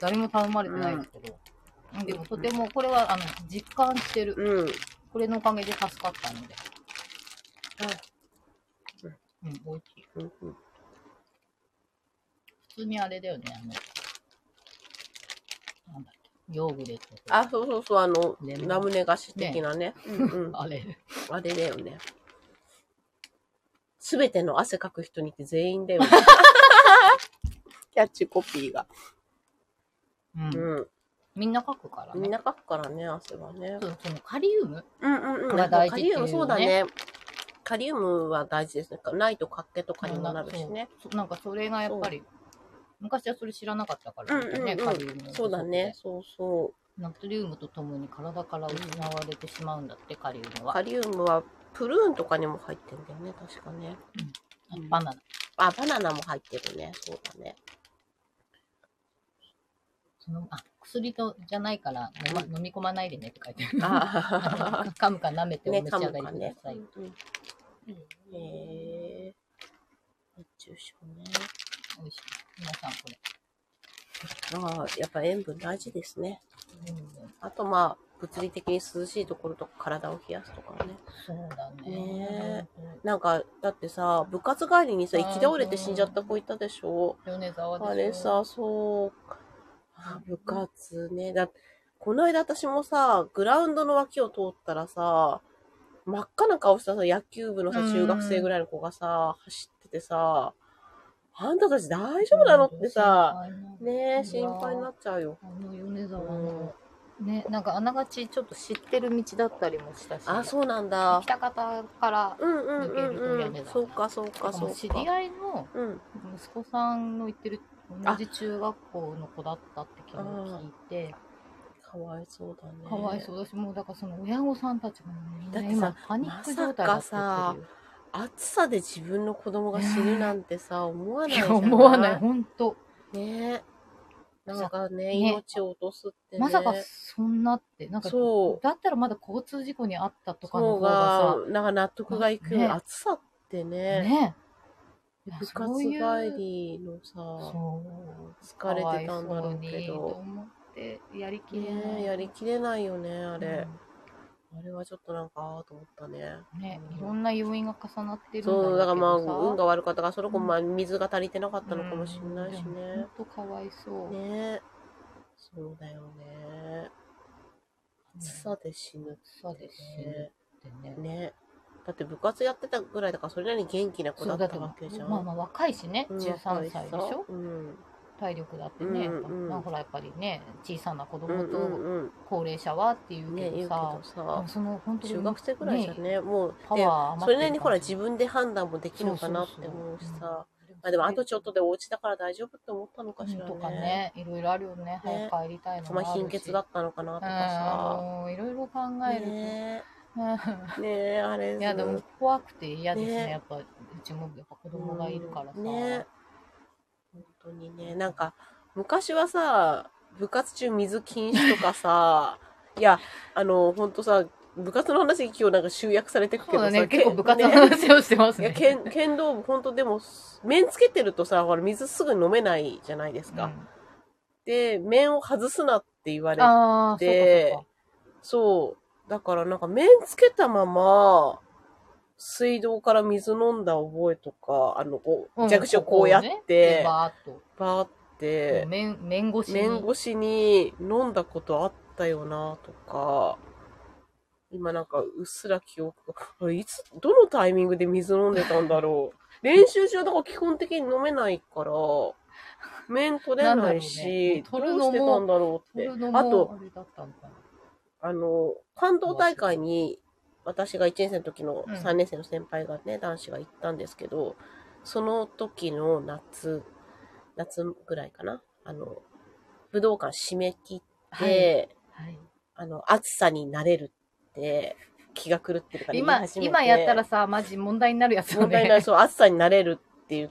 Speaker 2: 誰も頼まれてないですけど。うんでもとても、これはあの実感してる。
Speaker 1: うん。
Speaker 2: これのおかげで助かったので。うん、美味しい。
Speaker 1: うんうん
Speaker 2: 普通にあれだよね、あの、なんだっけ、ヨーグレットとか
Speaker 1: あ、そうそうそう、あの
Speaker 2: レモ、ン
Speaker 1: ラムネ菓子的なね。うんうん。
Speaker 2: あれ。
Speaker 1: あれだよね。すべての汗かく人にって全員だよね。 キャッチコピーが。
Speaker 2: う。
Speaker 1: うんん。
Speaker 2: みんな書くから
Speaker 1: みん
Speaker 2: ね。
Speaker 1: なかくからね、汗はね。
Speaker 2: そうそのカリウム
Speaker 1: うんうんうん。
Speaker 2: が大事
Speaker 1: カ
Speaker 2: って
Speaker 1: リ
Speaker 2: いう
Speaker 1: ウ
Speaker 2: よ
Speaker 1: ム、
Speaker 2: ね
Speaker 1: そうだね。カリウムは大事ですね。ないと活気とかにもなるしね。
Speaker 2: そうなんかそれがやっぱり、昔はそれ知らなかったからね、
Speaker 1: うんうんうん
Speaker 2: カリウムの不足で
Speaker 1: そうだね。。そうそ
Speaker 2: ナトリウムとともに体から失われてしまうんだって、カリウム
Speaker 1: う。
Speaker 2: は。
Speaker 1: カ
Speaker 2: あ
Speaker 1: リウムはプルーンとかにも入ってんだよね、確かね。
Speaker 2: バナナ。
Speaker 1: あ、バナナも入ってるね。そうだ ね。
Speaker 2: そのあ薬とじゃないから飲,、ま、飲み込まないでねって書いてある。
Speaker 1: あ
Speaker 2: 噛むか舐めてお
Speaker 1: あ。ね、
Speaker 2: 召し
Speaker 1: 噛
Speaker 2: 上がりく
Speaker 1: むか
Speaker 2: だ
Speaker 1: ね
Speaker 2: さい。。
Speaker 1: うんうんへえ。熱中症ね。
Speaker 2: 美味しい。皆さんこれ。
Speaker 1: ああ、やっぱ塩分大事ですね。
Speaker 2: うん
Speaker 1: あとまあ、物理的に涼しいところとか体を冷やすとかね。
Speaker 2: そうだね
Speaker 1: ね。なんか、だってさ、部活帰りにさ、
Speaker 2: うん
Speaker 1: 行き倒れて死んじゃった子いたでしょ
Speaker 2: 米沢でしょ
Speaker 1: あれさ、そう。あ部活ね。だこの間私もさ、グラウンドの脇を通ったらさ、真っ赤な顔したさ、野球部のさ、
Speaker 2: うん
Speaker 1: 中学生ぐらいの子がさ、走っててさ、あんたたち大丈夫なのってさ、ねえ、心配になっちゃうよ。
Speaker 2: あの米沢の、ね、なんかあながちちょっと知ってる道だったりもしたし、
Speaker 1: あ、
Speaker 2: う
Speaker 1: そうなんだ。
Speaker 2: 北方から、
Speaker 1: うんうんうん
Speaker 2: 抜
Speaker 1: う
Speaker 2: ける
Speaker 1: ん。
Speaker 2: と
Speaker 1: そうかそうかそうか。
Speaker 2: 知り合いの
Speaker 1: うん。
Speaker 2: 息子さんの行ってる同じ中学校の子だったって昨日聞いて、
Speaker 1: かわいそうだね。。
Speaker 2: かわいそうう、私もうだからその親御さんたちもみん
Speaker 1: だっ
Speaker 2: な
Speaker 1: てさ
Speaker 2: 今パニック状態だって言ってるよ
Speaker 1: 暑さで自分の子供が死ぬなんて さ、思わない
Speaker 2: い
Speaker 1: じゃ
Speaker 2: や
Speaker 1: ない
Speaker 2: 思わない、本当。
Speaker 1: ねえ。なんかね、
Speaker 2: ね
Speaker 1: 命を落とすってね。
Speaker 2: まさかそんなって、なんか、
Speaker 1: そう
Speaker 2: だったらまだ交通事故にあったとかの
Speaker 1: そう
Speaker 2: 方が
Speaker 1: が、なんか納得がいくよ。
Speaker 2: ね
Speaker 1: 暑さって
Speaker 2: さ、
Speaker 1: ね。
Speaker 2: ね、
Speaker 1: 部活帰りのさ、
Speaker 2: そう
Speaker 1: 疲れてたんだろう
Speaker 2: かわい
Speaker 1: け
Speaker 2: そうにと
Speaker 1: ど。
Speaker 2: 思ってやりきれない
Speaker 1: ねえ、やりきれないよね、あれ。
Speaker 2: う
Speaker 1: あれはちょっとなんか、ああと思ったね。
Speaker 2: んねいろんな要因が重なってるんだろうけど
Speaker 1: そう、だからまあ、
Speaker 2: さ
Speaker 1: 運が悪かったから、その子、
Speaker 2: うん
Speaker 1: まあ、水が足りてなかったのかもしれないし
Speaker 2: うん
Speaker 1: ね。
Speaker 2: ほんとかわいそう、
Speaker 1: ねえ。そうだよね。暑さで死ぬ
Speaker 2: そうです
Speaker 1: ね。
Speaker 2: ね
Speaker 1: ね。だって部活やってたぐらいだから、それなりに元気な子だ
Speaker 2: そう
Speaker 1: っ
Speaker 2: だ
Speaker 1: たわけじゃん。
Speaker 2: まあまあ若いしね、
Speaker 1: うん
Speaker 2: 13歳でしょ
Speaker 1: うん。
Speaker 2: 体力だってね、
Speaker 1: うんう
Speaker 2: や
Speaker 1: ん
Speaker 2: っぱまあほらやっぱりね小さな子
Speaker 1: うん
Speaker 2: 供
Speaker 1: うん
Speaker 2: と
Speaker 1: うん。
Speaker 2: 高齢者はっていう
Speaker 1: ね
Speaker 2: け
Speaker 1: え、言
Speaker 2: ど
Speaker 1: うけ
Speaker 2: さ
Speaker 1: ど、
Speaker 2: で
Speaker 1: さ
Speaker 2: も、その本当に
Speaker 1: 中学生ぐらいじゃね、もう、
Speaker 2: パ
Speaker 1: で
Speaker 2: ワー
Speaker 1: それなり
Speaker 2: ね
Speaker 1: にほら自分で判断もできるかなって思うしさ。まあでもあとちょっとでお家だから大丈夫って思ったのかしらね。
Speaker 2: とかねいろいろあるよね早く帰りたいの
Speaker 1: その
Speaker 2: もあるし
Speaker 1: 貧血だったのかなとか
Speaker 2: うん
Speaker 1: さ。
Speaker 2: もういろいろ考えると、
Speaker 1: ねえ、ねえ、あれ
Speaker 2: うんいやでも怖くて嫌ですね
Speaker 1: ね
Speaker 2: やっぱうちもやっぱ子供がいるからさ、
Speaker 1: うんね本当にね、なんか昔はさ、部活中水禁止とかさ、 いや、あの、ほんとさ、部活の話今日なんか集約されてく
Speaker 2: そ
Speaker 1: け
Speaker 2: う
Speaker 1: ど
Speaker 2: だ
Speaker 1: さ、
Speaker 2: ね結構部活の
Speaker 1: ね
Speaker 2: 話をしてます
Speaker 1: い
Speaker 2: ね
Speaker 1: や剣剣道部、本当でも、面つけてるとさ、ほら、水すぐ飲めないじゃないですか。
Speaker 2: うん
Speaker 1: で、面を外すなって言われ
Speaker 2: ああそうかそうか
Speaker 1: そう。だからなんか面つけたまま、水道から水飲んだ覚えとか、あの、こ
Speaker 2: うん
Speaker 1: う、弱小こうやっ
Speaker 2: ここをねで
Speaker 1: て、
Speaker 2: バーっ
Speaker 1: バーっ
Speaker 2: と
Speaker 1: て、
Speaker 2: 面面越しに
Speaker 1: 面越しに飲んだことあったよなとか、今なんかうっすら記憶が、あれいつ、どのタイミングで水飲んでたんだろ う。練習中だから基本的に飲めないから、面取れないし、
Speaker 2: なんだろうね取る
Speaker 1: ど
Speaker 2: のも
Speaker 1: うしてたんだろうって
Speaker 2: 取るの。も
Speaker 1: あと、
Speaker 2: あれだったのかな
Speaker 1: あの、関東大会に、私が1年生の時の
Speaker 2: うん
Speaker 1: 3年生の先輩がね、男子が行ったんですけど、その時の夏、夏ぐらいかな。あの、武道館締め切って、
Speaker 2: はいはい
Speaker 1: あの、暑さになれるって、気が狂ってるから
Speaker 2: 今
Speaker 1: 始めて
Speaker 2: 今やったらさマジ問題になるやつよね
Speaker 1: 問題ない、そう、暑さになれるって言っ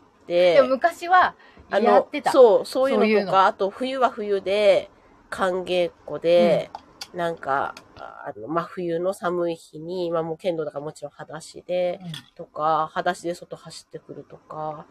Speaker 1: て、
Speaker 2: でも昔は
Speaker 1: あ
Speaker 2: や
Speaker 1: の
Speaker 2: ってた。
Speaker 1: そう、そういうのとか、
Speaker 2: そういうの
Speaker 1: あと冬は冬で、寒稽古で、なんか、ああの、真冬の寒い日に、まあもう剣道だからもちろん裸足で、
Speaker 2: うん
Speaker 1: とか、裸足で外走ってくるとか、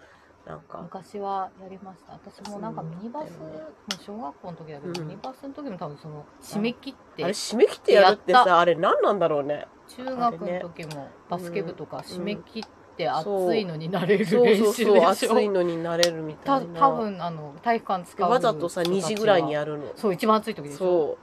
Speaker 1: なんか、
Speaker 2: 昔はやりました。私もなんかミニバス、
Speaker 1: そ
Speaker 2: も
Speaker 1: うだよね
Speaker 2: う小学校の時だけど、
Speaker 1: うん
Speaker 2: ミニバスの時も多分その締め切っ
Speaker 1: あ
Speaker 2: て、
Speaker 1: れ締め切ってやるって
Speaker 2: やっ
Speaker 1: さ、あれ何なんだろうね。
Speaker 2: 中学の時もバスケ部とか締め切って
Speaker 1: ん
Speaker 2: 暑いのになれる
Speaker 1: そう
Speaker 2: 練
Speaker 1: そう
Speaker 2: 習
Speaker 1: そう、
Speaker 2: で
Speaker 1: 暑
Speaker 2: し
Speaker 1: い
Speaker 2: ょ。
Speaker 1: のになれるみた
Speaker 2: た
Speaker 1: いな。
Speaker 2: 多分あの体育館使う
Speaker 1: わざとさ、2時ぐらいに
Speaker 2: る。
Speaker 1: やるの。
Speaker 2: そう一番暑い時でしょ。
Speaker 1: そう。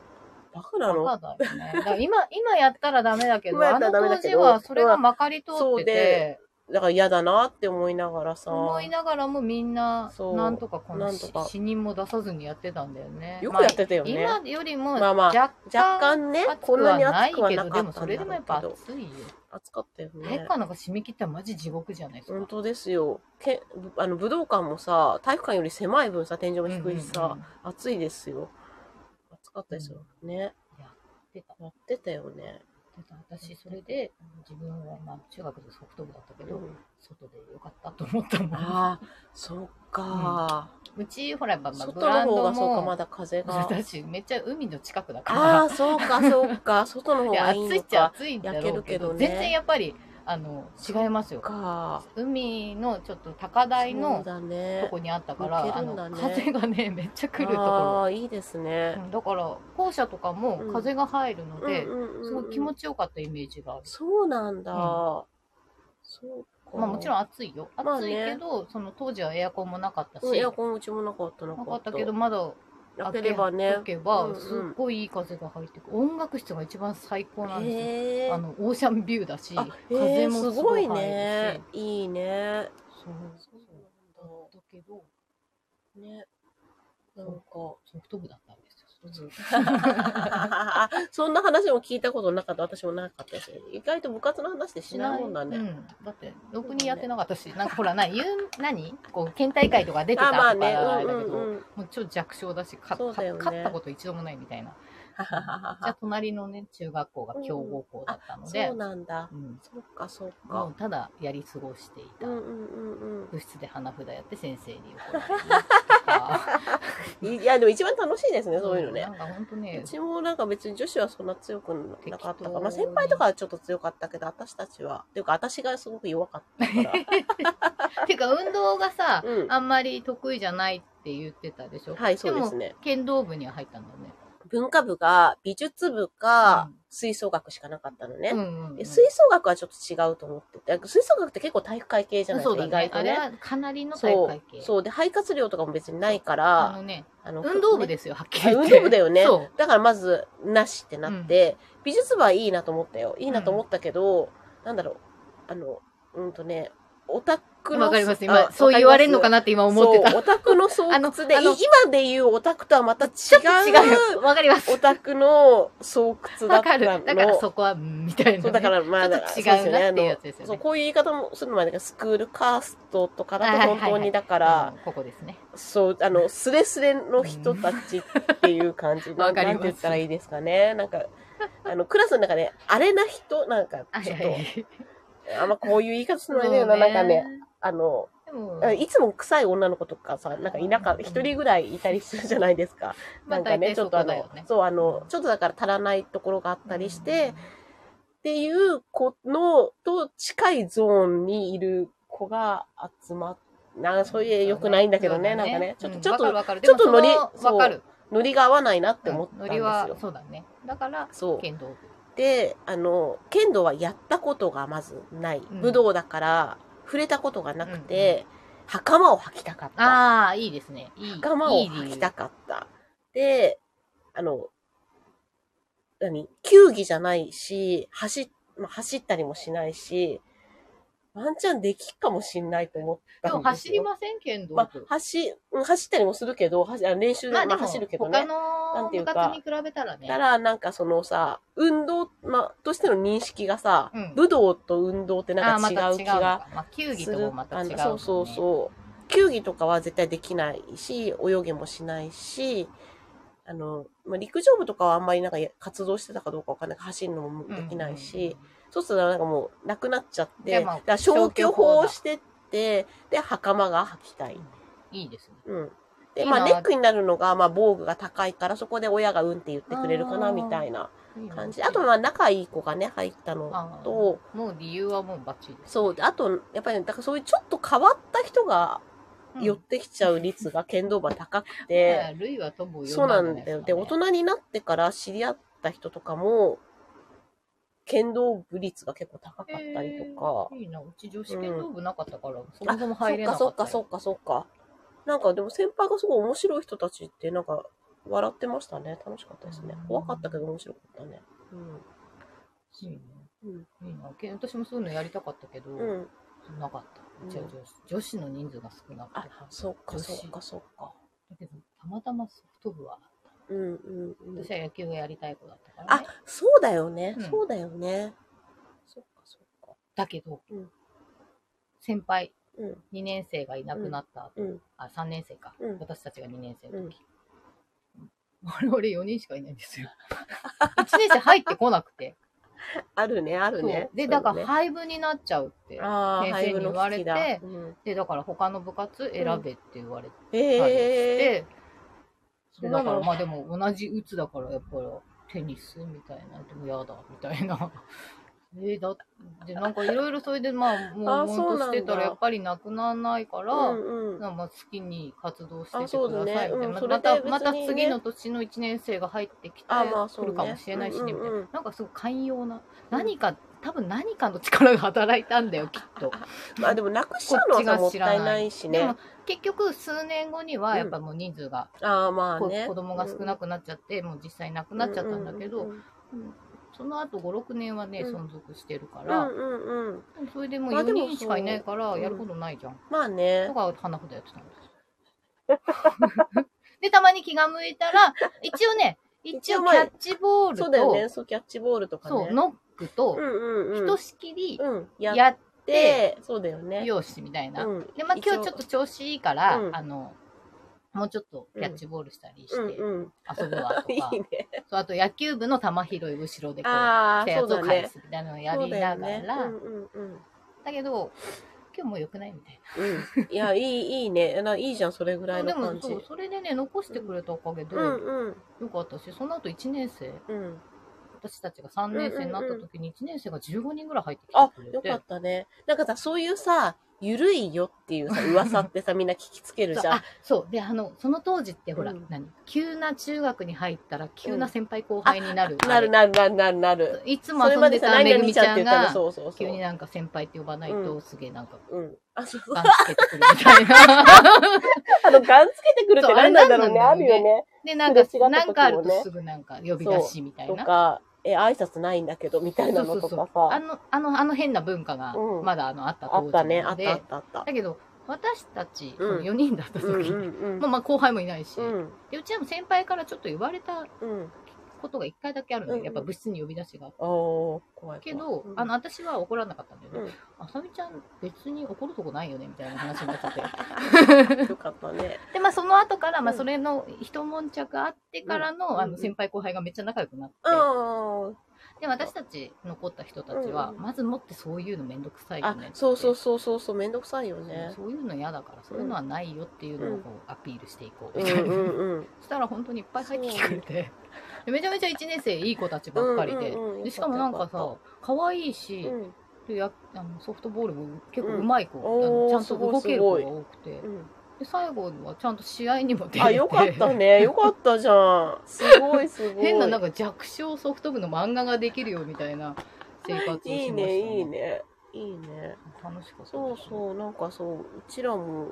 Speaker 1: バカなの
Speaker 2: バカだよね。だから 今今やったらダメだけど、
Speaker 1: 今や
Speaker 2: あ
Speaker 1: った
Speaker 2: の
Speaker 1: らダメ
Speaker 2: 当
Speaker 1: だけ
Speaker 2: 時
Speaker 1: ど
Speaker 2: はそれがまかり通
Speaker 1: そ
Speaker 2: って
Speaker 1: う
Speaker 2: て
Speaker 1: で。だから嫌だなって思いながらさ。
Speaker 2: 思いながらもみんな
Speaker 1: そう
Speaker 2: なんとかこの
Speaker 1: なんとか
Speaker 2: 死人も出さずにやってたんだよね。
Speaker 1: よくやってたよね。
Speaker 2: まあ、今よりも
Speaker 1: まあまあ
Speaker 2: 若干,、
Speaker 1: 若干ね、
Speaker 2: こ
Speaker 1: こ
Speaker 2: ん
Speaker 1: ん
Speaker 2: な
Speaker 1: な
Speaker 2: に
Speaker 1: に
Speaker 2: 暑
Speaker 1: 暑
Speaker 2: く
Speaker 1: く
Speaker 2: はない
Speaker 1: は
Speaker 2: けど
Speaker 1: なか
Speaker 2: で
Speaker 1: っ
Speaker 2: も
Speaker 1: た
Speaker 2: そ
Speaker 1: ん
Speaker 2: れで
Speaker 1: だろ
Speaker 2: もやっ
Speaker 1: う
Speaker 2: ぱ
Speaker 1: けど、
Speaker 2: 暑いよ。
Speaker 1: 暑かったよ
Speaker 2: 体
Speaker 1: ね
Speaker 2: 育。館なんか締め切ったらマジ地獄じゃないですか。
Speaker 1: 本当ですよ。けぶあの武道館もさ、体育館より狭い分さ、天井も低いしさ、
Speaker 2: うんうんうん
Speaker 1: 暑いですよ。暑かったですよ。ね。
Speaker 2: やってた
Speaker 1: やってたよね。
Speaker 2: やってた私それで自分はまあ中学でソフト部だったけど、
Speaker 1: うん
Speaker 2: 外でよかったと思ったもん。
Speaker 1: ああ、そっか、
Speaker 2: うちほらやっぱまあブ
Speaker 1: 外
Speaker 2: ラ
Speaker 1: の
Speaker 2: ン
Speaker 1: 方
Speaker 2: ド
Speaker 1: がそうか、
Speaker 2: も
Speaker 1: まだ風が。
Speaker 2: 私めっちゃ海の近くだから。
Speaker 1: ああ、そうか、そうか。外の方
Speaker 2: いや
Speaker 1: がいい
Speaker 2: 暑い
Speaker 1: の
Speaker 2: っちゃ
Speaker 1: か。
Speaker 2: 暑いんだろうけど
Speaker 1: 焼けるけどね
Speaker 2: 全然やっぱりあの違いますよ
Speaker 1: か。
Speaker 2: 海のちょっと高台
Speaker 1: そう
Speaker 2: の
Speaker 1: だ
Speaker 2: と
Speaker 1: ね
Speaker 2: こ。にあったから、
Speaker 1: 抜け
Speaker 2: あ
Speaker 1: るんだ
Speaker 2: の
Speaker 1: ね
Speaker 2: 風がねめっちゃ来ると
Speaker 1: あ
Speaker 2: こ
Speaker 1: あ、いいです
Speaker 2: ろ、
Speaker 1: ね。
Speaker 2: うんだから校舎とかも
Speaker 1: うん
Speaker 2: 風が入るので、
Speaker 1: うんうんうんうん
Speaker 2: すごい気持ちよかったイメージがある、
Speaker 1: そうなんだ。
Speaker 2: うん
Speaker 1: そうか。
Speaker 2: まあもちろん
Speaker 1: ん、
Speaker 2: 暑いよ
Speaker 1: まあ
Speaker 2: 暑い
Speaker 1: ね
Speaker 2: けど、その当時はエアコンもなかったし、
Speaker 1: エアコンうちもなかったな
Speaker 2: なかったけどまだ
Speaker 1: 開ければ
Speaker 2: 開。
Speaker 1: ね
Speaker 2: けとけば
Speaker 1: うんうん
Speaker 2: すっごいいい風が入ってくる、音楽室が一番最高なんですよ、
Speaker 1: へえ。
Speaker 2: あのオーシャンビューだし
Speaker 1: あ、へ
Speaker 2: 風
Speaker 1: え、
Speaker 2: も
Speaker 1: す
Speaker 2: すご
Speaker 1: ご
Speaker 2: い
Speaker 1: い
Speaker 2: 入るし
Speaker 1: ね。いいね。
Speaker 2: そう
Speaker 1: そう
Speaker 2: だったけど
Speaker 1: なんだ。ね。なんか。
Speaker 2: ソフト部だったんですよ。
Speaker 1: あ そんな話も聞いたことなかった。私もなかったし。意外と部活の話ってしないもんだ
Speaker 2: う
Speaker 1: ね。
Speaker 2: ん、だって、ろくにやってなかったし、なんかほら、な、言う、何こう、県大会とか出てたと
Speaker 1: あ、
Speaker 2: か
Speaker 1: ま
Speaker 2: は
Speaker 1: あ
Speaker 2: あれ
Speaker 1: ね。
Speaker 2: だけ
Speaker 1: う
Speaker 2: ど、
Speaker 1: んうんうん。
Speaker 2: もう超弱小だし、か
Speaker 1: そうだよ
Speaker 2: か
Speaker 1: ね
Speaker 2: 勝ったこと一度もないみたいな。じゃあ、隣のね、中学校が強豪校だったので
Speaker 1: そう、なんだ。
Speaker 2: うん
Speaker 1: そっか、そっ
Speaker 2: も
Speaker 1: か
Speaker 2: う。ただやり過ごしていた。
Speaker 1: うんうんうんうん。
Speaker 2: 部室で花札やって先生に怒られる。か。
Speaker 1: いいや、でも一番楽しいですね、 そういうのね
Speaker 2: な。んか本当
Speaker 1: う
Speaker 2: ね、
Speaker 1: ちもなんか別に女子はそんな強くなかった
Speaker 2: 適
Speaker 1: か
Speaker 2: 当
Speaker 1: ら、まあ先輩とかはちょっと強かったけど、私たちは、っていうか私がすごく弱かっ たから。
Speaker 2: てか運動がさ、
Speaker 1: うん
Speaker 2: あんまり得意じゃないって言ってたでしょ。
Speaker 1: はい、そうです
Speaker 2: も
Speaker 1: ね。
Speaker 2: 剣道部には入ったんだね。
Speaker 1: 文化部が美術部か
Speaker 2: うん
Speaker 1: 吹奏楽しかなかったのね。
Speaker 2: うんうんうん、
Speaker 1: で吹奏楽はちょっと違うと思ってて、吹奏楽って結構体育会系じゃないです
Speaker 2: そう
Speaker 1: か、
Speaker 2: だ
Speaker 1: 意
Speaker 2: ね
Speaker 1: 外
Speaker 2: あれ
Speaker 1: とね。
Speaker 2: はかなりの体育
Speaker 1: そう
Speaker 2: 会系。
Speaker 1: そうで肺活量とかも別にないか
Speaker 2: あ
Speaker 1: ら
Speaker 2: のね、
Speaker 1: あの
Speaker 2: 運動部
Speaker 1: ね
Speaker 2: ですよ、はっきり言っ
Speaker 1: 運
Speaker 2: て。
Speaker 1: 動部だよね
Speaker 2: そう。
Speaker 1: だからまずなしってなって、美術部はいいなと思ったよいいなと思ったけど、なんだろうあのうんとねオタクの
Speaker 2: わかります。今、そう言われるのかな
Speaker 1: な
Speaker 2: って今思ってた。
Speaker 1: オタクの巣窟
Speaker 2: あの
Speaker 1: で
Speaker 2: あの
Speaker 1: い今で言うオタクとはまた違
Speaker 2: ちょっと違う
Speaker 1: う
Speaker 2: よ。わかります
Speaker 1: オ。タクの巣窟だ
Speaker 2: わか
Speaker 1: った
Speaker 2: る。
Speaker 1: の
Speaker 2: だからそこは、うんみたいなね。
Speaker 1: そうだからまあ
Speaker 2: ちょっと違うなっていうやつですよね
Speaker 1: そうこういう言い方もするのもあれだけどスクールカーストとかだ
Speaker 2: はいは
Speaker 1: と
Speaker 2: いはい
Speaker 1: 本当にだから、
Speaker 2: あのここですね。
Speaker 1: そう、あの、スレスレの人たちっていう感じ。
Speaker 2: ん
Speaker 1: な
Speaker 2: わかります
Speaker 1: なんて言ったらいいですかね。なんか、あの、クラスの中で、あれな人、なんか、ちょっと、あんまこういう言い方するのはね、
Speaker 2: そう
Speaker 1: なんかね、。あの、
Speaker 2: でも、
Speaker 1: いつも臭い女の子とかさ、なんかいなか
Speaker 2: うん
Speaker 1: 一人ぐらいいたりするじゃないですか。
Speaker 2: ま
Speaker 1: な
Speaker 2: あ
Speaker 1: んか
Speaker 2: 大
Speaker 1: ね、
Speaker 2: 体
Speaker 1: ちょ
Speaker 2: そ
Speaker 1: っとあ
Speaker 2: こだよ
Speaker 1: の
Speaker 2: ね。、
Speaker 1: そう、あの、ちょっとだから足らないところがあったりして、っていう子の、と近いゾーンにいる子が集まっなんかそういう良くないんだけどね、なんかね、ちょっと、ちょっと
Speaker 2: わかる
Speaker 1: ちょっとノリそう
Speaker 2: わかる。
Speaker 1: ノリが合わないなっ
Speaker 2: で
Speaker 1: て思っ
Speaker 2: も
Speaker 1: た
Speaker 2: その
Speaker 1: んです
Speaker 2: わかる。ノリは
Speaker 1: よ。
Speaker 2: そうだね。だから、
Speaker 1: そう
Speaker 2: 剣道部。
Speaker 1: で、あの、剣道はやったことがまずない。
Speaker 2: うん
Speaker 1: 武道だから、触れたことがなくて、袴を履きたかった。
Speaker 2: ああ、いいですね。いい。
Speaker 1: 袴
Speaker 2: い
Speaker 1: を
Speaker 2: い理由
Speaker 1: 履きたかった。で、あの、何球技じゃないし、走っ、まあ、走ったりもしないし、ワンチャンできっかもしんないと思ったんです
Speaker 2: で
Speaker 1: よ。
Speaker 2: も走りません、剣道
Speaker 1: まあ
Speaker 2: 部。、
Speaker 1: 走、うん走ったりもするけど、走あ練習で、
Speaker 2: まあ
Speaker 1: ま
Speaker 2: で
Speaker 1: あ、
Speaker 2: も、
Speaker 1: 走るけどね。
Speaker 2: 他の部活に比べたらね。
Speaker 1: たら、なんかそのさ、運動、まあ、としての認識がさ、
Speaker 2: うん
Speaker 1: 武道と運動って
Speaker 2: あ
Speaker 1: な
Speaker 2: あ
Speaker 1: んか
Speaker 2: ま
Speaker 1: 違
Speaker 2: た
Speaker 1: う
Speaker 2: 違
Speaker 1: 気
Speaker 2: うの
Speaker 1: が
Speaker 2: かまあ、球技
Speaker 1: す
Speaker 2: と
Speaker 1: る。
Speaker 2: もまた違う、ね。
Speaker 1: あのそうそうそう。球技とかは絶対できないし、泳げもしないし、あの、まあ、陸上部とかはあんまりなんか活動してたかどうかわかんない走るのも
Speaker 2: うん
Speaker 1: できないし、、そうするとなんかもうなくなっちゃっ
Speaker 2: で
Speaker 1: て、だ
Speaker 2: も
Speaker 1: から消去法
Speaker 2: 消去法
Speaker 1: を
Speaker 2: だ
Speaker 1: してって、で、袴が履きたい。
Speaker 2: いいですね。
Speaker 1: うん。で、
Speaker 2: いい
Speaker 1: ま
Speaker 2: な
Speaker 1: あ、ネックになるのが、まあ、防具が高いから、そこで親がうんって言ってくれるかな、
Speaker 2: あー
Speaker 1: みたいない
Speaker 2: いな
Speaker 1: 感じ。あと、まあ、仲いい子がね、入ったの
Speaker 2: あー
Speaker 1: と、
Speaker 2: もう理由はもうバッチリです。
Speaker 1: そう、であと、やっぱり、だからそういうちょっと変わった人が
Speaker 2: うん
Speaker 1: 寄ってきちゃう率が剣道部は高く
Speaker 2: まあ
Speaker 1: て、
Speaker 2: 類は友を呼
Speaker 1: そうなんだよ。で、大人になってから知り合った人とかも、剣道部率が結構高かったりとか。
Speaker 2: いいな、うち女子剣道部なかったから、そもそも入れなかった。
Speaker 1: そっかそっかそっかそっか。なんかでも先輩がすごい面白い人たちってなんか笑ってましたね。楽しかったですね。怖かったけど面白かったね。
Speaker 2: いいね
Speaker 1: うん。
Speaker 2: いいなけ私もそういうのやりたかったけど、
Speaker 1: うん。うん。
Speaker 2: なかった。うちは女子女子の人数が少なくて。
Speaker 1: あ、そっか
Speaker 2: 女
Speaker 1: そ
Speaker 2: 子
Speaker 1: っかそっか。
Speaker 2: だけど、たまたまソフト部は、
Speaker 1: うんうんうん
Speaker 2: 私。は野球をやりたい子だったから、
Speaker 1: あ
Speaker 2: ね。、
Speaker 1: そうだよね。
Speaker 2: うん
Speaker 1: そうだよね。そっかそっか。
Speaker 2: だけど、
Speaker 1: うん
Speaker 2: 先輩、
Speaker 1: うん
Speaker 2: 2年生がいなくなった後、
Speaker 1: うん。
Speaker 2: あ、3年生か、
Speaker 1: うん
Speaker 2: 私たちが2年生の時。我々4人しかいないんですよ。1年生入ってこなくて。
Speaker 1: あるね、あるね
Speaker 2: そ。うで、だから
Speaker 1: そうね
Speaker 2: 廃部になっちゃうって。
Speaker 1: あー
Speaker 2: 先生に言われて
Speaker 1: 配布の好きだうん
Speaker 2: で、だから他の部活選べって言われて、
Speaker 1: ええ。そ
Speaker 2: で
Speaker 1: ん
Speaker 2: だ
Speaker 1: な
Speaker 2: から
Speaker 1: の
Speaker 2: まあでも同じ打つだからやっぱりテニスみたいな、でもやだみたいな。 えー、だでなんかいろいろそれでまあも
Speaker 1: あ
Speaker 2: う
Speaker 1: ー
Speaker 2: 悶としてた
Speaker 1: そうなんだ
Speaker 2: らやっぱりなくならないから、
Speaker 1: うんうん。
Speaker 2: まあまあ好きに活動してて
Speaker 1: あそう
Speaker 2: く
Speaker 1: だ
Speaker 2: だ
Speaker 1: ね
Speaker 2: さいみたいな、
Speaker 1: うん
Speaker 2: ま
Speaker 1: それ
Speaker 2: また
Speaker 1: で別にね
Speaker 2: また次の年の1年生が入ってきて
Speaker 1: あまあそ
Speaker 2: 来
Speaker 1: うね
Speaker 2: るかもしれないしねみたいな、
Speaker 1: うんうんうん
Speaker 2: なんかすごい寛容な何か多分何かの力が働いたんだよきっと。
Speaker 1: まあでもなくしちゃうのはさ
Speaker 2: こ
Speaker 1: も
Speaker 2: っ
Speaker 1: っ
Speaker 2: ちが知らな
Speaker 1: た
Speaker 2: い
Speaker 1: いないし
Speaker 2: で
Speaker 1: ね
Speaker 2: も。結局数年後にはやっぱもう人数が、
Speaker 1: ああまあ
Speaker 2: こ
Speaker 1: ね。
Speaker 2: 子供が少なくなっちゃって、もう実際なくなっちゃったんだけど、
Speaker 1: うんうんうん
Speaker 2: うんその後5、6年はね、
Speaker 1: うん
Speaker 2: 存続してるか
Speaker 1: う
Speaker 2: ら、
Speaker 1: んうんうん。
Speaker 2: それでもう
Speaker 1: まあで
Speaker 2: 4
Speaker 1: も
Speaker 2: 人しかいないから、
Speaker 1: そう
Speaker 2: やることないじゃん。
Speaker 1: まあね
Speaker 2: だ。から花札やってたんですよ。 で、たまに気が向いたら、一応ね、一
Speaker 1: 一応
Speaker 2: 応キ
Speaker 1: まあ
Speaker 2: ャッチボールと、
Speaker 1: そうだよね。そう、キャッチボールとかね。
Speaker 2: そうノックと
Speaker 1: う、んうん
Speaker 2: ひ
Speaker 1: うん
Speaker 2: と。しきり
Speaker 1: うん。やっ、
Speaker 2: やって
Speaker 1: そうだよね。
Speaker 2: てよしみたいな。
Speaker 1: うん。
Speaker 2: で、まあ
Speaker 1: 一応
Speaker 2: 今日ちょっと調子いいから、
Speaker 1: うん
Speaker 2: あの、もうちょっとキャッチボールしたりして
Speaker 1: うん
Speaker 2: 遊
Speaker 1: うん。
Speaker 2: ぶわとか、
Speaker 1: いいね。
Speaker 2: そうあと野球部の球拾い後ろでこう、
Speaker 1: あ
Speaker 2: 来た
Speaker 1: あ、
Speaker 2: や
Speaker 1: そう
Speaker 2: つを
Speaker 1: だ
Speaker 2: 返
Speaker 1: ね。
Speaker 2: すみたいなのをや
Speaker 1: そ
Speaker 2: り
Speaker 1: うだ
Speaker 2: な
Speaker 1: よ
Speaker 2: がら、
Speaker 1: ね。
Speaker 2: だけど、今日もう良くないみたい
Speaker 1: うん。いや、いい、いいね。ないいじゃん、それぐら
Speaker 2: な。
Speaker 1: いの
Speaker 2: でも
Speaker 1: 感じ。
Speaker 2: そう
Speaker 1: う
Speaker 2: それでね残してくれたおかげで、
Speaker 1: んうん。
Speaker 2: よかったしその後1年生
Speaker 1: うん。
Speaker 2: 私たちが3年生になった時に1年生が15人ぐらい入ってき
Speaker 1: あ
Speaker 2: てく、れ
Speaker 1: よ
Speaker 2: て、
Speaker 1: かったね。なんかさ、そういうさ、ゆるいよっていうさ、噂っ てさ、みんな聞きつける
Speaker 2: そう
Speaker 1: じゃん
Speaker 2: あ。そうであのその当時ってほら、
Speaker 1: うん
Speaker 2: 何急な中学に入ったら急な先輩後輩になる、
Speaker 1: なるなるなるなるな
Speaker 2: あ
Speaker 1: る。
Speaker 2: れいつも
Speaker 1: それ
Speaker 2: 遊ん
Speaker 1: まで
Speaker 2: で
Speaker 1: さ、
Speaker 2: た
Speaker 1: 何
Speaker 2: めぐ
Speaker 1: 々
Speaker 2: みち
Speaker 1: ち
Speaker 2: ゃ
Speaker 1: ゃんって言
Speaker 2: ん
Speaker 1: ったら、
Speaker 2: が
Speaker 1: そうそうそ
Speaker 2: 急に
Speaker 1: う。
Speaker 2: なんか先輩って呼ばないと、すげえなんか
Speaker 1: うん。あ、そうそう。
Speaker 2: バンつけてくるみたい な
Speaker 1: あの、ガンつけてくるって何なんだろう
Speaker 2: そ
Speaker 1: ね。
Speaker 2: う
Speaker 1: あ
Speaker 2: あ
Speaker 1: る
Speaker 2: れ何なんだろうね
Speaker 1: よね。
Speaker 2: でなんか
Speaker 1: すれ違った
Speaker 2: な
Speaker 1: 時もね
Speaker 2: んかあるとすぐなんか呼び出しみたい
Speaker 1: と
Speaker 2: な
Speaker 1: か、え、挨拶ないんだけど、みたいなのとか
Speaker 2: あ
Speaker 1: さ。
Speaker 2: のあのあの変な文化が
Speaker 1: うん
Speaker 2: まだあのあった
Speaker 1: あ
Speaker 2: 当
Speaker 1: っ
Speaker 2: 時
Speaker 1: た
Speaker 2: な
Speaker 1: ね。あ
Speaker 2: の
Speaker 1: っ
Speaker 2: で、
Speaker 1: たあったあった。
Speaker 2: だけど私たち、
Speaker 1: うん
Speaker 2: その4人だった時、
Speaker 1: うんうん
Speaker 2: まあ、まあ後輩もいないし、
Speaker 1: うん。うん。
Speaker 2: でうちはもう先輩からちょっと言われた
Speaker 1: うん。
Speaker 2: ことが1回だけあるので、
Speaker 1: うんうん
Speaker 2: やっぱ部室に呼び出しがあって
Speaker 1: おー、怖い怖い。
Speaker 2: けど、
Speaker 1: うん
Speaker 2: あの、私は怒らなかったんだよね、
Speaker 1: うん
Speaker 2: あさみちゃん別に怒るとこないよねみたいな話になっち ゃって
Speaker 1: よかったね。
Speaker 2: でまあその後から、まあ、
Speaker 1: うん
Speaker 2: それの一悶着あってからの,、
Speaker 1: うん
Speaker 2: あの先輩後輩がめっちゃ仲良くなって、
Speaker 1: うん。
Speaker 2: で私たち残った人たちは、
Speaker 1: うん
Speaker 2: まずもってそういうのめんどくさいよ
Speaker 1: あ
Speaker 2: ねって、
Speaker 1: そうそうそうそうそう、めんどくさいよ
Speaker 2: そう
Speaker 1: ね。
Speaker 2: そういうの嫌だからそういうのはないよっていうのをこうアピールしていこう
Speaker 1: う
Speaker 2: み
Speaker 1: ん
Speaker 2: たいな、
Speaker 1: うんうん。
Speaker 2: そしたら本当にいっぱい入ってきてくれてでめちゃめちゃ1年生いい子たちばっかりで,、
Speaker 1: うんうんうん
Speaker 2: でしかもなんかさ可愛いし、
Speaker 1: うん
Speaker 2: でやあのソフトボールも結構うまい子、
Speaker 1: うん
Speaker 2: あ
Speaker 1: おー
Speaker 2: のちゃんと動ける子が多くて
Speaker 1: うん
Speaker 2: で最後はちゃんと試合にも出れて
Speaker 1: あ、よかったね。よかったじゃん。すごいすご い。
Speaker 2: 変ななんか弱小ソフト部の漫画ができるよみたいな生活をしました、
Speaker 1: いいね、いいね。いいね。
Speaker 2: 楽しかった
Speaker 1: そう
Speaker 2: う
Speaker 1: そう、なんかそう、うちらも、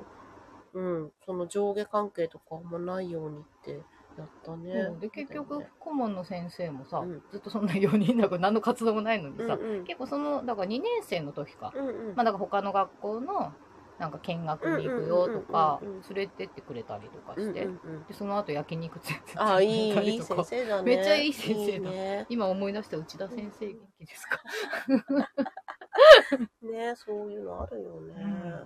Speaker 1: うん、その上下関係とかあんまないようにってやったね。
Speaker 2: んで結局顧問の先生もさ、
Speaker 1: うん
Speaker 2: ずっとそんな4人だから何の活動もないのに
Speaker 1: う
Speaker 2: さ、
Speaker 1: んうん、
Speaker 2: 結構そのだから2年生の時か、
Speaker 1: うんうん
Speaker 2: まあ、だから他の学校のなんか見学に行くよとか
Speaker 1: うんうんうんうん
Speaker 2: 連れてってくれたりとか
Speaker 1: うんう
Speaker 2: して、
Speaker 1: んうん
Speaker 2: でその後焼肉連れてってくれ
Speaker 1: あ、いい、
Speaker 2: た
Speaker 1: い
Speaker 2: り
Speaker 1: い
Speaker 2: と
Speaker 1: 先
Speaker 2: か
Speaker 1: 生だね。
Speaker 2: めっちゃいい先生だ
Speaker 1: いいね。
Speaker 2: 今思い出した内田先生元気です か、
Speaker 1: ねそういうのあるよね。
Speaker 2: うん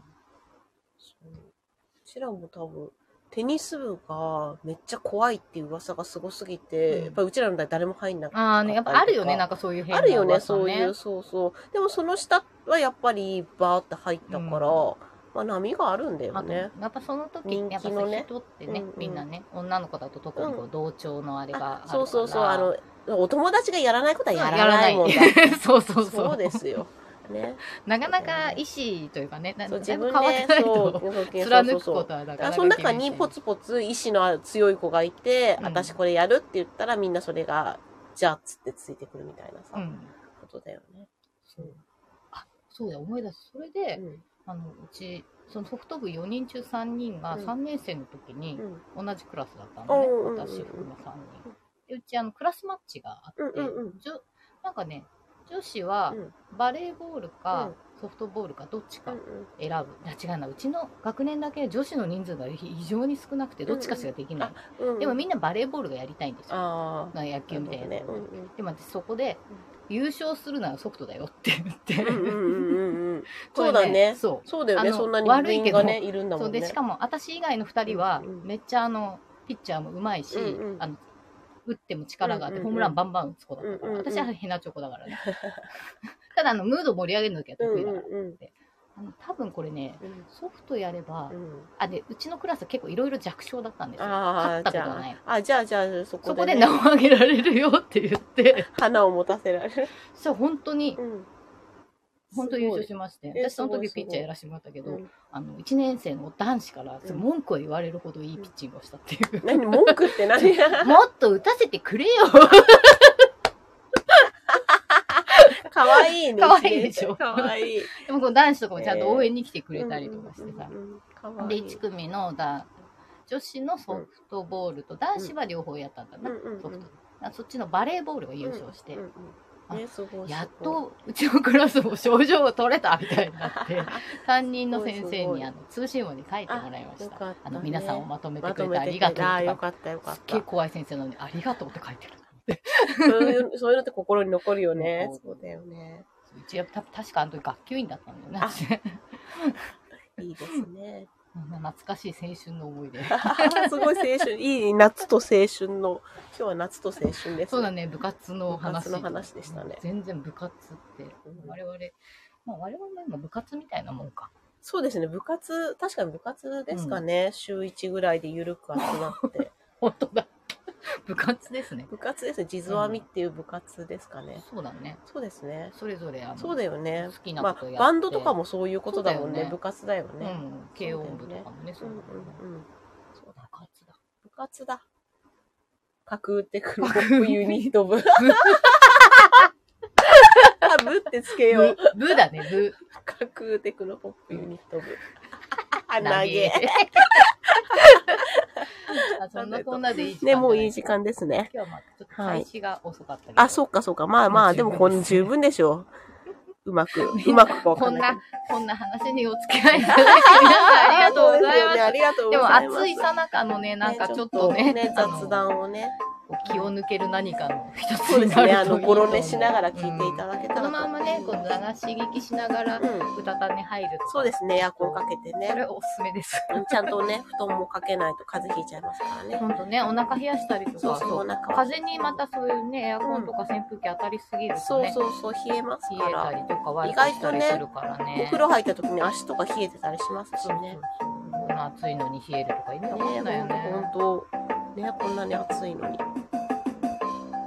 Speaker 1: そううちらも多分、テニス部がめっちゃ怖いっていう噂がすごすぎて、
Speaker 2: うん
Speaker 1: やっぱりうちらの代誰も入んなくて。
Speaker 2: ああねやっぱあるよねなんかそういう変
Speaker 1: あ
Speaker 2: な
Speaker 1: るよね、
Speaker 2: 噂
Speaker 1: そういう、そうそう。でもその下はやっぱりバーって入ったから、
Speaker 2: う
Speaker 1: まあ波があるんだよ
Speaker 2: あと
Speaker 1: ね
Speaker 2: や。っぱその時
Speaker 1: 人
Speaker 2: やっ
Speaker 1: 気
Speaker 2: ぱ
Speaker 1: の
Speaker 2: さ
Speaker 1: ね
Speaker 2: 人ってね、
Speaker 1: うんうん
Speaker 2: みんなね女の子だと特にこ
Speaker 1: う
Speaker 2: う同調のあれがあるから、
Speaker 1: そうそうそう、あの、お友達がやらないことはやらないもんだ。
Speaker 2: そうそうそう
Speaker 1: そうで すよ。ね。
Speaker 2: なかなか意思というかねな
Speaker 1: そう
Speaker 2: だい
Speaker 1: 自
Speaker 2: ぶ
Speaker 1: 分
Speaker 2: 変わってな
Speaker 1: で、
Speaker 2: い
Speaker 1: そう
Speaker 2: と、貫くことはなかな
Speaker 1: あ
Speaker 2: か
Speaker 1: その中にポ
Speaker 2: ツ
Speaker 1: ツポツ意志の強い子がいて、
Speaker 2: うん
Speaker 1: 私これやるって言ったらみんなそれが、じゃあっつってついてくるみたいなさ、
Speaker 2: うん
Speaker 1: ことだよね。
Speaker 2: そうあそうだ思い出すそれで、
Speaker 1: うん
Speaker 2: あのうちそのソフト部4人中3人が
Speaker 1: うん
Speaker 2: 3年生の時に
Speaker 1: うん
Speaker 2: 同じクラスだったのね、
Speaker 1: うんうんうん
Speaker 2: 私含め3人でうちあのクラスマッチがあって、
Speaker 1: うんうんうん
Speaker 2: じょなんかね女子は
Speaker 1: うん
Speaker 2: バレーボール
Speaker 1: う
Speaker 2: か
Speaker 1: ん
Speaker 2: ソフトボールかどっち
Speaker 1: う
Speaker 2: か
Speaker 1: んうん
Speaker 2: 選ぶ、あ違うなうちの学年だけ女子の人数が非常に少なくてどっちかしかできない、
Speaker 1: うんうん
Speaker 2: でもみんなバレーボールがやりたいんですよ、
Speaker 1: ああ、
Speaker 2: まあ野球みたいな
Speaker 1: なる
Speaker 2: やつ
Speaker 1: ほどねうんうん
Speaker 2: でも私そこで優勝するならソフトだよって言って、
Speaker 1: うんうんうんうん、
Speaker 2: こ
Speaker 1: そ
Speaker 2: れ
Speaker 1: うだね。
Speaker 2: そう
Speaker 1: そうだよね。
Speaker 2: あの
Speaker 1: そんなに部
Speaker 2: 悪
Speaker 1: 員
Speaker 2: いけど
Speaker 1: がね、いるんだも
Speaker 2: そうん
Speaker 1: ね。
Speaker 2: でしかも私以外の2人は
Speaker 1: うんうん
Speaker 2: めっちゃあのピッチャーもうまいし、
Speaker 1: うんうん
Speaker 2: あの打っても力があって、
Speaker 1: うんうんう
Speaker 2: ホ
Speaker 1: ん
Speaker 2: ームランバンバン打つ子だったから、
Speaker 1: うんうんうん
Speaker 2: 私はヘナチョコだからね ただあのムード盛り上げるの時は
Speaker 1: う
Speaker 2: 得
Speaker 1: んう
Speaker 2: 意
Speaker 1: ん
Speaker 2: だ
Speaker 1: う
Speaker 2: から、
Speaker 1: ん
Speaker 2: あの多分これね
Speaker 1: うん
Speaker 2: ソフトやれば、
Speaker 1: うん。
Speaker 2: あでうちのクラスは結構いろいろ弱小だったんですよ勝
Speaker 1: あ
Speaker 2: っ
Speaker 1: あ、
Speaker 2: たこ
Speaker 1: じ
Speaker 2: と
Speaker 1: ゃ
Speaker 2: はな
Speaker 1: あ
Speaker 2: い、
Speaker 1: あじゃあ、じゃあ、そ
Speaker 2: そ
Speaker 1: こ
Speaker 2: こ
Speaker 1: で
Speaker 2: で
Speaker 1: ね
Speaker 2: 名を上げられるよって言 って
Speaker 1: 花を持たせられる。
Speaker 2: そしたら本当に
Speaker 1: うん
Speaker 2: 本当に優勝しまして
Speaker 1: え
Speaker 2: 私その
Speaker 1: すご
Speaker 2: 時
Speaker 1: いすご
Speaker 2: ピ
Speaker 1: い
Speaker 2: ッチャーやらせてもらったけど、
Speaker 1: うん
Speaker 2: あの1年生の男子から
Speaker 1: うん
Speaker 2: 文句を言われるほどいいピッチングをしたっていう、
Speaker 1: 何、文句って何
Speaker 2: もっと打たせて くれよ
Speaker 1: かわいいね。
Speaker 2: 可愛いでしょ
Speaker 1: かわいい。
Speaker 2: でもこの男子とかもちゃんと応援に来てくれたりとかしてさ
Speaker 1: う、んうんうんうん。かわ
Speaker 2: で
Speaker 1: いい。
Speaker 2: 1組のだ女子のソフトボールと男子は両方やったんだな、
Speaker 1: うんうん
Speaker 2: ソフトだからそっちのバレーボールが優勝して、
Speaker 1: うんうんね、すごい。
Speaker 2: やっとうちのクラスも症状が取れたみたいにな って担任の先生
Speaker 1: すごいすごい
Speaker 2: にあの通信音に書いてもらいまし
Speaker 1: よ
Speaker 2: た
Speaker 1: かった
Speaker 2: あ
Speaker 1: ね
Speaker 2: の皆さんをまとめ
Speaker 1: すごい、
Speaker 2: てく
Speaker 1: まと
Speaker 2: れてあ
Speaker 1: めて
Speaker 2: り
Speaker 1: くれ
Speaker 2: が
Speaker 1: て
Speaker 2: とう
Speaker 1: あーよ
Speaker 2: と
Speaker 1: か
Speaker 2: か
Speaker 1: ったよかっ
Speaker 2: すったげえ。怖い先生なのにありがとうって書いてる
Speaker 1: そういう、そういうのって心に残るよね。
Speaker 2: うん
Speaker 1: そうだよね。
Speaker 2: うちはた確かあの時学級委員だったんだよね
Speaker 1: あ
Speaker 2: 私ね
Speaker 1: いいですね。
Speaker 2: そんな懐かしい青春の思い出
Speaker 1: すごい青春、いい夏と青春の、今日は夏と青春です。
Speaker 2: そうだね部活の話
Speaker 1: 部活の話でしたね
Speaker 2: 全然部活って
Speaker 1: うん
Speaker 2: 我々、まあ、我々も今部活みたいなもんか
Speaker 1: そうですね、部活、確かに部活ですかね、週1ぐらいで緩く集ま って。
Speaker 2: 本当だ。部活ですね。
Speaker 1: 部活ですね、地図編みっていう部活ですかね。
Speaker 2: そうだね。
Speaker 1: そうですね。
Speaker 2: それぞれあの
Speaker 1: そうだよね
Speaker 2: 好。きな
Speaker 1: ま
Speaker 2: こ
Speaker 1: あ
Speaker 2: とやって、、
Speaker 1: バンドとかもそういうことだもん
Speaker 2: そうだ
Speaker 1: ね、
Speaker 2: よね
Speaker 1: 部活だよ
Speaker 2: う
Speaker 1: ね。
Speaker 2: ん、軽音部とかもね、
Speaker 1: う
Speaker 2: そ
Speaker 1: ん
Speaker 2: う
Speaker 1: う
Speaker 2: だ
Speaker 1: ん
Speaker 2: よね。
Speaker 1: うん、
Speaker 2: 部活だ。
Speaker 1: 部活だ。架空ってくるポップユニット部。あ、 部ってつけよう。
Speaker 2: 部部だね、部。
Speaker 1: 架空テクノポップユニッ ト部。 あ、投げ。。
Speaker 2: あそんなこんなでいい時間
Speaker 1: ね、もういい
Speaker 2: じ
Speaker 1: 時間ですね。
Speaker 2: ゃない。今日はまあちょっと開始が遅かったけど。
Speaker 1: あ、そうかそうか。まあまあ、でもこん十分でしょう。う まく、うまくこう。
Speaker 2: こんな、 こんな話にお付き合いいただき、皆さんありがとうございま
Speaker 1: そうですよねあ
Speaker 2: す。
Speaker 1: りがとうご
Speaker 2: で
Speaker 1: ざ
Speaker 2: も
Speaker 1: います。
Speaker 2: 暑いさなかの ね、なんかちょっと
Speaker 1: ちょ
Speaker 2: ね、あの
Speaker 1: 雑談をね。
Speaker 2: こう気を抜ける何かの一つ
Speaker 1: そうで
Speaker 2: に
Speaker 1: す
Speaker 2: なるといいと
Speaker 1: ね。あ
Speaker 2: 思う
Speaker 1: の、ゴロ寝しながら聞いていた
Speaker 2: うん
Speaker 1: だけ
Speaker 2: こ
Speaker 1: たら
Speaker 2: の
Speaker 1: と。
Speaker 2: ままね、こう流し聞きしながら、
Speaker 1: うん
Speaker 2: うたた寝入るとか。
Speaker 1: そうですね。エアコンかけて
Speaker 2: それ
Speaker 1: ね。
Speaker 2: おすすめです。
Speaker 1: ちゃんとね、布団もかけないと風邪ひいちゃいますからね。
Speaker 2: ほんとね、お腹冷やしたりとか、
Speaker 1: そうそう
Speaker 2: そう
Speaker 1: お腹
Speaker 2: 風にまたそういうね、エアコンとか扇風機当たりすぎると
Speaker 1: そう
Speaker 2: ね、
Speaker 1: そうそう、冷えますか
Speaker 2: 冷えた
Speaker 1: ら。
Speaker 2: りとか悪くしたりするからね。
Speaker 1: お風呂入った時に足とか冷えてたりしますし
Speaker 2: そうそう
Speaker 1: ね。
Speaker 2: そうこんな暑いのに冷えるとか意味
Speaker 1: ね
Speaker 2: わかんないよね。
Speaker 1: 本当ね、こんなに暑いのに。は
Speaker 2: じゃ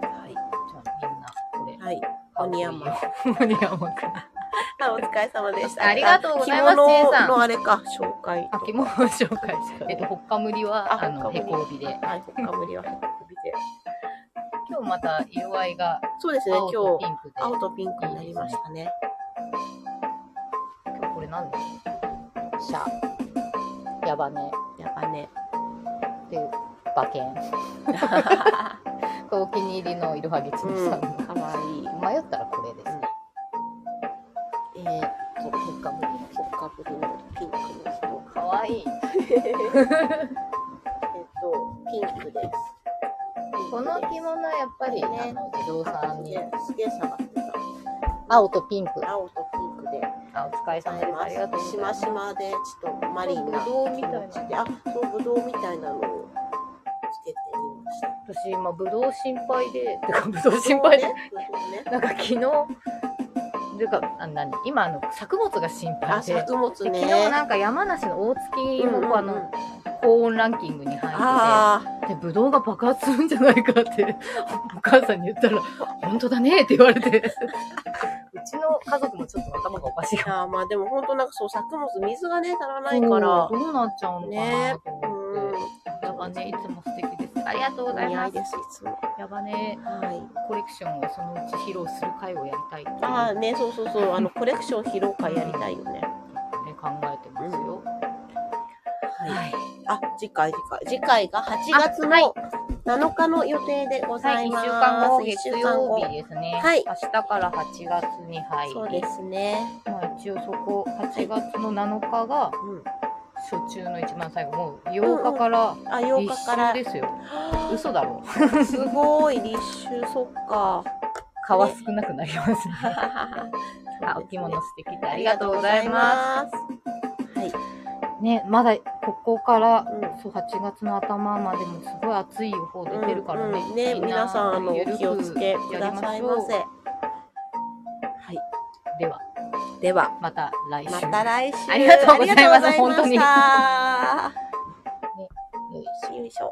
Speaker 2: あみん
Speaker 1: い。
Speaker 2: な、
Speaker 1: はい。
Speaker 2: これ。
Speaker 1: 鬼山。
Speaker 2: オニヤマくん。
Speaker 1: あ、お疲れ様でした。
Speaker 2: ありがとうございます
Speaker 1: 着物
Speaker 2: ちえさん
Speaker 1: のあれか、紹介と。
Speaker 2: 秋も紹介して。えっと、ほっかむりは、
Speaker 1: あ
Speaker 2: あの、
Speaker 1: ほっか
Speaker 2: へ
Speaker 1: むり
Speaker 2: こびで。
Speaker 1: はい、ほっかむりはへこびで。
Speaker 2: 今日また色合いが
Speaker 1: そうですね、
Speaker 2: 青と
Speaker 1: 今日
Speaker 2: ピ、ンクで。
Speaker 1: 青とピンクになりましたね。
Speaker 2: 今日これなんだシャ、ヤバネ、
Speaker 1: やばね。
Speaker 2: で、馬券。これお気に入りの色はぎつ
Speaker 1: う
Speaker 2: ねさんの
Speaker 1: ん、。かわいい。
Speaker 2: 迷ったらこれですね。
Speaker 1: えー、と、ほっかむりの、ほっかむりのピンクの人。
Speaker 2: かわいい。
Speaker 1: えっと、ピンクです。
Speaker 2: この着物はやっぱり、
Speaker 1: ね
Speaker 2: あの、児童さんに、
Speaker 1: すげえ下がって
Speaker 2: 青とピンク。
Speaker 1: た。青とピンクで。
Speaker 2: あお疲れ様です。ありがとうござい
Speaker 1: し
Speaker 2: ま。
Speaker 1: ますしまで、ちょっとマリンな
Speaker 2: ぶどうみたいな
Speaker 1: 気持ちであ、そう、ぶどうみたいなのをつけてみました。
Speaker 2: 私今ぶどう心配で、 てかぶどう心配で、
Speaker 1: ぶど
Speaker 2: な
Speaker 1: うね。
Speaker 2: んか昨日、というか、あ何今あの作物が心
Speaker 1: あ、
Speaker 2: 配で。
Speaker 1: 作物
Speaker 2: で
Speaker 1: ね。
Speaker 2: 昨日なんか山梨の大月も、
Speaker 1: うんうんうん
Speaker 2: あの高温ランキングに入
Speaker 1: あ
Speaker 2: っててでブドウが爆発するんじゃないかって お母さんに言ったら「本当だね」って言われ てうちの家族もちょっと頭がおかしい
Speaker 1: ー
Speaker 2: か
Speaker 1: あー、まあでも本当なんかそう、作物、水がね、足ら
Speaker 2: ら
Speaker 1: ないから
Speaker 2: そ。うどうなっちゃうのか
Speaker 1: ね
Speaker 2: なと思って、
Speaker 1: う
Speaker 2: ヤバネいつも素敵ですありがとうご
Speaker 1: ん。お
Speaker 2: ざい
Speaker 1: 似合
Speaker 2: ま
Speaker 1: い
Speaker 2: す
Speaker 1: です、いつも。
Speaker 2: ヤバネ
Speaker 1: はい。
Speaker 2: コレクションをそのうち披露する会をやりたいっていう
Speaker 1: ああ、ね、そうそうそう、あの、コレクション披露会やりたいよね。
Speaker 2: ね考えてますよ、
Speaker 1: はい。
Speaker 2: い
Speaker 1: あ、次回、次回。次回が8月
Speaker 2: あはい
Speaker 1: の7日の予定でござ
Speaker 2: はい、
Speaker 1: い
Speaker 2: 一
Speaker 1: ます。
Speaker 2: 週間後、
Speaker 1: 一
Speaker 2: 月
Speaker 1: 週間後
Speaker 2: 曜日ですね。
Speaker 1: はい
Speaker 2: 明日から8月に入り、
Speaker 1: そうですね。
Speaker 2: まあ一応そこ、8月の7日が
Speaker 1: うん。
Speaker 2: 初中の一番最後、もう8日から
Speaker 1: あ、
Speaker 2: 一
Speaker 1: 8日から
Speaker 2: 週。ですよ。嘘だろう。
Speaker 1: すごい、立秋、そっ か。。
Speaker 2: 皮少なくなり ますね。あ、お着物素敵でありがとうございます
Speaker 1: はい。
Speaker 2: す。ね、まだここから、
Speaker 1: うん
Speaker 2: そう、8月の頭までもすごい暑い予報出てるからね。
Speaker 1: うんうんね、
Speaker 2: みんな
Speaker 1: 皆さん、あの、お
Speaker 2: ゆるく
Speaker 1: 気をつけくださ
Speaker 2: や
Speaker 1: いませ。
Speaker 2: りしょ
Speaker 1: はい。
Speaker 2: うでは、
Speaker 1: では、
Speaker 2: また来週。
Speaker 1: また来週。
Speaker 2: ありがとうございます
Speaker 1: ありがとうございました。
Speaker 2: よいしょ
Speaker 1: よいしょ。